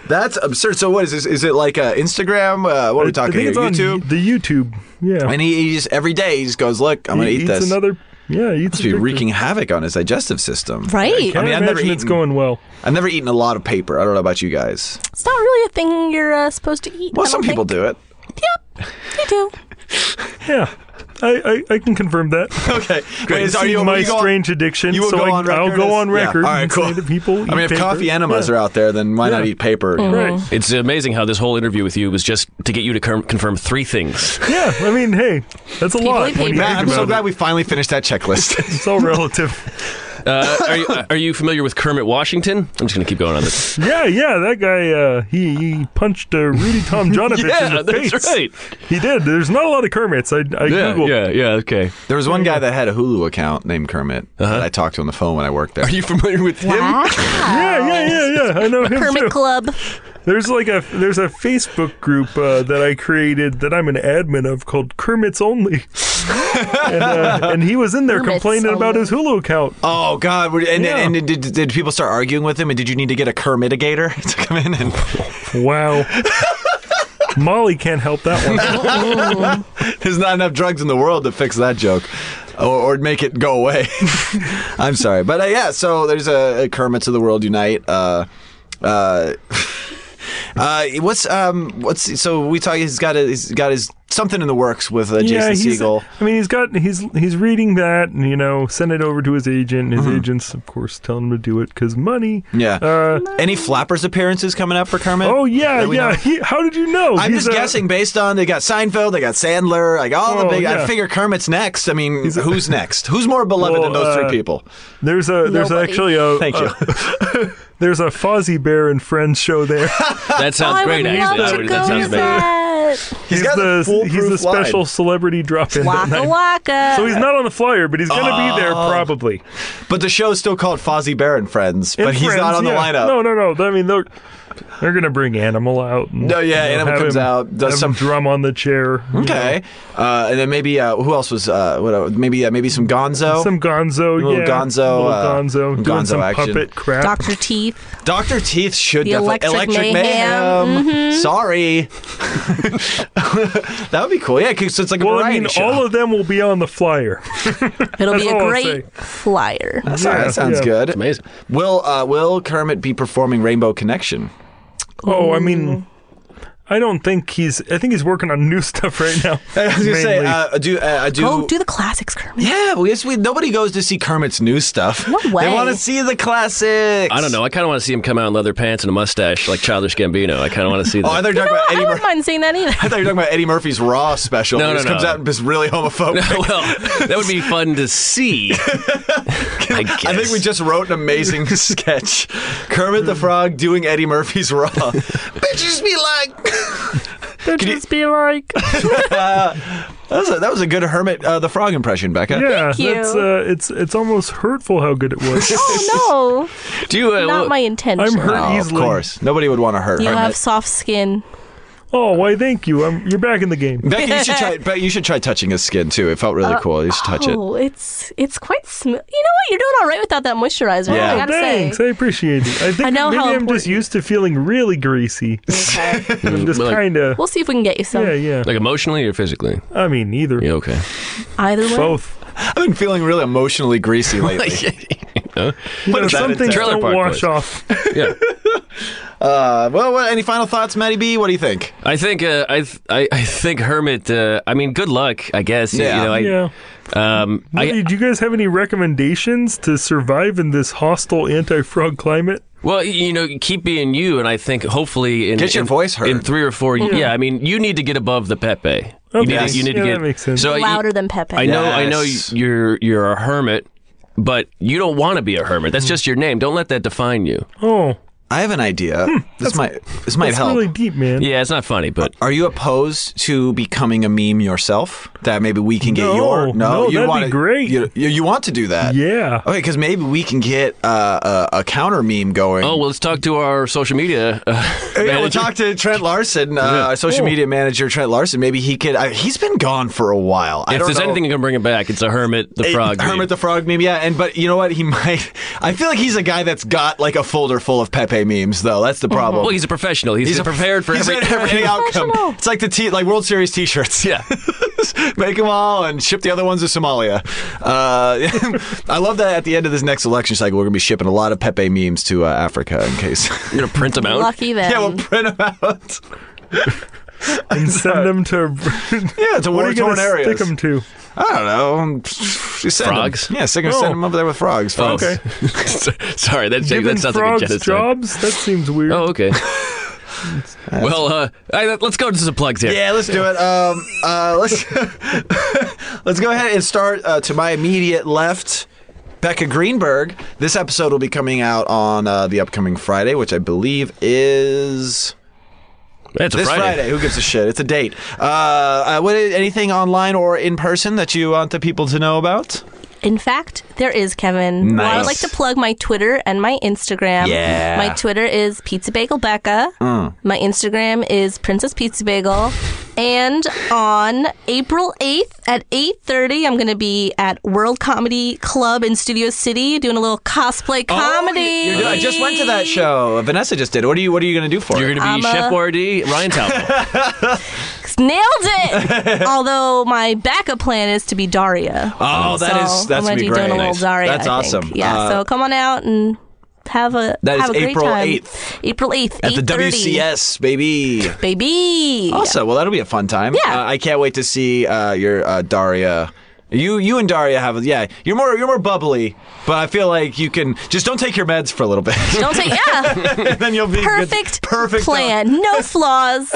Speaker 2: That's absurd. So what is this? Is it like uh, Instagram? Uh, what are we
Speaker 4: I
Speaker 2: talking
Speaker 4: think
Speaker 2: here?
Speaker 4: it's on
Speaker 2: YouTube?
Speaker 4: y- the YouTube. Yeah.
Speaker 2: And he, he just every day he just goes, look, I'm going to
Speaker 4: he
Speaker 2: eat
Speaker 4: eats
Speaker 2: this.
Speaker 4: another yeah, he eats
Speaker 2: Must
Speaker 4: a
Speaker 2: be
Speaker 4: picture.
Speaker 2: wreaking havoc on his digestive system.
Speaker 3: Right.
Speaker 4: I
Speaker 2: mean, I've
Speaker 4: imagine
Speaker 2: never
Speaker 4: it's
Speaker 2: eaten-
Speaker 4: going well.
Speaker 2: I've never eaten a lot of paper. I don't know about you guys.
Speaker 3: It's not really a thing you're uh, supposed to eat.
Speaker 2: Well,
Speaker 3: I
Speaker 2: some
Speaker 3: don't
Speaker 2: people
Speaker 3: think.
Speaker 2: do it.
Speaker 3: Yep. You do.
Speaker 4: Yeah. I, I, I can confirm that.
Speaker 2: Okay. Wait,
Speaker 4: It's
Speaker 2: is- are you-
Speaker 4: my
Speaker 2: will you go-
Speaker 4: strange addiction.
Speaker 2: You will
Speaker 4: so
Speaker 2: go
Speaker 4: I,
Speaker 2: on record.
Speaker 4: I'll go
Speaker 2: as-
Speaker 4: on
Speaker 2: yeah.
Speaker 4: record.
Speaker 2: All right,
Speaker 4: and
Speaker 2: cool.
Speaker 4: Say that people eat
Speaker 2: I mean, if
Speaker 4: paper.
Speaker 2: coffee enemas
Speaker 4: Yeah.
Speaker 2: are out there, then why not
Speaker 4: Yeah.
Speaker 2: eat paper? you know?
Speaker 4: Right.
Speaker 1: It's amazing how this whole interview with you was just to get you to com- confirm three things.
Speaker 4: Yeah, I mean, hey, that's a lot.
Speaker 3: eat
Speaker 4: when you
Speaker 3: paper.
Speaker 2: Matt,
Speaker 4: think
Speaker 2: I'm so
Speaker 4: about
Speaker 2: glad
Speaker 4: it.
Speaker 2: we finally finished that checklist.
Speaker 4: It's all relative.
Speaker 1: Uh, are, you, are you familiar with Kermit Washington? I'm just going to keep going on this.
Speaker 4: yeah, yeah, that guy, uh, he, he punched uh, Rudy Tomjanovich
Speaker 1: yeah,
Speaker 4: in the
Speaker 1: that's
Speaker 4: face.
Speaker 1: right.
Speaker 4: He did. There's not a lot of Kermits. I, I
Speaker 1: Yeah,
Speaker 4: Googled.
Speaker 1: yeah, yeah, okay.
Speaker 2: there was one guy that had a Hulu account named Kermit that I talked to on the phone when I worked there.
Speaker 1: Are you familiar with him?
Speaker 4: Yeah, yeah, yeah, yeah. I know him too.
Speaker 3: Kermit Club.
Speaker 4: There's like a there's a Facebook group uh, that I created that I'm an admin of called Kermit's Only, and, uh, and he was in there
Speaker 3: Kermit's
Speaker 4: complaining about
Speaker 3: Only.
Speaker 4: his Hulu account.
Speaker 2: Oh God! were- And,
Speaker 4: Yeah.
Speaker 2: and, and did, did people start arguing with him? And did you need to get a Kermitigator to come in? And
Speaker 4: Wow, Molly can't help that one.
Speaker 2: there's not enough drugs in the world to fix that joke, or, or make it go away. I'm sorry, but uh, yeah. So there's a, a Kermits of the world unite. Uh, uh, uh, what's um, what's so we talk? He's got a, he's got his something in the works with uh, Jason
Speaker 4: he's,
Speaker 2: Siegel.
Speaker 4: I mean, he's got he's he's reading that, and you know, send it over to his agent. His agent's, of course, telling him to do it because money.
Speaker 2: Mm-hmm. Yeah.
Speaker 4: Uh,
Speaker 2: Any flappers appearances coming up for Kermit?
Speaker 4: oh yeah,
Speaker 2: That we know?
Speaker 4: yeah. He, how did you know?
Speaker 2: I'm
Speaker 4: He's
Speaker 2: just
Speaker 4: a-
Speaker 2: guessing based on they got Seinfeld, they got Sandler, like all the
Speaker 4: Oh,
Speaker 2: big. I
Speaker 4: yeah.
Speaker 2: figure Kermit's next. I mean, who's next? Who's more beloved than
Speaker 4: Well,
Speaker 2: those
Speaker 4: uh,
Speaker 2: three people?
Speaker 4: There's a there's
Speaker 3: Nobody.
Speaker 4: actually a
Speaker 2: Thank you.
Speaker 4: there's a Fozzie Bear and Friends show there.
Speaker 1: That
Speaker 3: Oh,
Speaker 1: sounds
Speaker 3: I
Speaker 1: great,
Speaker 3: would
Speaker 1: actually.
Speaker 3: love
Speaker 1: That
Speaker 3: to
Speaker 1: would-
Speaker 3: go
Speaker 1: that sounds
Speaker 3: to
Speaker 1: amazing.
Speaker 3: that. it.
Speaker 2: He's
Speaker 4: He's,
Speaker 2: got the
Speaker 4: the he's the
Speaker 2: foolproof line.
Speaker 4: special celebrity drop in.
Speaker 3: Waka waka.
Speaker 4: So he's not on the flyer, but he's going to be there
Speaker 2: Oh.
Speaker 4: probably.
Speaker 2: But the show's still called Fozzie Bear and Friends, but
Speaker 4: And
Speaker 2: he's
Speaker 4: Friends,
Speaker 2: not on the
Speaker 4: yeah.
Speaker 2: lineup.
Speaker 4: No, no, no. I mean, they're they're going to bring Animal out. and,
Speaker 2: No, yeah, Animal
Speaker 4: have
Speaker 2: comes out, does
Speaker 4: have
Speaker 2: some-
Speaker 4: him drum on the chair. you
Speaker 2: Okay, uh, and then maybe uh, who else was? Uh, what, uh, maybe uh, maybe some Gonzo,
Speaker 4: know, some Gonzo,
Speaker 2: Little
Speaker 4: yeah,
Speaker 2: Gonzo,
Speaker 4: little
Speaker 2: uh,
Speaker 4: Gonzo, doing
Speaker 2: Gonzo
Speaker 4: some
Speaker 2: action.
Speaker 4: puppet crap.
Speaker 3: Doctor Teeth.
Speaker 2: Doctor Teeth should
Speaker 3: The
Speaker 2: definitely
Speaker 3: Electric
Speaker 2: Mayhem.
Speaker 3: Mayhem. Mm-hmm.
Speaker 2: Sorry, that would be cool. Yeah, 'cause it's like a
Speaker 4: well, I
Speaker 2: variety
Speaker 4: mean,
Speaker 2: show.
Speaker 4: all of them will be on the flyer.
Speaker 3: It'll
Speaker 4: That's
Speaker 3: be
Speaker 4: all
Speaker 3: a
Speaker 4: I'll
Speaker 3: great flyer.
Speaker 2: That's all right,
Speaker 4: yeah,
Speaker 2: that sounds
Speaker 4: yeah.
Speaker 2: good.
Speaker 1: amazing.
Speaker 2: Will uh, Will Kermit be performing Rainbow Connection?
Speaker 4: Oh, I mean,
Speaker 3: Oh.
Speaker 4: I don't think he's. I think he's working on new stuff right now.
Speaker 2: I was gonna say,
Speaker 4: mainly.
Speaker 2: uh, do uh, I do?
Speaker 3: Oh, do the classics, Kermit.
Speaker 2: yeah, well, yes, we nobody goes to see Kermit's new stuff.
Speaker 3: No
Speaker 2: They
Speaker 3: way.
Speaker 2: want to see the classics.
Speaker 1: I don't know. I kind of want to see him come out in leather pants and a mustache like Childish Gambino. I kind of want to see
Speaker 2: Oh, I
Speaker 1: that.
Speaker 2: thought you were talking about
Speaker 3: I
Speaker 2: Eddie. Mur-
Speaker 3: wouldn't mind seeing that either.
Speaker 2: I thought you were talking about Eddie Murphy's Raw special.
Speaker 1: No,
Speaker 2: He
Speaker 1: no,
Speaker 2: just
Speaker 1: no.
Speaker 2: comes out and is really homophobic.
Speaker 1: well, that would be fun to see. I, guess.
Speaker 2: I think we just wrote an amazing sketch. Kermit the Frog doing Eddie Murphy's Raw. Bitches be like.
Speaker 3: It'd just be like,
Speaker 2: That was a, that was a good Hermit uh, the Frog impression, Becca.
Speaker 4: yeah,
Speaker 3: Thank you.
Speaker 4: that's uh, it's it's almost hurtful how good it was.
Speaker 3: oh
Speaker 1: do you, uh,
Speaker 3: no,
Speaker 1: well,
Speaker 3: not my intention.
Speaker 4: I'm hurt
Speaker 2: Oh, of
Speaker 4: easily.
Speaker 2: course. Nobody would want to hurt
Speaker 3: You
Speaker 2: Hermit.
Speaker 3: have soft skin.
Speaker 4: Oh, why? Thank you. I'm, you're back in the game.
Speaker 2: Becca, you should try. Becca, you should try touching his skin too. It felt really cool. You should touch it.
Speaker 3: Oh, it's it's quite smooth. You know what? You're doing all right without that moisturizer.
Speaker 2: Yeah.
Speaker 3: I gotta
Speaker 4: Thanks,
Speaker 3: say.
Speaker 4: I appreciate it. I think
Speaker 3: I know
Speaker 4: maybe
Speaker 3: how
Speaker 4: I'm just
Speaker 3: important-
Speaker 4: used to feeling really greasy. I'm just
Speaker 1: Like-
Speaker 4: kind of.
Speaker 3: We'll see if we can get you some.
Speaker 4: Yeah, yeah.
Speaker 1: like emotionally or physically?
Speaker 4: I mean, either.
Speaker 1: Yeah, okay.
Speaker 3: Either way.
Speaker 4: Both.
Speaker 2: I've been feeling really emotionally greasy lately.
Speaker 4: But
Speaker 2: is that
Speaker 4: some
Speaker 2: it's
Speaker 4: things
Speaker 2: a-
Speaker 1: Trailer
Speaker 4: don't
Speaker 1: Park
Speaker 4: wash
Speaker 1: Boys.
Speaker 4: off.
Speaker 1: yeah.
Speaker 2: uh, well, what, any final thoughts, Maddie B? What do you think?
Speaker 1: I think uh, I, th- I I think Hermit. Uh, I mean, good luck. I guess.
Speaker 2: Yeah.
Speaker 1: You know,
Speaker 4: yeah.
Speaker 1: I, um, I,
Speaker 4: Hey, do you guys have any recommendations to survive in this hostile anti-frog climate?
Speaker 1: Well, you know, keep being you, and I think hopefully in
Speaker 2: Get your
Speaker 1: in-
Speaker 2: voice heard.
Speaker 1: in three or four. Yeah. I mean, you need to get above the Pepe. You need,
Speaker 4: Yes.
Speaker 1: to, you need to
Speaker 4: Yeah,
Speaker 1: get
Speaker 4: that makes sense.
Speaker 1: So you-
Speaker 3: Louder than Pepe.
Speaker 1: I know, I know,
Speaker 2: Yes.
Speaker 1: you're you're a hermit, but you don't want to be a hermit.
Speaker 4: Mm-hmm.
Speaker 1: That's just your name. Don't let that define you.
Speaker 4: Oh,
Speaker 2: I have an idea. this might this might
Speaker 4: it's
Speaker 2: help.
Speaker 4: Hmm, really deep, man.
Speaker 1: Yeah, it's not funny, but
Speaker 2: Are you opposed to becoming a meme yourself? That maybe we can get
Speaker 4: No,
Speaker 2: your
Speaker 4: no,
Speaker 2: you
Speaker 4: that'd be
Speaker 2: want
Speaker 4: great.
Speaker 2: You, you, you want to do that?
Speaker 4: Yeah.
Speaker 2: Okay, because maybe we can get uh, a, a counter meme going.
Speaker 1: oh well. Let's talk to our social media. Uh,
Speaker 2: Yeah, we'll
Speaker 1: manager.
Speaker 2: talk to Trent Larson, uh, our social
Speaker 4: Cool.
Speaker 2: media manager, Trent Larson. Maybe he could. I, he's been gone for a while. I
Speaker 1: if
Speaker 2: don't
Speaker 1: there's
Speaker 2: know.
Speaker 1: anything you can bring it back, it's a hermit, the
Speaker 2: Hey,
Speaker 1: frog.
Speaker 2: Hermit
Speaker 1: meme.
Speaker 2: the Frog meme, yeah, and but you know what? He might. I feel like he's a guy that's got like a folder full of Pepe memes, though. That's the problem.
Speaker 1: well, he's a professional. He's, prepared for
Speaker 2: he's
Speaker 1: every,
Speaker 2: ready for any outcome.
Speaker 3: Professional.
Speaker 2: It's like the t- like World Series T-shirts.
Speaker 1: Yeah.
Speaker 2: Make them all and ship the other ones to Somalia. Uh, I love that at the end of this next election cycle, we're going to be shipping a lot of Pepe memes to uh, Africa in case.
Speaker 1: You're gonna print them out.
Speaker 3: Lucky then.
Speaker 2: yeah, we'll print them out.
Speaker 4: And send them to.
Speaker 2: Yeah, to
Speaker 4: what are you
Speaker 2: war-torn
Speaker 4: going to
Speaker 2: areas.
Speaker 4: stick them to?
Speaker 2: I don't know. Just send 'em.
Speaker 1: Frogs? Oh,
Speaker 2: Yeah, send 'em-
Speaker 4: Oh.
Speaker 2: send them over there with frogs. folks.
Speaker 1: Okay. Sorry, that
Speaker 4: Giving
Speaker 1: that sounds like a
Speaker 4: frogs
Speaker 1: genocide.
Speaker 4: jobs? That seems weird.
Speaker 1: Oh, okay. well, uh, I, let's go to some plugs here.
Speaker 2: Yeah, let's do it. Um, uh, let's let's go ahead and start uh, to my immediate left. Becca Greenberg. This episode will be coming out on uh, the upcoming Friday, which I believe is
Speaker 1: It's a
Speaker 2: this Friday.
Speaker 1: Friday.
Speaker 2: Who gives a shit? It's a date. Uh, uh, what anything online or in person that you want the people to know about?
Speaker 3: In fact, there is Kevin. Well, I
Speaker 2: Nice.
Speaker 3: would like to plug my Twitter and my Instagram.
Speaker 2: Yeah.
Speaker 3: My Twitter is Pizza Bagel Becca.
Speaker 1: Hmm.
Speaker 3: My Instagram is Princess Pizza Bagel. And on April 8th at 8:30, I'm going to be at World Comedy Club in Studio City doing a little cosplay comedy.
Speaker 2: Oh, you're good. I just went to that show. Vanessa just did. What are you? What are you going to do for
Speaker 1: You're
Speaker 2: it?
Speaker 1: going to be
Speaker 3: I'm
Speaker 1: Chef
Speaker 3: a-
Speaker 1: Boyardee, Ryan Talbot.
Speaker 3: Nailed it. Although my backup plan is to be Daria.
Speaker 2: Oh, that is that's
Speaker 3: so I'm
Speaker 2: gonna
Speaker 3: gonna
Speaker 2: be
Speaker 3: be
Speaker 2: great.
Speaker 3: doing a little Daria.
Speaker 2: That's
Speaker 3: I think.
Speaker 2: awesome.
Speaker 3: Yeah,
Speaker 2: Uh,
Speaker 3: so come on out and have a
Speaker 2: That is
Speaker 3: have a great
Speaker 2: April
Speaker 3: time.
Speaker 2: 8th.
Speaker 3: April eighth
Speaker 2: at the WCS, baby.
Speaker 3: baby.
Speaker 2: Awesome. Well, that'll be a fun time.
Speaker 3: Yeah.
Speaker 2: Uh, I can't wait to see uh, your uh, Daria You you and Daria have yeah. You're more you're more bubbly, but I feel like you can just don't take your meds for a little bit,
Speaker 3: Don't say yeah.
Speaker 2: and then you'll be good-
Speaker 3: Perfect,
Speaker 2: perfect
Speaker 3: plan. No flaws.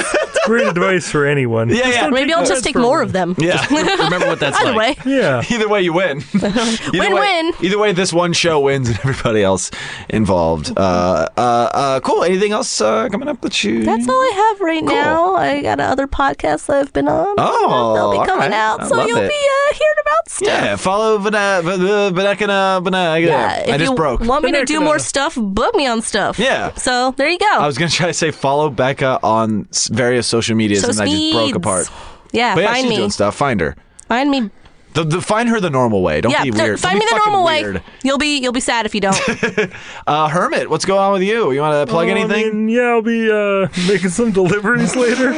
Speaker 4: Great advice for anyone.
Speaker 2: Yeah, yeah,
Speaker 3: Maybe I'll just take more of them.
Speaker 2: yeah.
Speaker 1: Remember what that's
Speaker 3: Either
Speaker 1: like.
Speaker 3: way.
Speaker 4: Yeah.
Speaker 2: Either way, you win. Either way-
Speaker 3: Win-win.
Speaker 2: Either way, this one show wins and everybody else involved. Uh, uh, uh, cool. Anything else uh, coming up that you?
Speaker 3: That's all I have right now. I got other podcasts I've been on.
Speaker 2: Oh,
Speaker 3: they'll be
Speaker 2: all
Speaker 3: coming
Speaker 2: right.
Speaker 3: out,
Speaker 2: I
Speaker 3: so
Speaker 2: love
Speaker 3: you'll
Speaker 2: it.
Speaker 3: be uh, hearing about stuff.
Speaker 2: Yeah, follow Vana- V- the Vanekina. Vana-
Speaker 3: Yeah,
Speaker 2: I
Speaker 3: if
Speaker 2: just
Speaker 3: you
Speaker 2: broke.
Speaker 3: Want me to do
Speaker 4: Vanekina.
Speaker 3: more stuff? Book me on stuff.
Speaker 2: Yeah.
Speaker 3: So there you go.
Speaker 2: I was gonna try to say follow Becca on s- various social medias,
Speaker 3: So
Speaker 2: and I just broke
Speaker 3: speeds.
Speaker 2: apart.
Speaker 3: yeah,
Speaker 2: But yeah,
Speaker 3: find
Speaker 2: she's
Speaker 3: me.
Speaker 2: doing stuff. Find her.
Speaker 3: Find me.
Speaker 2: The, the, find her the normal way. Don't
Speaker 3: Yeah,
Speaker 2: be
Speaker 3: no,
Speaker 2: weird.
Speaker 3: find
Speaker 2: Don't be
Speaker 3: me the
Speaker 2: fucking
Speaker 3: normal way.
Speaker 2: weird.
Speaker 3: You'll be you'll be sad if you don't.
Speaker 2: Uh, Hermit, what's going on with you? You want to plug
Speaker 4: Well, Oh, I
Speaker 2: anything?
Speaker 4: mean, yeah, I'll be uh, making some deliveries later.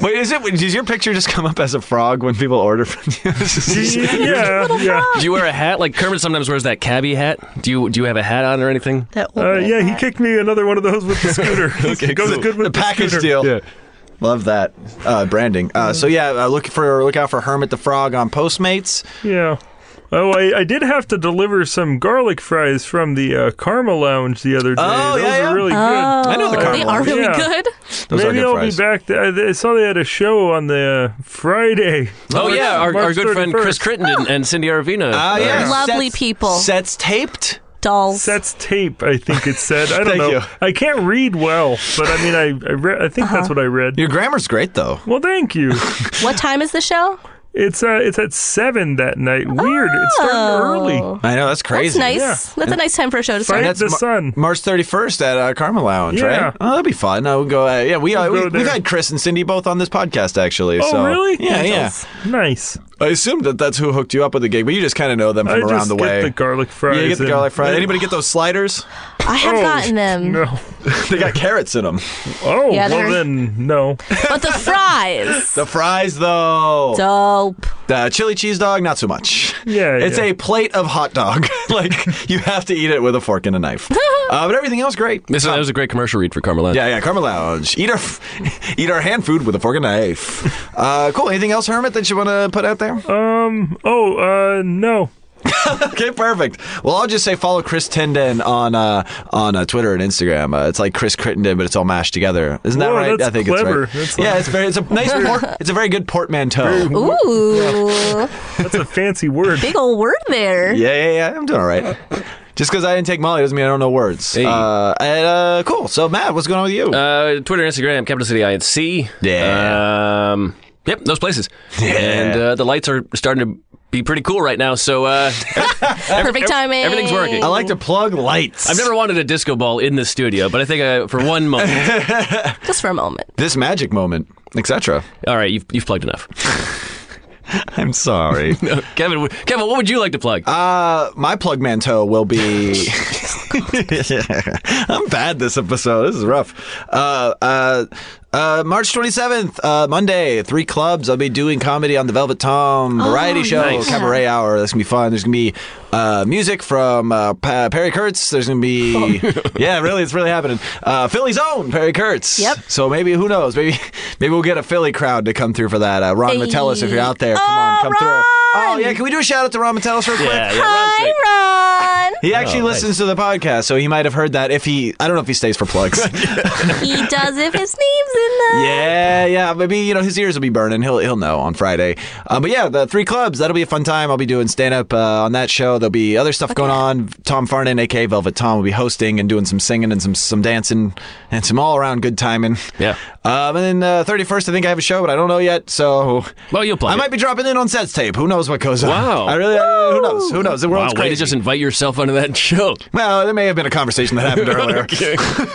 Speaker 2: Wait, is it? Does your picture just come up as a frog when people order from you?
Speaker 4: yeah, yeah,
Speaker 1: Do you wear a hat like Kermit sometimes wears that cabbie hat? Do you do you have a hat on or anything?
Speaker 3: That
Speaker 4: uh,
Speaker 3: old
Speaker 4: yeah. He
Speaker 3: man.
Speaker 4: kicked me another one of those with the scooter. okay, goes good with
Speaker 2: the package deal.
Speaker 4: scooter.
Speaker 2: Love that uh, branding. Uh, so yeah, uh, look for look out for Hermit the Frog on Postmates.
Speaker 4: Yeah. Oh, I, I did have to deliver some garlic fries from the uh, Karma Lounge the other day.
Speaker 2: Oh,
Speaker 4: Those
Speaker 2: yeah, yeah.
Speaker 4: are really
Speaker 3: Oh,
Speaker 2: I know the
Speaker 3: They
Speaker 2: Carmel.
Speaker 3: are really
Speaker 4: Yeah.
Speaker 3: good.
Speaker 4: good.
Speaker 2: Those are
Speaker 4: Maybe
Speaker 2: good
Speaker 4: I'll
Speaker 2: fries.
Speaker 4: be back. I, I saw they had a show on the uh, Friday.
Speaker 1: Oh,
Speaker 4: March-
Speaker 1: yeah, our, our
Speaker 4: March
Speaker 1: good friend Chris
Speaker 4: 31st.
Speaker 1: Crittenden and Cindy Arvina.
Speaker 2: Ah,
Speaker 1: uh,
Speaker 2: yeah.
Speaker 3: Lovely people.
Speaker 2: Sets taped.
Speaker 3: Dolls.
Speaker 4: Sets tape, I think it said. I don't
Speaker 2: Thank
Speaker 4: know.
Speaker 2: you.
Speaker 4: I can't read well, but I mean, I I, re- I think that's what I read.
Speaker 2: Your grammar's great though.
Speaker 4: Well, thank you.
Speaker 3: What time is the show?
Speaker 4: It's uh, it's at seven that night. Weird. It's starting early.
Speaker 3: Oh.
Speaker 2: I know that's
Speaker 3: That's
Speaker 2: crazy.
Speaker 3: nice.
Speaker 4: Yeah.
Speaker 3: That's a nice time for a show to
Speaker 4: Fight
Speaker 3: start.
Speaker 2: that's
Speaker 4: the
Speaker 2: Mar-
Speaker 4: sun.
Speaker 2: March 31st at uh, Karma Lounge,
Speaker 4: Yeah.
Speaker 2: right? Oh, that'd be fun. I would go. Uh, yeah, we, uh,
Speaker 4: We'll go
Speaker 2: we we've
Speaker 4: there.
Speaker 2: had Chris and Cindy both on this podcast actually.
Speaker 4: Oh,
Speaker 2: so.
Speaker 4: really?
Speaker 2: Yeah, yeah.
Speaker 4: Nice.
Speaker 2: I assume that that's who hooked you up with the gig, but you just kind of know them
Speaker 4: I
Speaker 2: from around
Speaker 4: just
Speaker 2: the
Speaker 4: get
Speaker 2: way.
Speaker 4: the garlic fries.
Speaker 2: yeah, you get the
Speaker 4: and-
Speaker 2: garlic fry. Anybody get those sliders?
Speaker 3: I have gotten them,
Speaker 4: No.
Speaker 2: they got carrots in them.
Speaker 4: Oh,
Speaker 3: Yeah,
Speaker 4: well
Speaker 3: they're-
Speaker 4: then, no.
Speaker 3: but the fries.
Speaker 2: The fries though.
Speaker 3: Dope.
Speaker 2: The chili cheese dog, not so much.
Speaker 4: Yeah,
Speaker 2: It's
Speaker 4: yeah.
Speaker 2: a plate of hot dog. like you have to eat it with a fork and a knife. uh, but everything else, great.
Speaker 1: This is, that was a great commercial read for Carmel. Lounge.
Speaker 2: Yeah, yeah, Karma Lounge. Eat our eat our hand food with a fork and knife. Uh, cool. Anything else, Hermit, that you want to put out there?
Speaker 4: Uh. Oh, uh, no.
Speaker 2: okay, perfect. Well, I'll just say follow Chris Tenden on uh, on uh, Twitter and Instagram. Uh, it's like Chris Crittenden, but it's all mashed together. Isn't that
Speaker 4: Whoa,
Speaker 2: right?
Speaker 4: that's
Speaker 2: I think
Speaker 4: clever.
Speaker 2: it's right.
Speaker 4: That's
Speaker 2: yeah,
Speaker 4: like-
Speaker 2: it's very. It's a nice. port, it's a very good portmanteau.
Speaker 3: Ooh,
Speaker 4: That's a fancy word.
Speaker 3: big old word there.
Speaker 2: Yeah, yeah, yeah. I'm doing all right. Just because I didn't take Molly doesn't mean I don't know words.
Speaker 1: Hey.
Speaker 2: Uh, and, uh, cool. So, Matt, what's going on with you?
Speaker 1: Uh, Twitter, Instagram, Capital City INC.
Speaker 2: Yeah.
Speaker 1: Um, yep, those places. And uh, the lights are starting to be pretty cool right now. So uh,
Speaker 3: Perfect timing.
Speaker 1: everything's working.
Speaker 2: I like to plug lights.
Speaker 1: I've never wanted a disco ball in the studio, but I think I, for one moment.
Speaker 3: Just for a moment.
Speaker 2: this magic moment, etc.
Speaker 1: all right, you've, you've plugged enough.
Speaker 2: I'm sorry.
Speaker 1: Kevin, w- Kevin, what would you like to plug?
Speaker 2: Uh, my plug manteau will be. I'm bad this episode. This is rough. Uh, uh, uh, March 27th, uh, Monday, three clubs. I'll be doing comedy on the Velvet Tom
Speaker 3: Oh,
Speaker 2: variety show,
Speaker 1: nice.
Speaker 2: cabaret hour. That's gonna be fun. There's gonna be uh, music from uh, Pa- Perry Kurtz. There's gonna be
Speaker 3: Oh,
Speaker 2: yeah, really, it's really happening. Uh, Philly's own Perry Kurtz.
Speaker 3: Yep.
Speaker 2: So maybe who knows? Maybe maybe we'll get a Philly crowd to come through for that. Uh, Ron
Speaker 3: Hey.
Speaker 2: Metellus, if you're out there, come on,
Speaker 3: Oh,
Speaker 2: come through. Oh
Speaker 3: Ron!
Speaker 2: yeah, can we do a shout out to Ron Metellus real quick?
Speaker 1: yeah, yeah, Ron's great.
Speaker 3: Hi, Ron.
Speaker 2: He actually
Speaker 1: Oh, nice.
Speaker 2: listens to the podcast, so he might have heard that. If he, I don't know if he stays for plugs.
Speaker 3: He does if his name's in there.
Speaker 2: yeah, yeah, maybe you know his ears will be burning. He'll he'll know on Friday. Uh, but yeah, the three clubs that'll be a fun time. I'll be doing stand up uh, on that show. There'll be other stuff going on. Tom Farnan, aka Velvet Tom, will be hosting and doing some singing and some some dancing and some all around good timing.
Speaker 1: Yeah.
Speaker 2: Um, and then thirty first, I think I have a show, but I don't know yet. So
Speaker 1: Well, you'll plug
Speaker 2: I
Speaker 1: it.
Speaker 2: might be dropping in on sets tape. Who knows what goes
Speaker 1: Wow.
Speaker 2: on? I really I- who knows? Who knows? The
Speaker 1: Wow,
Speaker 2: world's
Speaker 1: way to
Speaker 2: crazy.
Speaker 1: just invite yourself onto that show.
Speaker 2: Well, there may have been a conversation that happened earlier, but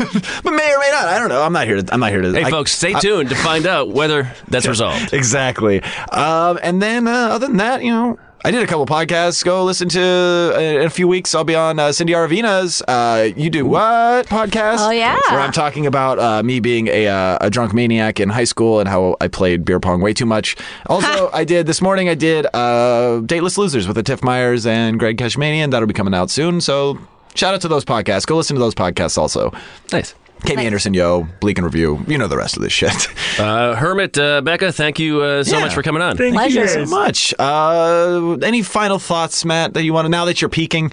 Speaker 2: may or may not. I don't know. I'm not here. To, I'm not here to.
Speaker 1: Hey,
Speaker 2: I-
Speaker 1: folks, stay tuned to find out whether that's resolved.
Speaker 2: Exactly. Um, and then, uh, other than that, you know, I did a couple podcasts. Go listen to uh, in a few weeks. I'll be on uh, Cindy Aravina's uh, "You Do What" podcast.
Speaker 3: Oh, yeah.
Speaker 2: where I'm talking about uh, me being a, uh, a drunk maniac in high school and how I played beer pong way too much. Also, I did this morning. I did uh, "Dateless Losers" with the Tiff Myers and Greg Cashmanian. That'll be coming out soon. So. Shout out to those podcasts. Go listen to those podcasts also.
Speaker 1: Nice.
Speaker 2: Kami Anderson, yo, Bleak and Review. You know the rest of this shit.
Speaker 1: Uh, Hermit, uh, Becca, thank you uh, so
Speaker 2: Yeah.
Speaker 1: much for coming on.
Speaker 4: Thank
Speaker 3: Pleasure.
Speaker 4: you
Speaker 2: so
Speaker 4: guys.
Speaker 2: much. Uh, any final thoughts, Matt, that you want to, now that you're peaking?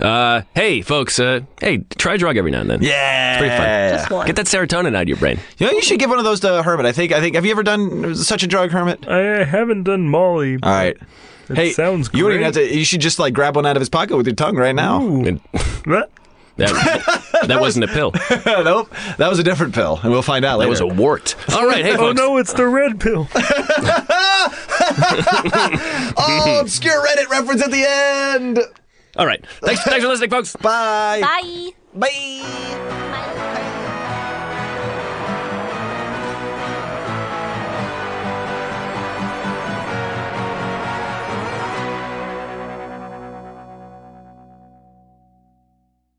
Speaker 1: Uh, hey, folks. Uh, hey, try a drug every now and then.
Speaker 2: Yeah.
Speaker 1: pretty fun.
Speaker 3: Just one.
Speaker 1: Get that serotonin out of your brain.
Speaker 2: You know, you should give one of those to Hermit. I think, I think, have you ever done such a drug, Hermit?
Speaker 4: I haven't done Molly.
Speaker 2: All right.
Speaker 4: It
Speaker 2: hey,
Speaker 4: sounds
Speaker 2: you don't even
Speaker 4: great.
Speaker 2: have to, you should just like grab one out of his pocket with your tongue right now.
Speaker 1: And
Speaker 4: That-
Speaker 1: that, that wasn't a pill. That
Speaker 2: nope. That was a different pill, and we'll find out later.
Speaker 1: was a wart. All right, hey,
Speaker 4: Oh
Speaker 1: folks.
Speaker 4: no, it's the red pill.
Speaker 2: oh, obscure Reddit reference at the end.
Speaker 1: All right. Thanks, thanks for listening, folks.
Speaker 2: Bye.
Speaker 3: Bye.
Speaker 2: Bye.